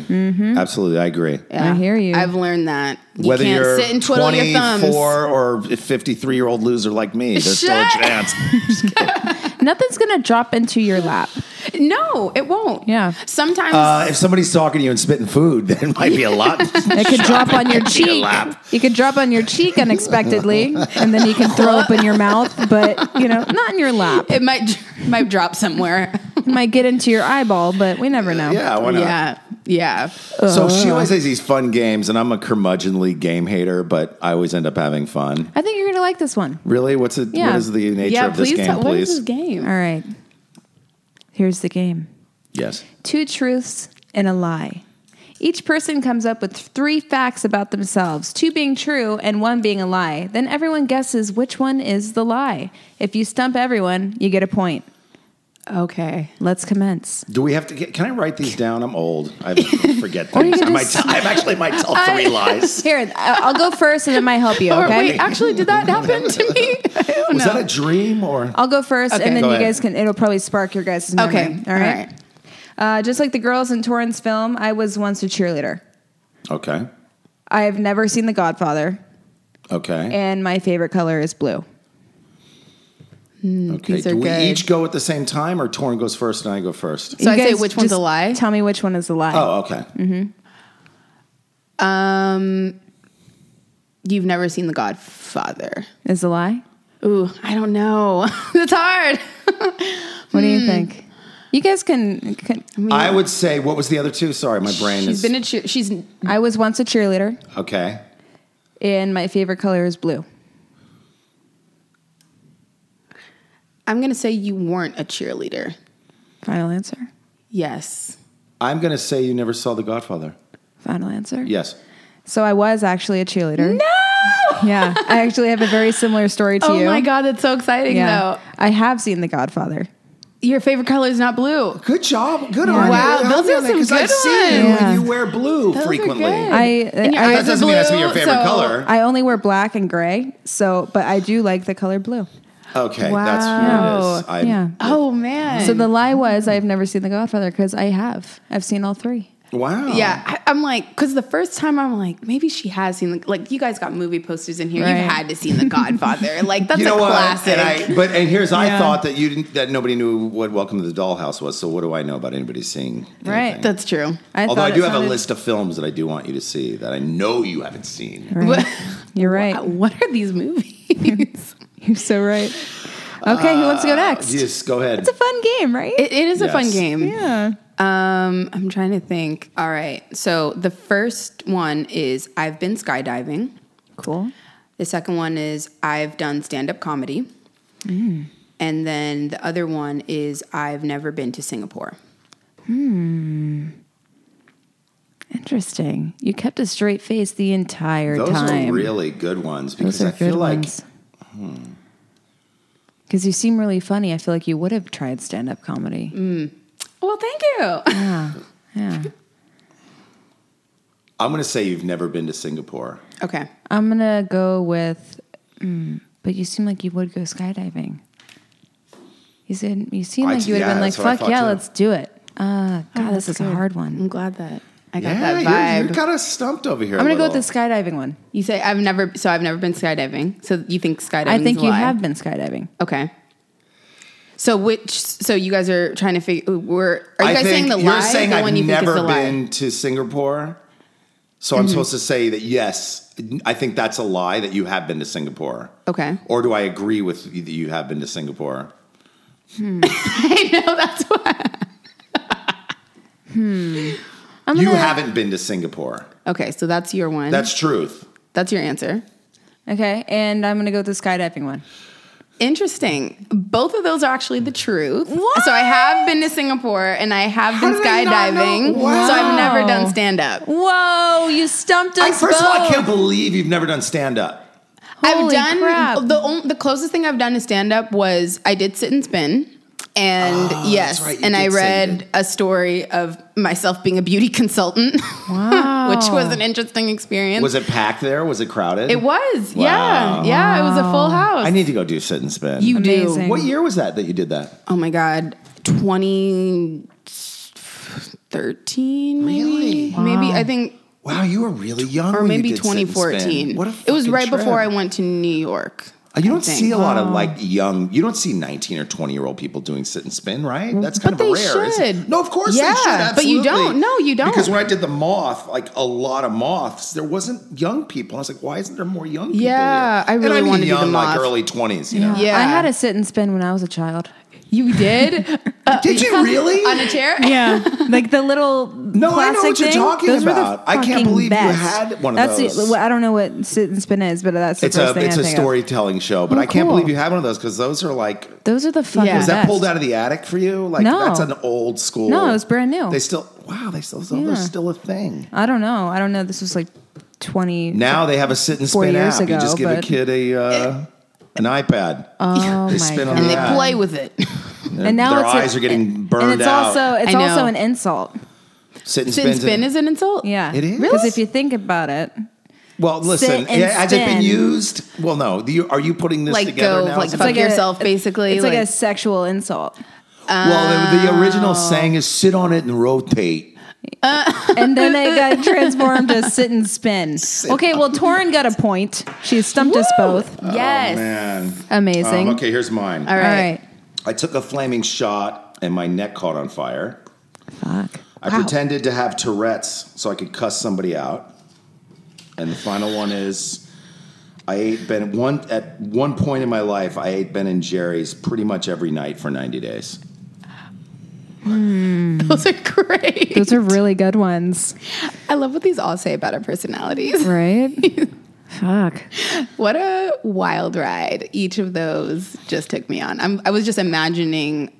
Speaker 4: Mm-hmm.
Speaker 1: absolutely, absolutely. I agree.
Speaker 4: Yeah.
Speaker 3: I hear you.
Speaker 4: I've learned that. You
Speaker 1: Whether
Speaker 4: can't
Speaker 1: you're
Speaker 4: sit and twiddle your thumbs.
Speaker 1: 24 or 53 year old loser like me, there's still a
Speaker 4: Shut-
Speaker 1: chance.
Speaker 3: Nothing's gonna drop into your lap.
Speaker 4: No, it won't.
Speaker 3: Yeah.
Speaker 4: Sometimes.
Speaker 1: Uh, if somebody's talking to you and spitting food, *laughs* then it might be a
Speaker 4: *laughs*
Speaker 1: lot.
Speaker 3: It could drop on your
Speaker 1: Into *laughs* your
Speaker 3: cheek.
Speaker 1: lap.
Speaker 3: You could drop on your cheek unexpectedly, and then you can throw up in your mouth. But you know, not in your lap.
Speaker 4: it might might drop somewhere.
Speaker 3: It might get into your eyeball, but we never know.
Speaker 1: yeah, why not?
Speaker 4: yeah, yeah.
Speaker 1: So she always has these fun games, and I'm a curmudgeonly game hater, but I always end up having fun.
Speaker 3: I think you're gonna like this one.
Speaker 1: Really? What's it?
Speaker 3: Yeah.
Speaker 1: What is the nature
Speaker 4: yeah,
Speaker 1: of this
Speaker 4: please.
Speaker 1: game,
Speaker 4: tell- what is
Speaker 1: please?
Speaker 4: this game?
Speaker 3: All right. Here's the game.
Speaker 1: Yes.
Speaker 3: two truths and a lie. Each person comes up with three facts about themselves, two being true and one being a lie. Then everyone guesses which one is the lie. If you stump everyone, you get a point.
Speaker 4: Okay.
Speaker 3: Let's commence.
Speaker 1: Do we have to get? Can I write
Speaker 4: *laughs*
Speaker 1: these down? I'm old. I *laughs* forget things. I
Speaker 3: can
Speaker 1: might tell, I actually might tell three lies.
Speaker 3: *laughs* Here, I- I'll go first and it might help you,
Speaker 4: Or
Speaker 3: okay?
Speaker 4: Oh, wait, actually, did that happen to
Speaker 1: *laughs*
Speaker 4: me? I don't
Speaker 1: Was
Speaker 4: know.
Speaker 1: that a dream or?
Speaker 3: I'll go first
Speaker 4: Okay.
Speaker 3: and then
Speaker 1: Go
Speaker 3: you
Speaker 1: ahead.
Speaker 3: guys can, it'll probably spark your guys' memory.
Speaker 4: Okay.
Speaker 3: All right. Uh, just like the girls in Torrance film, I was once a cheerleader.
Speaker 1: Okay.
Speaker 3: I have never seen The Godfather,
Speaker 1: Okay.
Speaker 3: and my favorite color is blue.
Speaker 1: okay.
Speaker 4: these are
Speaker 1: Do we
Speaker 4: good.
Speaker 1: each go at the same time, or Torn goes first and I go first?
Speaker 4: So I say
Speaker 3: guys
Speaker 4: which one's a
Speaker 3: just
Speaker 4: lie?
Speaker 3: Tell me which one is the lie.
Speaker 1: Oh, okay.
Speaker 4: Mm-hmm. Um, you've never seen The Godfather.
Speaker 3: Is the lie?
Speaker 4: Ooh, I don't know. *laughs* That's hard.
Speaker 3: What do
Speaker 4: Hmm.
Speaker 3: you think? You guys can. can
Speaker 1: I would say what was the other two? Sorry, my *laughs* brain is
Speaker 4: She's been a cheer. She's
Speaker 3: I was once a cheerleader,
Speaker 1: okay.
Speaker 3: and my favorite color is blue.
Speaker 4: I'm gonna say you weren't a cheerleader.
Speaker 3: Final answer.
Speaker 4: Yes.
Speaker 1: I'm gonna say you never saw The Godfather.
Speaker 3: Final answer.
Speaker 1: Yes.
Speaker 3: So I was actually a cheerleader. No. Yeah, I actually have a very similar story to
Speaker 4: *laughs* oh
Speaker 3: you.
Speaker 4: my god, that's so exciting
Speaker 3: Yeah,
Speaker 4: though.
Speaker 3: I have seen The Godfather.
Speaker 4: Your favorite color is not blue.
Speaker 1: Good job. Good on you.
Speaker 4: Wow,
Speaker 1: Good
Speaker 4: those
Speaker 1: on you
Speaker 4: are
Speaker 1: on that,
Speaker 4: some
Speaker 1: 'cause I've
Speaker 4: good
Speaker 1: seen you
Speaker 3: ones.
Speaker 1: and
Speaker 3: Yeah.
Speaker 1: you wear blue
Speaker 4: are
Speaker 1: frequently.
Speaker 4: good.
Speaker 3: I
Speaker 4: And your
Speaker 3: I,
Speaker 1: That
Speaker 4: eyes are
Speaker 1: doesn't mean that's me your
Speaker 4: blue,
Speaker 1: favorite
Speaker 4: so-
Speaker 1: color.
Speaker 3: I only wear black and gray, so but I do like the color blue.
Speaker 1: Okay, that's what it is.
Speaker 3: Wow.
Speaker 1: I,
Speaker 3: Yeah.
Speaker 4: Oh man.
Speaker 3: So the lie was I've never seen The Godfather because I have. I've seen all three.
Speaker 1: Wow.
Speaker 4: Yeah, I, I'm like, because the first time I'm like, maybe she has seen the, like you guys got movie posters in here.
Speaker 3: Right.
Speaker 4: You've had to see The *laughs* Godfather. like that's
Speaker 1: You know
Speaker 4: a
Speaker 1: what?
Speaker 4: classic.
Speaker 1: And I, but and here's I
Speaker 3: Yeah.
Speaker 1: thought that you didn't, that nobody knew what Welcome to the Dollhouse was. So what do I know about anybody seeing? anything?
Speaker 3: Right.
Speaker 4: that's *laughs* true.
Speaker 3: I
Speaker 1: Although I
Speaker 3: thought it
Speaker 1: do have a
Speaker 3: sounded-
Speaker 1: list of films that I do want you to see that I know you haven't seen.
Speaker 4: What,
Speaker 3: You're right.
Speaker 4: what are these movies?
Speaker 3: *laughs* You're so right. Okay, who wants to go next?
Speaker 1: Uh, Yes, go ahead.
Speaker 3: It's a fun game, right?
Speaker 4: *laughs* it, it is a fun
Speaker 1: Yes.
Speaker 4: game.
Speaker 3: yeah.
Speaker 4: Um, I'm trying to think. All right. So the first one is I've been skydiving.
Speaker 3: Cool.
Speaker 4: The second one is I've done stand up comedy. Mm. And then the other one is I've never been to Singapore.
Speaker 3: Interesting. You kept a straight face the entire
Speaker 1: Those
Speaker 3: time.
Speaker 1: are really good ones because
Speaker 3: Those are
Speaker 1: I feel
Speaker 3: good
Speaker 1: like
Speaker 3: ones. Because you seem really funny. I feel like you would have tried stand up comedy.
Speaker 4: Well, thank you.
Speaker 3: Yeah.
Speaker 1: I'm going to say you've never been to Singapore.
Speaker 4: *laughs* okay.
Speaker 3: I'm going to go with, mm, but you seem like you would go skydiving. You said you seem
Speaker 1: I
Speaker 3: like
Speaker 1: d-
Speaker 3: you would have
Speaker 1: yeah,
Speaker 3: been like,
Speaker 1: that's what I
Speaker 3: fuck
Speaker 1: thought
Speaker 3: yeah,
Speaker 1: too.
Speaker 3: let's do it. Uh, God, this is a hard one.
Speaker 4: I'm glad that I got
Speaker 1: Yeah,
Speaker 4: that
Speaker 1: you're-
Speaker 4: vibe.
Speaker 1: you're, kind of stumped over here.
Speaker 3: I'm going to go with the
Speaker 1: little.
Speaker 3: skydiving one.
Speaker 4: you say I've never, so I've never been skydiving. So you think skydiving?
Speaker 3: I think
Speaker 4: is a
Speaker 3: you
Speaker 4: lie.
Speaker 3: have been skydiving.
Speaker 4: Okay. So which? So you guys are trying to figure. We're are you
Speaker 1: I
Speaker 4: guys
Speaker 1: think
Speaker 4: saying the
Speaker 1: you're
Speaker 4: lie?
Speaker 1: saying
Speaker 4: the
Speaker 1: I've
Speaker 4: one you think
Speaker 1: never
Speaker 4: is the lie?
Speaker 1: been to Singapore. So
Speaker 3: Mm-hmm.
Speaker 1: I'm supposed to say that yes, I think that's a lie that you have been to Singapore.
Speaker 3: Okay.
Speaker 1: Or do I agree with you that you have been to Singapore?
Speaker 4: *laughs* I know that's why.
Speaker 1: you haven't been to Singapore.
Speaker 4: Okay, so that's your one.
Speaker 1: That's truth.
Speaker 4: that's your answer.
Speaker 3: Okay. And I'm going to go with the skydiving one.
Speaker 4: Interesting. Both of those are actually the truth. So I have been to Singapore and I have been skydiving. So I've never done stand up.
Speaker 3: Whoa, you stumped
Speaker 1: I,
Speaker 3: us
Speaker 1: first of all, I
Speaker 3: both.
Speaker 1: can't believe you've never done stand up.
Speaker 4: I've
Speaker 3: Holy
Speaker 4: done
Speaker 3: crap.
Speaker 4: the on- the closest thing I've done to stand up was I did sit and spin. And yes,
Speaker 1: Ah, right, you
Speaker 4: and I
Speaker 1: did say you
Speaker 4: read
Speaker 1: did.
Speaker 4: a story of myself being a beauty *laughs* consultant, which was an interesting experience.
Speaker 1: Was it packed there? Was it crowded?
Speaker 4: It was,
Speaker 1: Wow.
Speaker 4: yeah, yeah. It was a full house.
Speaker 1: I need to go do sit and spin.
Speaker 4: you
Speaker 3: Amazing.
Speaker 4: do.
Speaker 1: what year was that that you did that?
Speaker 4: Oh my god, twenty thirteen, maybe,
Speaker 1: Really?
Speaker 4: maybe. I think,
Speaker 1: Wow, you were really young.
Speaker 4: or
Speaker 1: when you
Speaker 4: maybe
Speaker 1: did Sit
Speaker 4: twenty
Speaker 1: and Spin.
Speaker 4: fourteen.
Speaker 1: What a
Speaker 4: It was
Speaker 1: fucking
Speaker 4: right
Speaker 1: trip.
Speaker 4: before I went to New York.
Speaker 1: Uh, You
Speaker 4: I
Speaker 1: don't
Speaker 4: think.
Speaker 1: see a lot of like young. You don't see nineteen or twenty year old people doing sit and spin, right? That's kind
Speaker 4: But
Speaker 1: of a
Speaker 4: they
Speaker 1: rare. isn't it?
Speaker 4: should.
Speaker 1: No, of course
Speaker 4: Yeah,
Speaker 1: they should.
Speaker 4: but you
Speaker 1: Absolutely.
Speaker 4: don't. No, you don't.
Speaker 1: Because when I did the moth, like a lot of moths, there wasn't young people. I was like, why isn't there more young people? here?
Speaker 4: Yeah, I
Speaker 1: And
Speaker 4: really
Speaker 1: mean
Speaker 4: wanna do the
Speaker 1: young, like
Speaker 4: moth.
Speaker 1: early twenties. You know?
Speaker 4: Yeah.
Speaker 3: I had a sit and spin when I was a child.
Speaker 4: You did
Speaker 1: *laughs* Did you really?
Speaker 4: *laughs* on a
Speaker 3: *laughs*
Speaker 4: chair.
Speaker 3: Yeah, like the little
Speaker 1: No, I know
Speaker 3: plastic
Speaker 1: what you're
Speaker 3: thing,
Speaker 1: talking
Speaker 3: those were the
Speaker 1: about. I can't
Speaker 3: fucking
Speaker 1: believe you
Speaker 3: best.
Speaker 1: had one of
Speaker 3: that's
Speaker 1: those.
Speaker 3: The, well, I don't know what sit and spin is, but that's the
Speaker 1: it's
Speaker 3: first
Speaker 1: a
Speaker 3: thing
Speaker 1: it's
Speaker 3: I
Speaker 1: a
Speaker 3: think of.
Speaker 1: storytelling show,
Speaker 4: Oh,
Speaker 1: but I can't
Speaker 3: cool.
Speaker 1: believe you had one of those because those are like.
Speaker 3: Those are the fucking
Speaker 4: Yeah.
Speaker 1: Was
Speaker 4: Was
Speaker 1: that
Speaker 3: best.
Speaker 1: pulled out of the attic for you? Like
Speaker 3: No.
Speaker 1: that's an old school.
Speaker 3: No, it was brand new.
Speaker 1: They still wow. They still those are
Speaker 3: Yeah.
Speaker 1: still a thing.
Speaker 3: I don't know. I don't know. This was like twenty.
Speaker 1: Now they have a sit and
Speaker 3: Four
Speaker 1: spin
Speaker 3: years
Speaker 1: app. you
Speaker 3: ago,
Speaker 1: just give a
Speaker 3: but-
Speaker 1: kid a uh, an iPad.
Speaker 3: Oh
Speaker 1: They
Speaker 3: my
Speaker 1: spin
Speaker 3: God.
Speaker 1: on
Speaker 4: and
Speaker 1: the
Speaker 4: they
Speaker 1: Yeah.
Speaker 4: play with it.
Speaker 3: and now
Speaker 1: their
Speaker 3: it's
Speaker 1: eyes
Speaker 3: a,
Speaker 1: are getting
Speaker 3: and-
Speaker 1: burned
Speaker 3: And it's
Speaker 1: out.
Speaker 3: also it's
Speaker 4: I know.
Speaker 3: also an insult.
Speaker 1: sit and
Speaker 4: Sit and
Speaker 1: spin.
Speaker 4: spin is an insult.
Speaker 3: Yeah,
Speaker 1: It is?
Speaker 3: because if you think about it,
Speaker 1: well, listen.
Speaker 3: sit and
Speaker 1: yeah, Has it been
Speaker 3: spin.
Speaker 1: used? Well, no. Do you, are you putting this
Speaker 4: Like
Speaker 1: together
Speaker 4: go
Speaker 1: now?
Speaker 4: like
Speaker 1: Is it-
Speaker 4: fuck
Speaker 3: like a-
Speaker 4: yourself, basically.
Speaker 3: it's like, a sexual insult,
Speaker 1: well, the, the original
Speaker 3: Oh.
Speaker 1: saying is sit on it and rotate.
Speaker 3: and then it
Speaker 1: *laughs*
Speaker 3: got transformed to sit and spin. okay, well, Torin got a point. She stumped us both.
Speaker 4: yes.
Speaker 1: Oh, Man,
Speaker 3: Amazing.
Speaker 1: Um, okay, here's mine.
Speaker 4: All
Speaker 3: All
Speaker 4: right.
Speaker 3: right.
Speaker 1: I took a flaming shot and my neck caught on fire.
Speaker 3: Fuck.
Speaker 1: I pretended to have Tourette's so I could cuss somebody out. And the final one is I ate Ben one at one point in my life I ate Ben and Jerry's pretty much every night for 90 days.
Speaker 4: *laughs* Those are great.
Speaker 3: Those are really good ones,
Speaker 4: I love what these all say about our
Speaker 3: *laughs*
Speaker 4: personalities.
Speaker 3: right? Fuck.
Speaker 4: What a wild ride each of those just took me on. I'm, I was just imagining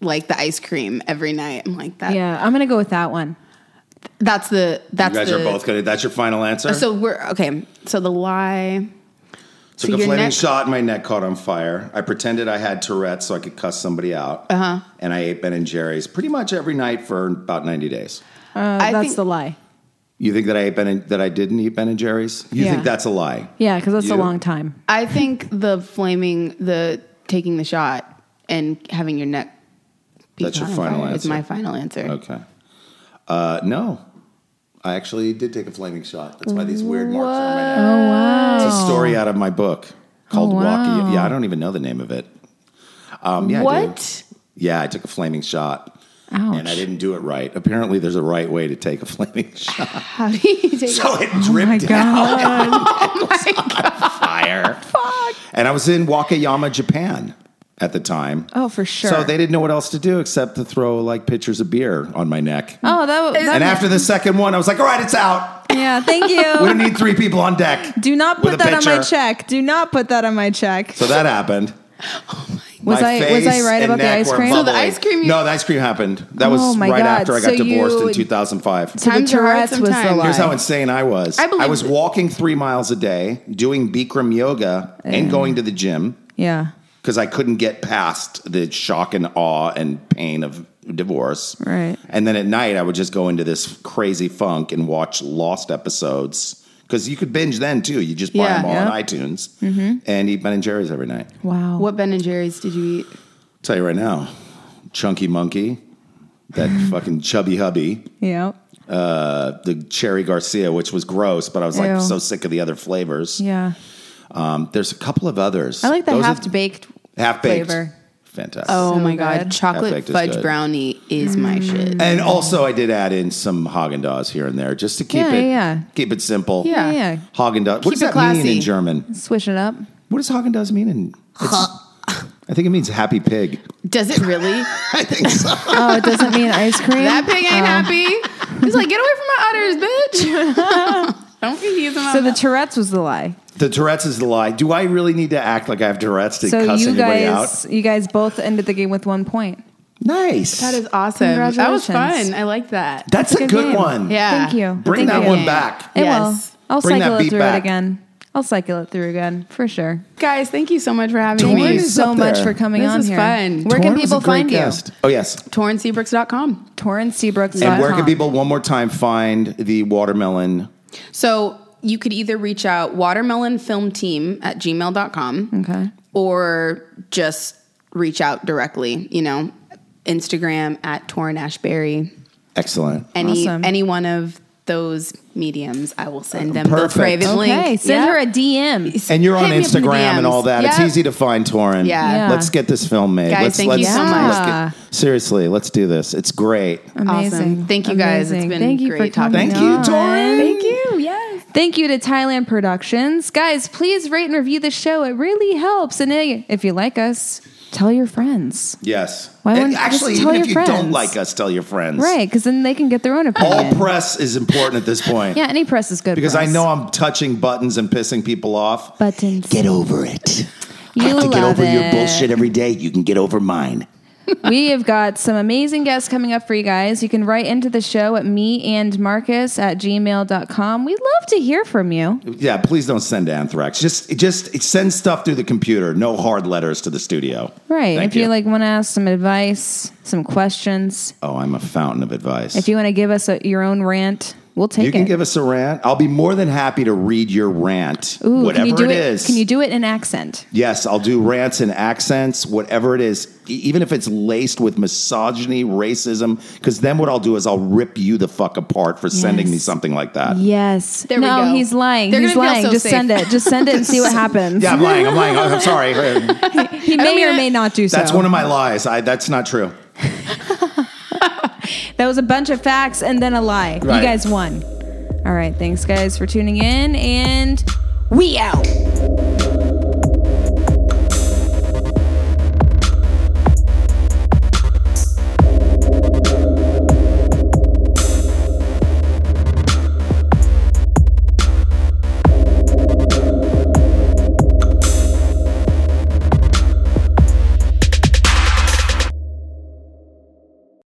Speaker 4: like the ice cream every night. I'm like that.
Speaker 3: Yeah, I'm gonna go with that one.
Speaker 4: That's the
Speaker 1: You
Speaker 4: that's
Speaker 1: guys
Speaker 4: the, Uh,
Speaker 1: are both good. That's your final answer.
Speaker 4: So we're okay. So the lie.
Speaker 1: Took
Speaker 4: so
Speaker 1: a
Speaker 4: your
Speaker 1: flaming
Speaker 4: neck-
Speaker 1: shot and my neck caught on fire. I pretended I had Tourette's so I could cuss somebody out. Uh-huh. And I ate Ben and Jerry's pretty much every night for about 90 days.
Speaker 3: Uh,
Speaker 4: I
Speaker 3: that's
Speaker 4: think-
Speaker 3: the lie.
Speaker 1: You think that I ate Ben and, that I didn't eat Ben and Jerry's? You
Speaker 3: Yeah.
Speaker 1: think that's a lie?
Speaker 3: Yeah, because that's
Speaker 1: You?
Speaker 3: a long time.
Speaker 4: I think the flaming the taking the shot and having your neck. be
Speaker 1: That's your
Speaker 4: caught on
Speaker 1: final
Speaker 4: fire Is
Speaker 1: answer.
Speaker 4: my final answer.
Speaker 1: Okay. Uh, no. I actually did take a flaming shot. That's why these weird marks are on my neck. Oh, wow. It's a story out of my book called
Speaker 3: Oh,
Speaker 1: Walkie. Yeah, I don't even know the name of it. Um, yeah, I do.
Speaker 4: What?
Speaker 1: Yeah, I took a flaming shot.
Speaker 3: Ouch.
Speaker 1: And I didn't do it right. Apparently, there's a right way to take a *laughs* flaming shot.
Speaker 4: How do you take
Speaker 1: So
Speaker 3: Oh,
Speaker 1: it *laughs* dripped
Speaker 3: God.
Speaker 4: *laughs*
Speaker 3: *laughs*
Speaker 1: fire. And I was in Wakayama, Japan at the time.
Speaker 3: oh, for sure.
Speaker 1: So they didn't know what else to do except to throw like pitchers of beer on my neck.
Speaker 3: Oh, that, that
Speaker 1: and after the second one, I was like, all right, it's out. *laughs*
Speaker 3: Yeah, thank
Speaker 1: We
Speaker 3: you.
Speaker 1: don't need three people on deck.
Speaker 3: *laughs* Do not
Speaker 1: with
Speaker 3: put
Speaker 1: a
Speaker 3: that on my
Speaker 1: pitcher.
Speaker 3: check. Do not put that on my check.
Speaker 1: So that happened.
Speaker 3: was
Speaker 1: My
Speaker 3: I was I
Speaker 1: face
Speaker 3: right
Speaker 1: and
Speaker 3: about the
Speaker 1: neck
Speaker 3: ice
Speaker 1: were
Speaker 3: cream?
Speaker 4: So the
Speaker 1: bubbling.
Speaker 4: ice cream you-
Speaker 1: No, the ice cream happened. That was
Speaker 3: Oh my
Speaker 1: right
Speaker 3: God.
Speaker 1: after I got
Speaker 3: So
Speaker 1: divorced
Speaker 3: you-
Speaker 1: in 2005.
Speaker 3: So the
Speaker 4: Times are hard
Speaker 3: Tourette's was the
Speaker 4: sometimes.
Speaker 3: lie.
Speaker 1: Here's how insane I was.
Speaker 4: I believe
Speaker 1: was
Speaker 4: it.
Speaker 1: walking three miles a day, doing Bikram yoga and going to the gym
Speaker 3: yeah,
Speaker 1: because I couldn't get past the shock and awe and pain of divorce.
Speaker 3: Right.
Speaker 1: And then at night, I would just go into this crazy funk and watch lost episodes because you could binge then too. You just buy
Speaker 4: Yeah.
Speaker 1: them all
Speaker 4: Yeah.
Speaker 1: on iTunes
Speaker 3: Mm-hmm.
Speaker 1: and eat Ben and Jerry's every night.
Speaker 3: wow.
Speaker 4: What Ben and Jerry's did you eat?
Speaker 1: tell you right now, Chunky Monkey,
Speaker 3: *laughs*
Speaker 1: that fucking chubby hubby,
Speaker 3: Yeah,
Speaker 1: uh, the Cherry Garcia, which was gross, but I was like
Speaker 3: Ew.
Speaker 1: so sick of the other flavors.
Speaker 3: yeah.
Speaker 1: Um, there's a couple of others.
Speaker 3: I like the
Speaker 1: Those are-
Speaker 3: half baked
Speaker 1: half-baked.
Speaker 3: flavor.
Speaker 1: fantastic.
Speaker 4: Oh
Speaker 3: So
Speaker 4: my
Speaker 3: good.
Speaker 4: god, chocolate
Speaker 1: Perfect is
Speaker 4: fudge
Speaker 1: good.
Speaker 4: brownie is my shit.
Speaker 1: And also, I did add in some Haagen Dazs here and there just to keep
Speaker 3: Yeah,
Speaker 1: it
Speaker 3: yeah.
Speaker 1: keep it simple.
Speaker 3: Yeah. Yeah, yeah.
Speaker 1: Haagen Dazs. What does
Speaker 4: it
Speaker 1: that mean
Speaker 4: classy.
Speaker 1: in German?
Speaker 3: Swish it up.
Speaker 1: What does Haagen Dazs mean in? it's- I think it means happy pig.
Speaker 4: Does it *laughs* really?
Speaker 1: I think so.
Speaker 3: Oh, it doesn't mean ice cream.
Speaker 4: that pig ain't happy. He's like, get away from my udders, bitch. *laughs* Don't be using my.
Speaker 3: So the Tourette's was the lie.
Speaker 1: the Tourette's is the lie. Do I really need to act like I have Tourette's to
Speaker 3: So
Speaker 1: cuss
Speaker 3: you
Speaker 1: anybody
Speaker 3: guys,
Speaker 1: out?
Speaker 3: you guys both ended the game with one point.
Speaker 1: Nice.
Speaker 4: that is awesome. That was
Speaker 3: Congratulations.
Speaker 4: fun. I like that.
Speaker 1: That's
Speaker 3: It's
Speaker 1: a
Speaker 3: a
Speaker 1: good,
Speaker 3: good game.
Speaker 1: one.
Speaker 4: Yeah.
Speaker 3: Thank you.
Speaker 1: Bring
Speaker 3: Thank
Speaker 1: that
Speaker 3: you.
Speaker 1: one back.
Speaker 3: It
Speaker 4: Yes.
Speaker 3: will. I'll
Speaker 1: Bring that
Speaker 3: cycle it
Speaker 1: beat
Speaker 3: through
Speaker 1: back.
Speaker 3: it again. I'll cycle it through again for sure.
Speaker 4: Guys, thank you so much for having
Speaker 1: Torn
Speaker 3: Thank you
Speaker 1: is
Speaker 4: me.
Speaker 3: so
Speaker 1: up
Speaker 3: much
Speaker 1: there.
Speaker 3: for coming
Speaker 4: This
Speaker 3: on
Speaker 4: is
Speaker 3: here.
Speaker 4: fun.
Speaker 3: Where
Speaker 1: Torrin
Speaker 3: can
Speaker 1: was
Speaker 3: people
Speaker 1: a great
Speaker 3: find
Speaker 1: guest. Oh yes.
Speaker 4: TorrenSeabrooks.com.
Speaker 3: you? TorrinSeabrooks.com.
Speaker 1: And where can people one more time find the watermelon?
Speaker 4: So you could either reach out watermelonfilmteam at gmail.com.
Speaker 3: Okay.
Speaker 4: or just reach out directly, you know, Instagram at Torrin Ashberry.
Speaker 1: Excellent.
Speaker 4: Any
Speaker 3: Awesome.
Speaker 4: any one of those mediums, I will send them
Speaker 1: Perfect.
Speaker 4: the private link.
Speaker 3: Okay, send
Speaker 4: Yep.
Speaker 3: her a DM.
Speaker 1: And you're on
Speaker 4: Hit me up in the
Speaker 1: Instagram and
Speaker 4: DMs.
Speaker 1: all that. It's
Speaker 4: Yep.
Speaker 1: easy to find, Torin.
Speaker 4: Yeah. Yeah.
Speaker 1: Let's get this film made.
Speaker 4: Guys,
Speaker 1: let's
Speaker 4: thank
Speaker 1: let's,
Speaker 4: you so much.
Speaker 1: let's get- seriously, let's do this. It's great.
Speaker 3: Amazing.
Speaker 4: Awesome. Thank you guys. It's
Speaker 3: Amazing.
Speaker 4: been
Speaker 3: Thank you
Speaker 4: great
Speaker 3: for
Speaker 4: talking
Speaker 3: coming
Speaker 1: Thank
Speaker 3: on.
Speaker 1: you, Torin.
Speaker 4: Thank you. Yes.
Speaker 3: Thank you to Thailand Productions. Guys, please rate and review the show. It really helps. And eh, if you like us, tell your friends.
Speaker 1: Yes.
Speaker 3: Why
Speaker 1: and
Speaker 3: wouldn't- just
Speaker 1: actually,
Speaker 3: tell
Speaker 1: even if
Speaker 3: your
Speaker 1: you don't
Speaker 3: friends.
Speaker 1: like us, tell your friends.
Speaker 3: Right, because then they can get their own
Speaker 1: All
Speaker 3: opinion.
Speaker 1: press is important at this point.
Speaker 3: yeah, any press is good.
Speaker 1: Because
Speaker 3: press.
Speaker 1: I know I'm touching buttons and pissing people off.
Speaker 3: buttons.
Speaker 1: Get over it.
Speaker 3: You
Speaker 1: have to get
Speaker 3: love
Speaker 1: over your
Speaker 3: it.
Speaker 1: bullshit every day. You can get over mine.
Speaker 3: we have got some amazing guests coming up for you guys. You can write into the show at meandmarcus at gmail.com. We love to hear from you.
Speaker 1: Yeah, please don't send anthrax. Just just send stuff through the computer. No hard letters to the studio.
Speaker 3: Right.
Speaker 1: Thank
Speaker 3: if you, like want to ask some advice, some questions,
Speaker 1: Oh, I'm a fountain of advice.
Speaker 3: if you want to give us a, your own rant, we'll take
Speaker 1: You can
Speaker 3: it.
Speaker 1: give us a rant. I'll be more than happy to read your rant,
Speaker 3: Ooh,
Speaker 1: whatever
Speaker 3: can you do
Speaker 1: it is.
Speaker 3: Can you do it in accent?
Speaker 1: yes, I'll do rants and accents, whatever it is, e- even if it's laced with misogyny, racism. Because then what I'll do is I'll rip you the fuck apart for sending
Speaker 3: Yes.
Speaker 1: me something like that.
Speaker 3: Yes.
Speaker 4: There we
Speaker 3: no,
Speaker 4: go.
Speaker 3: he's lying.
Speaker 4: They're
Speaker 3: he's
Speaker 4: gonna feel
Speaker 3: lying.
Speaker 4: so
Speaker 3: Just
Speaker 4: safe.
Speaker 3: send it. Just send it and
Speaker 4: *laughs*
Speaker 3: see what happens.
Speaker 1: Yeah, I'm lying. I'm lying. I'm *laughs* sorry. That's
Speaker 3: He may or
Speaker 4: uh,
Speaker 3: may not do so.
Speaker 1: one of my lies. I, that's not true.
Speaker 3: that was a bunch of facts and then a lie.
Speaker 1: Right.
Speaker 3: You guys won. All right. Thanks, guys, for tuning in. And we out.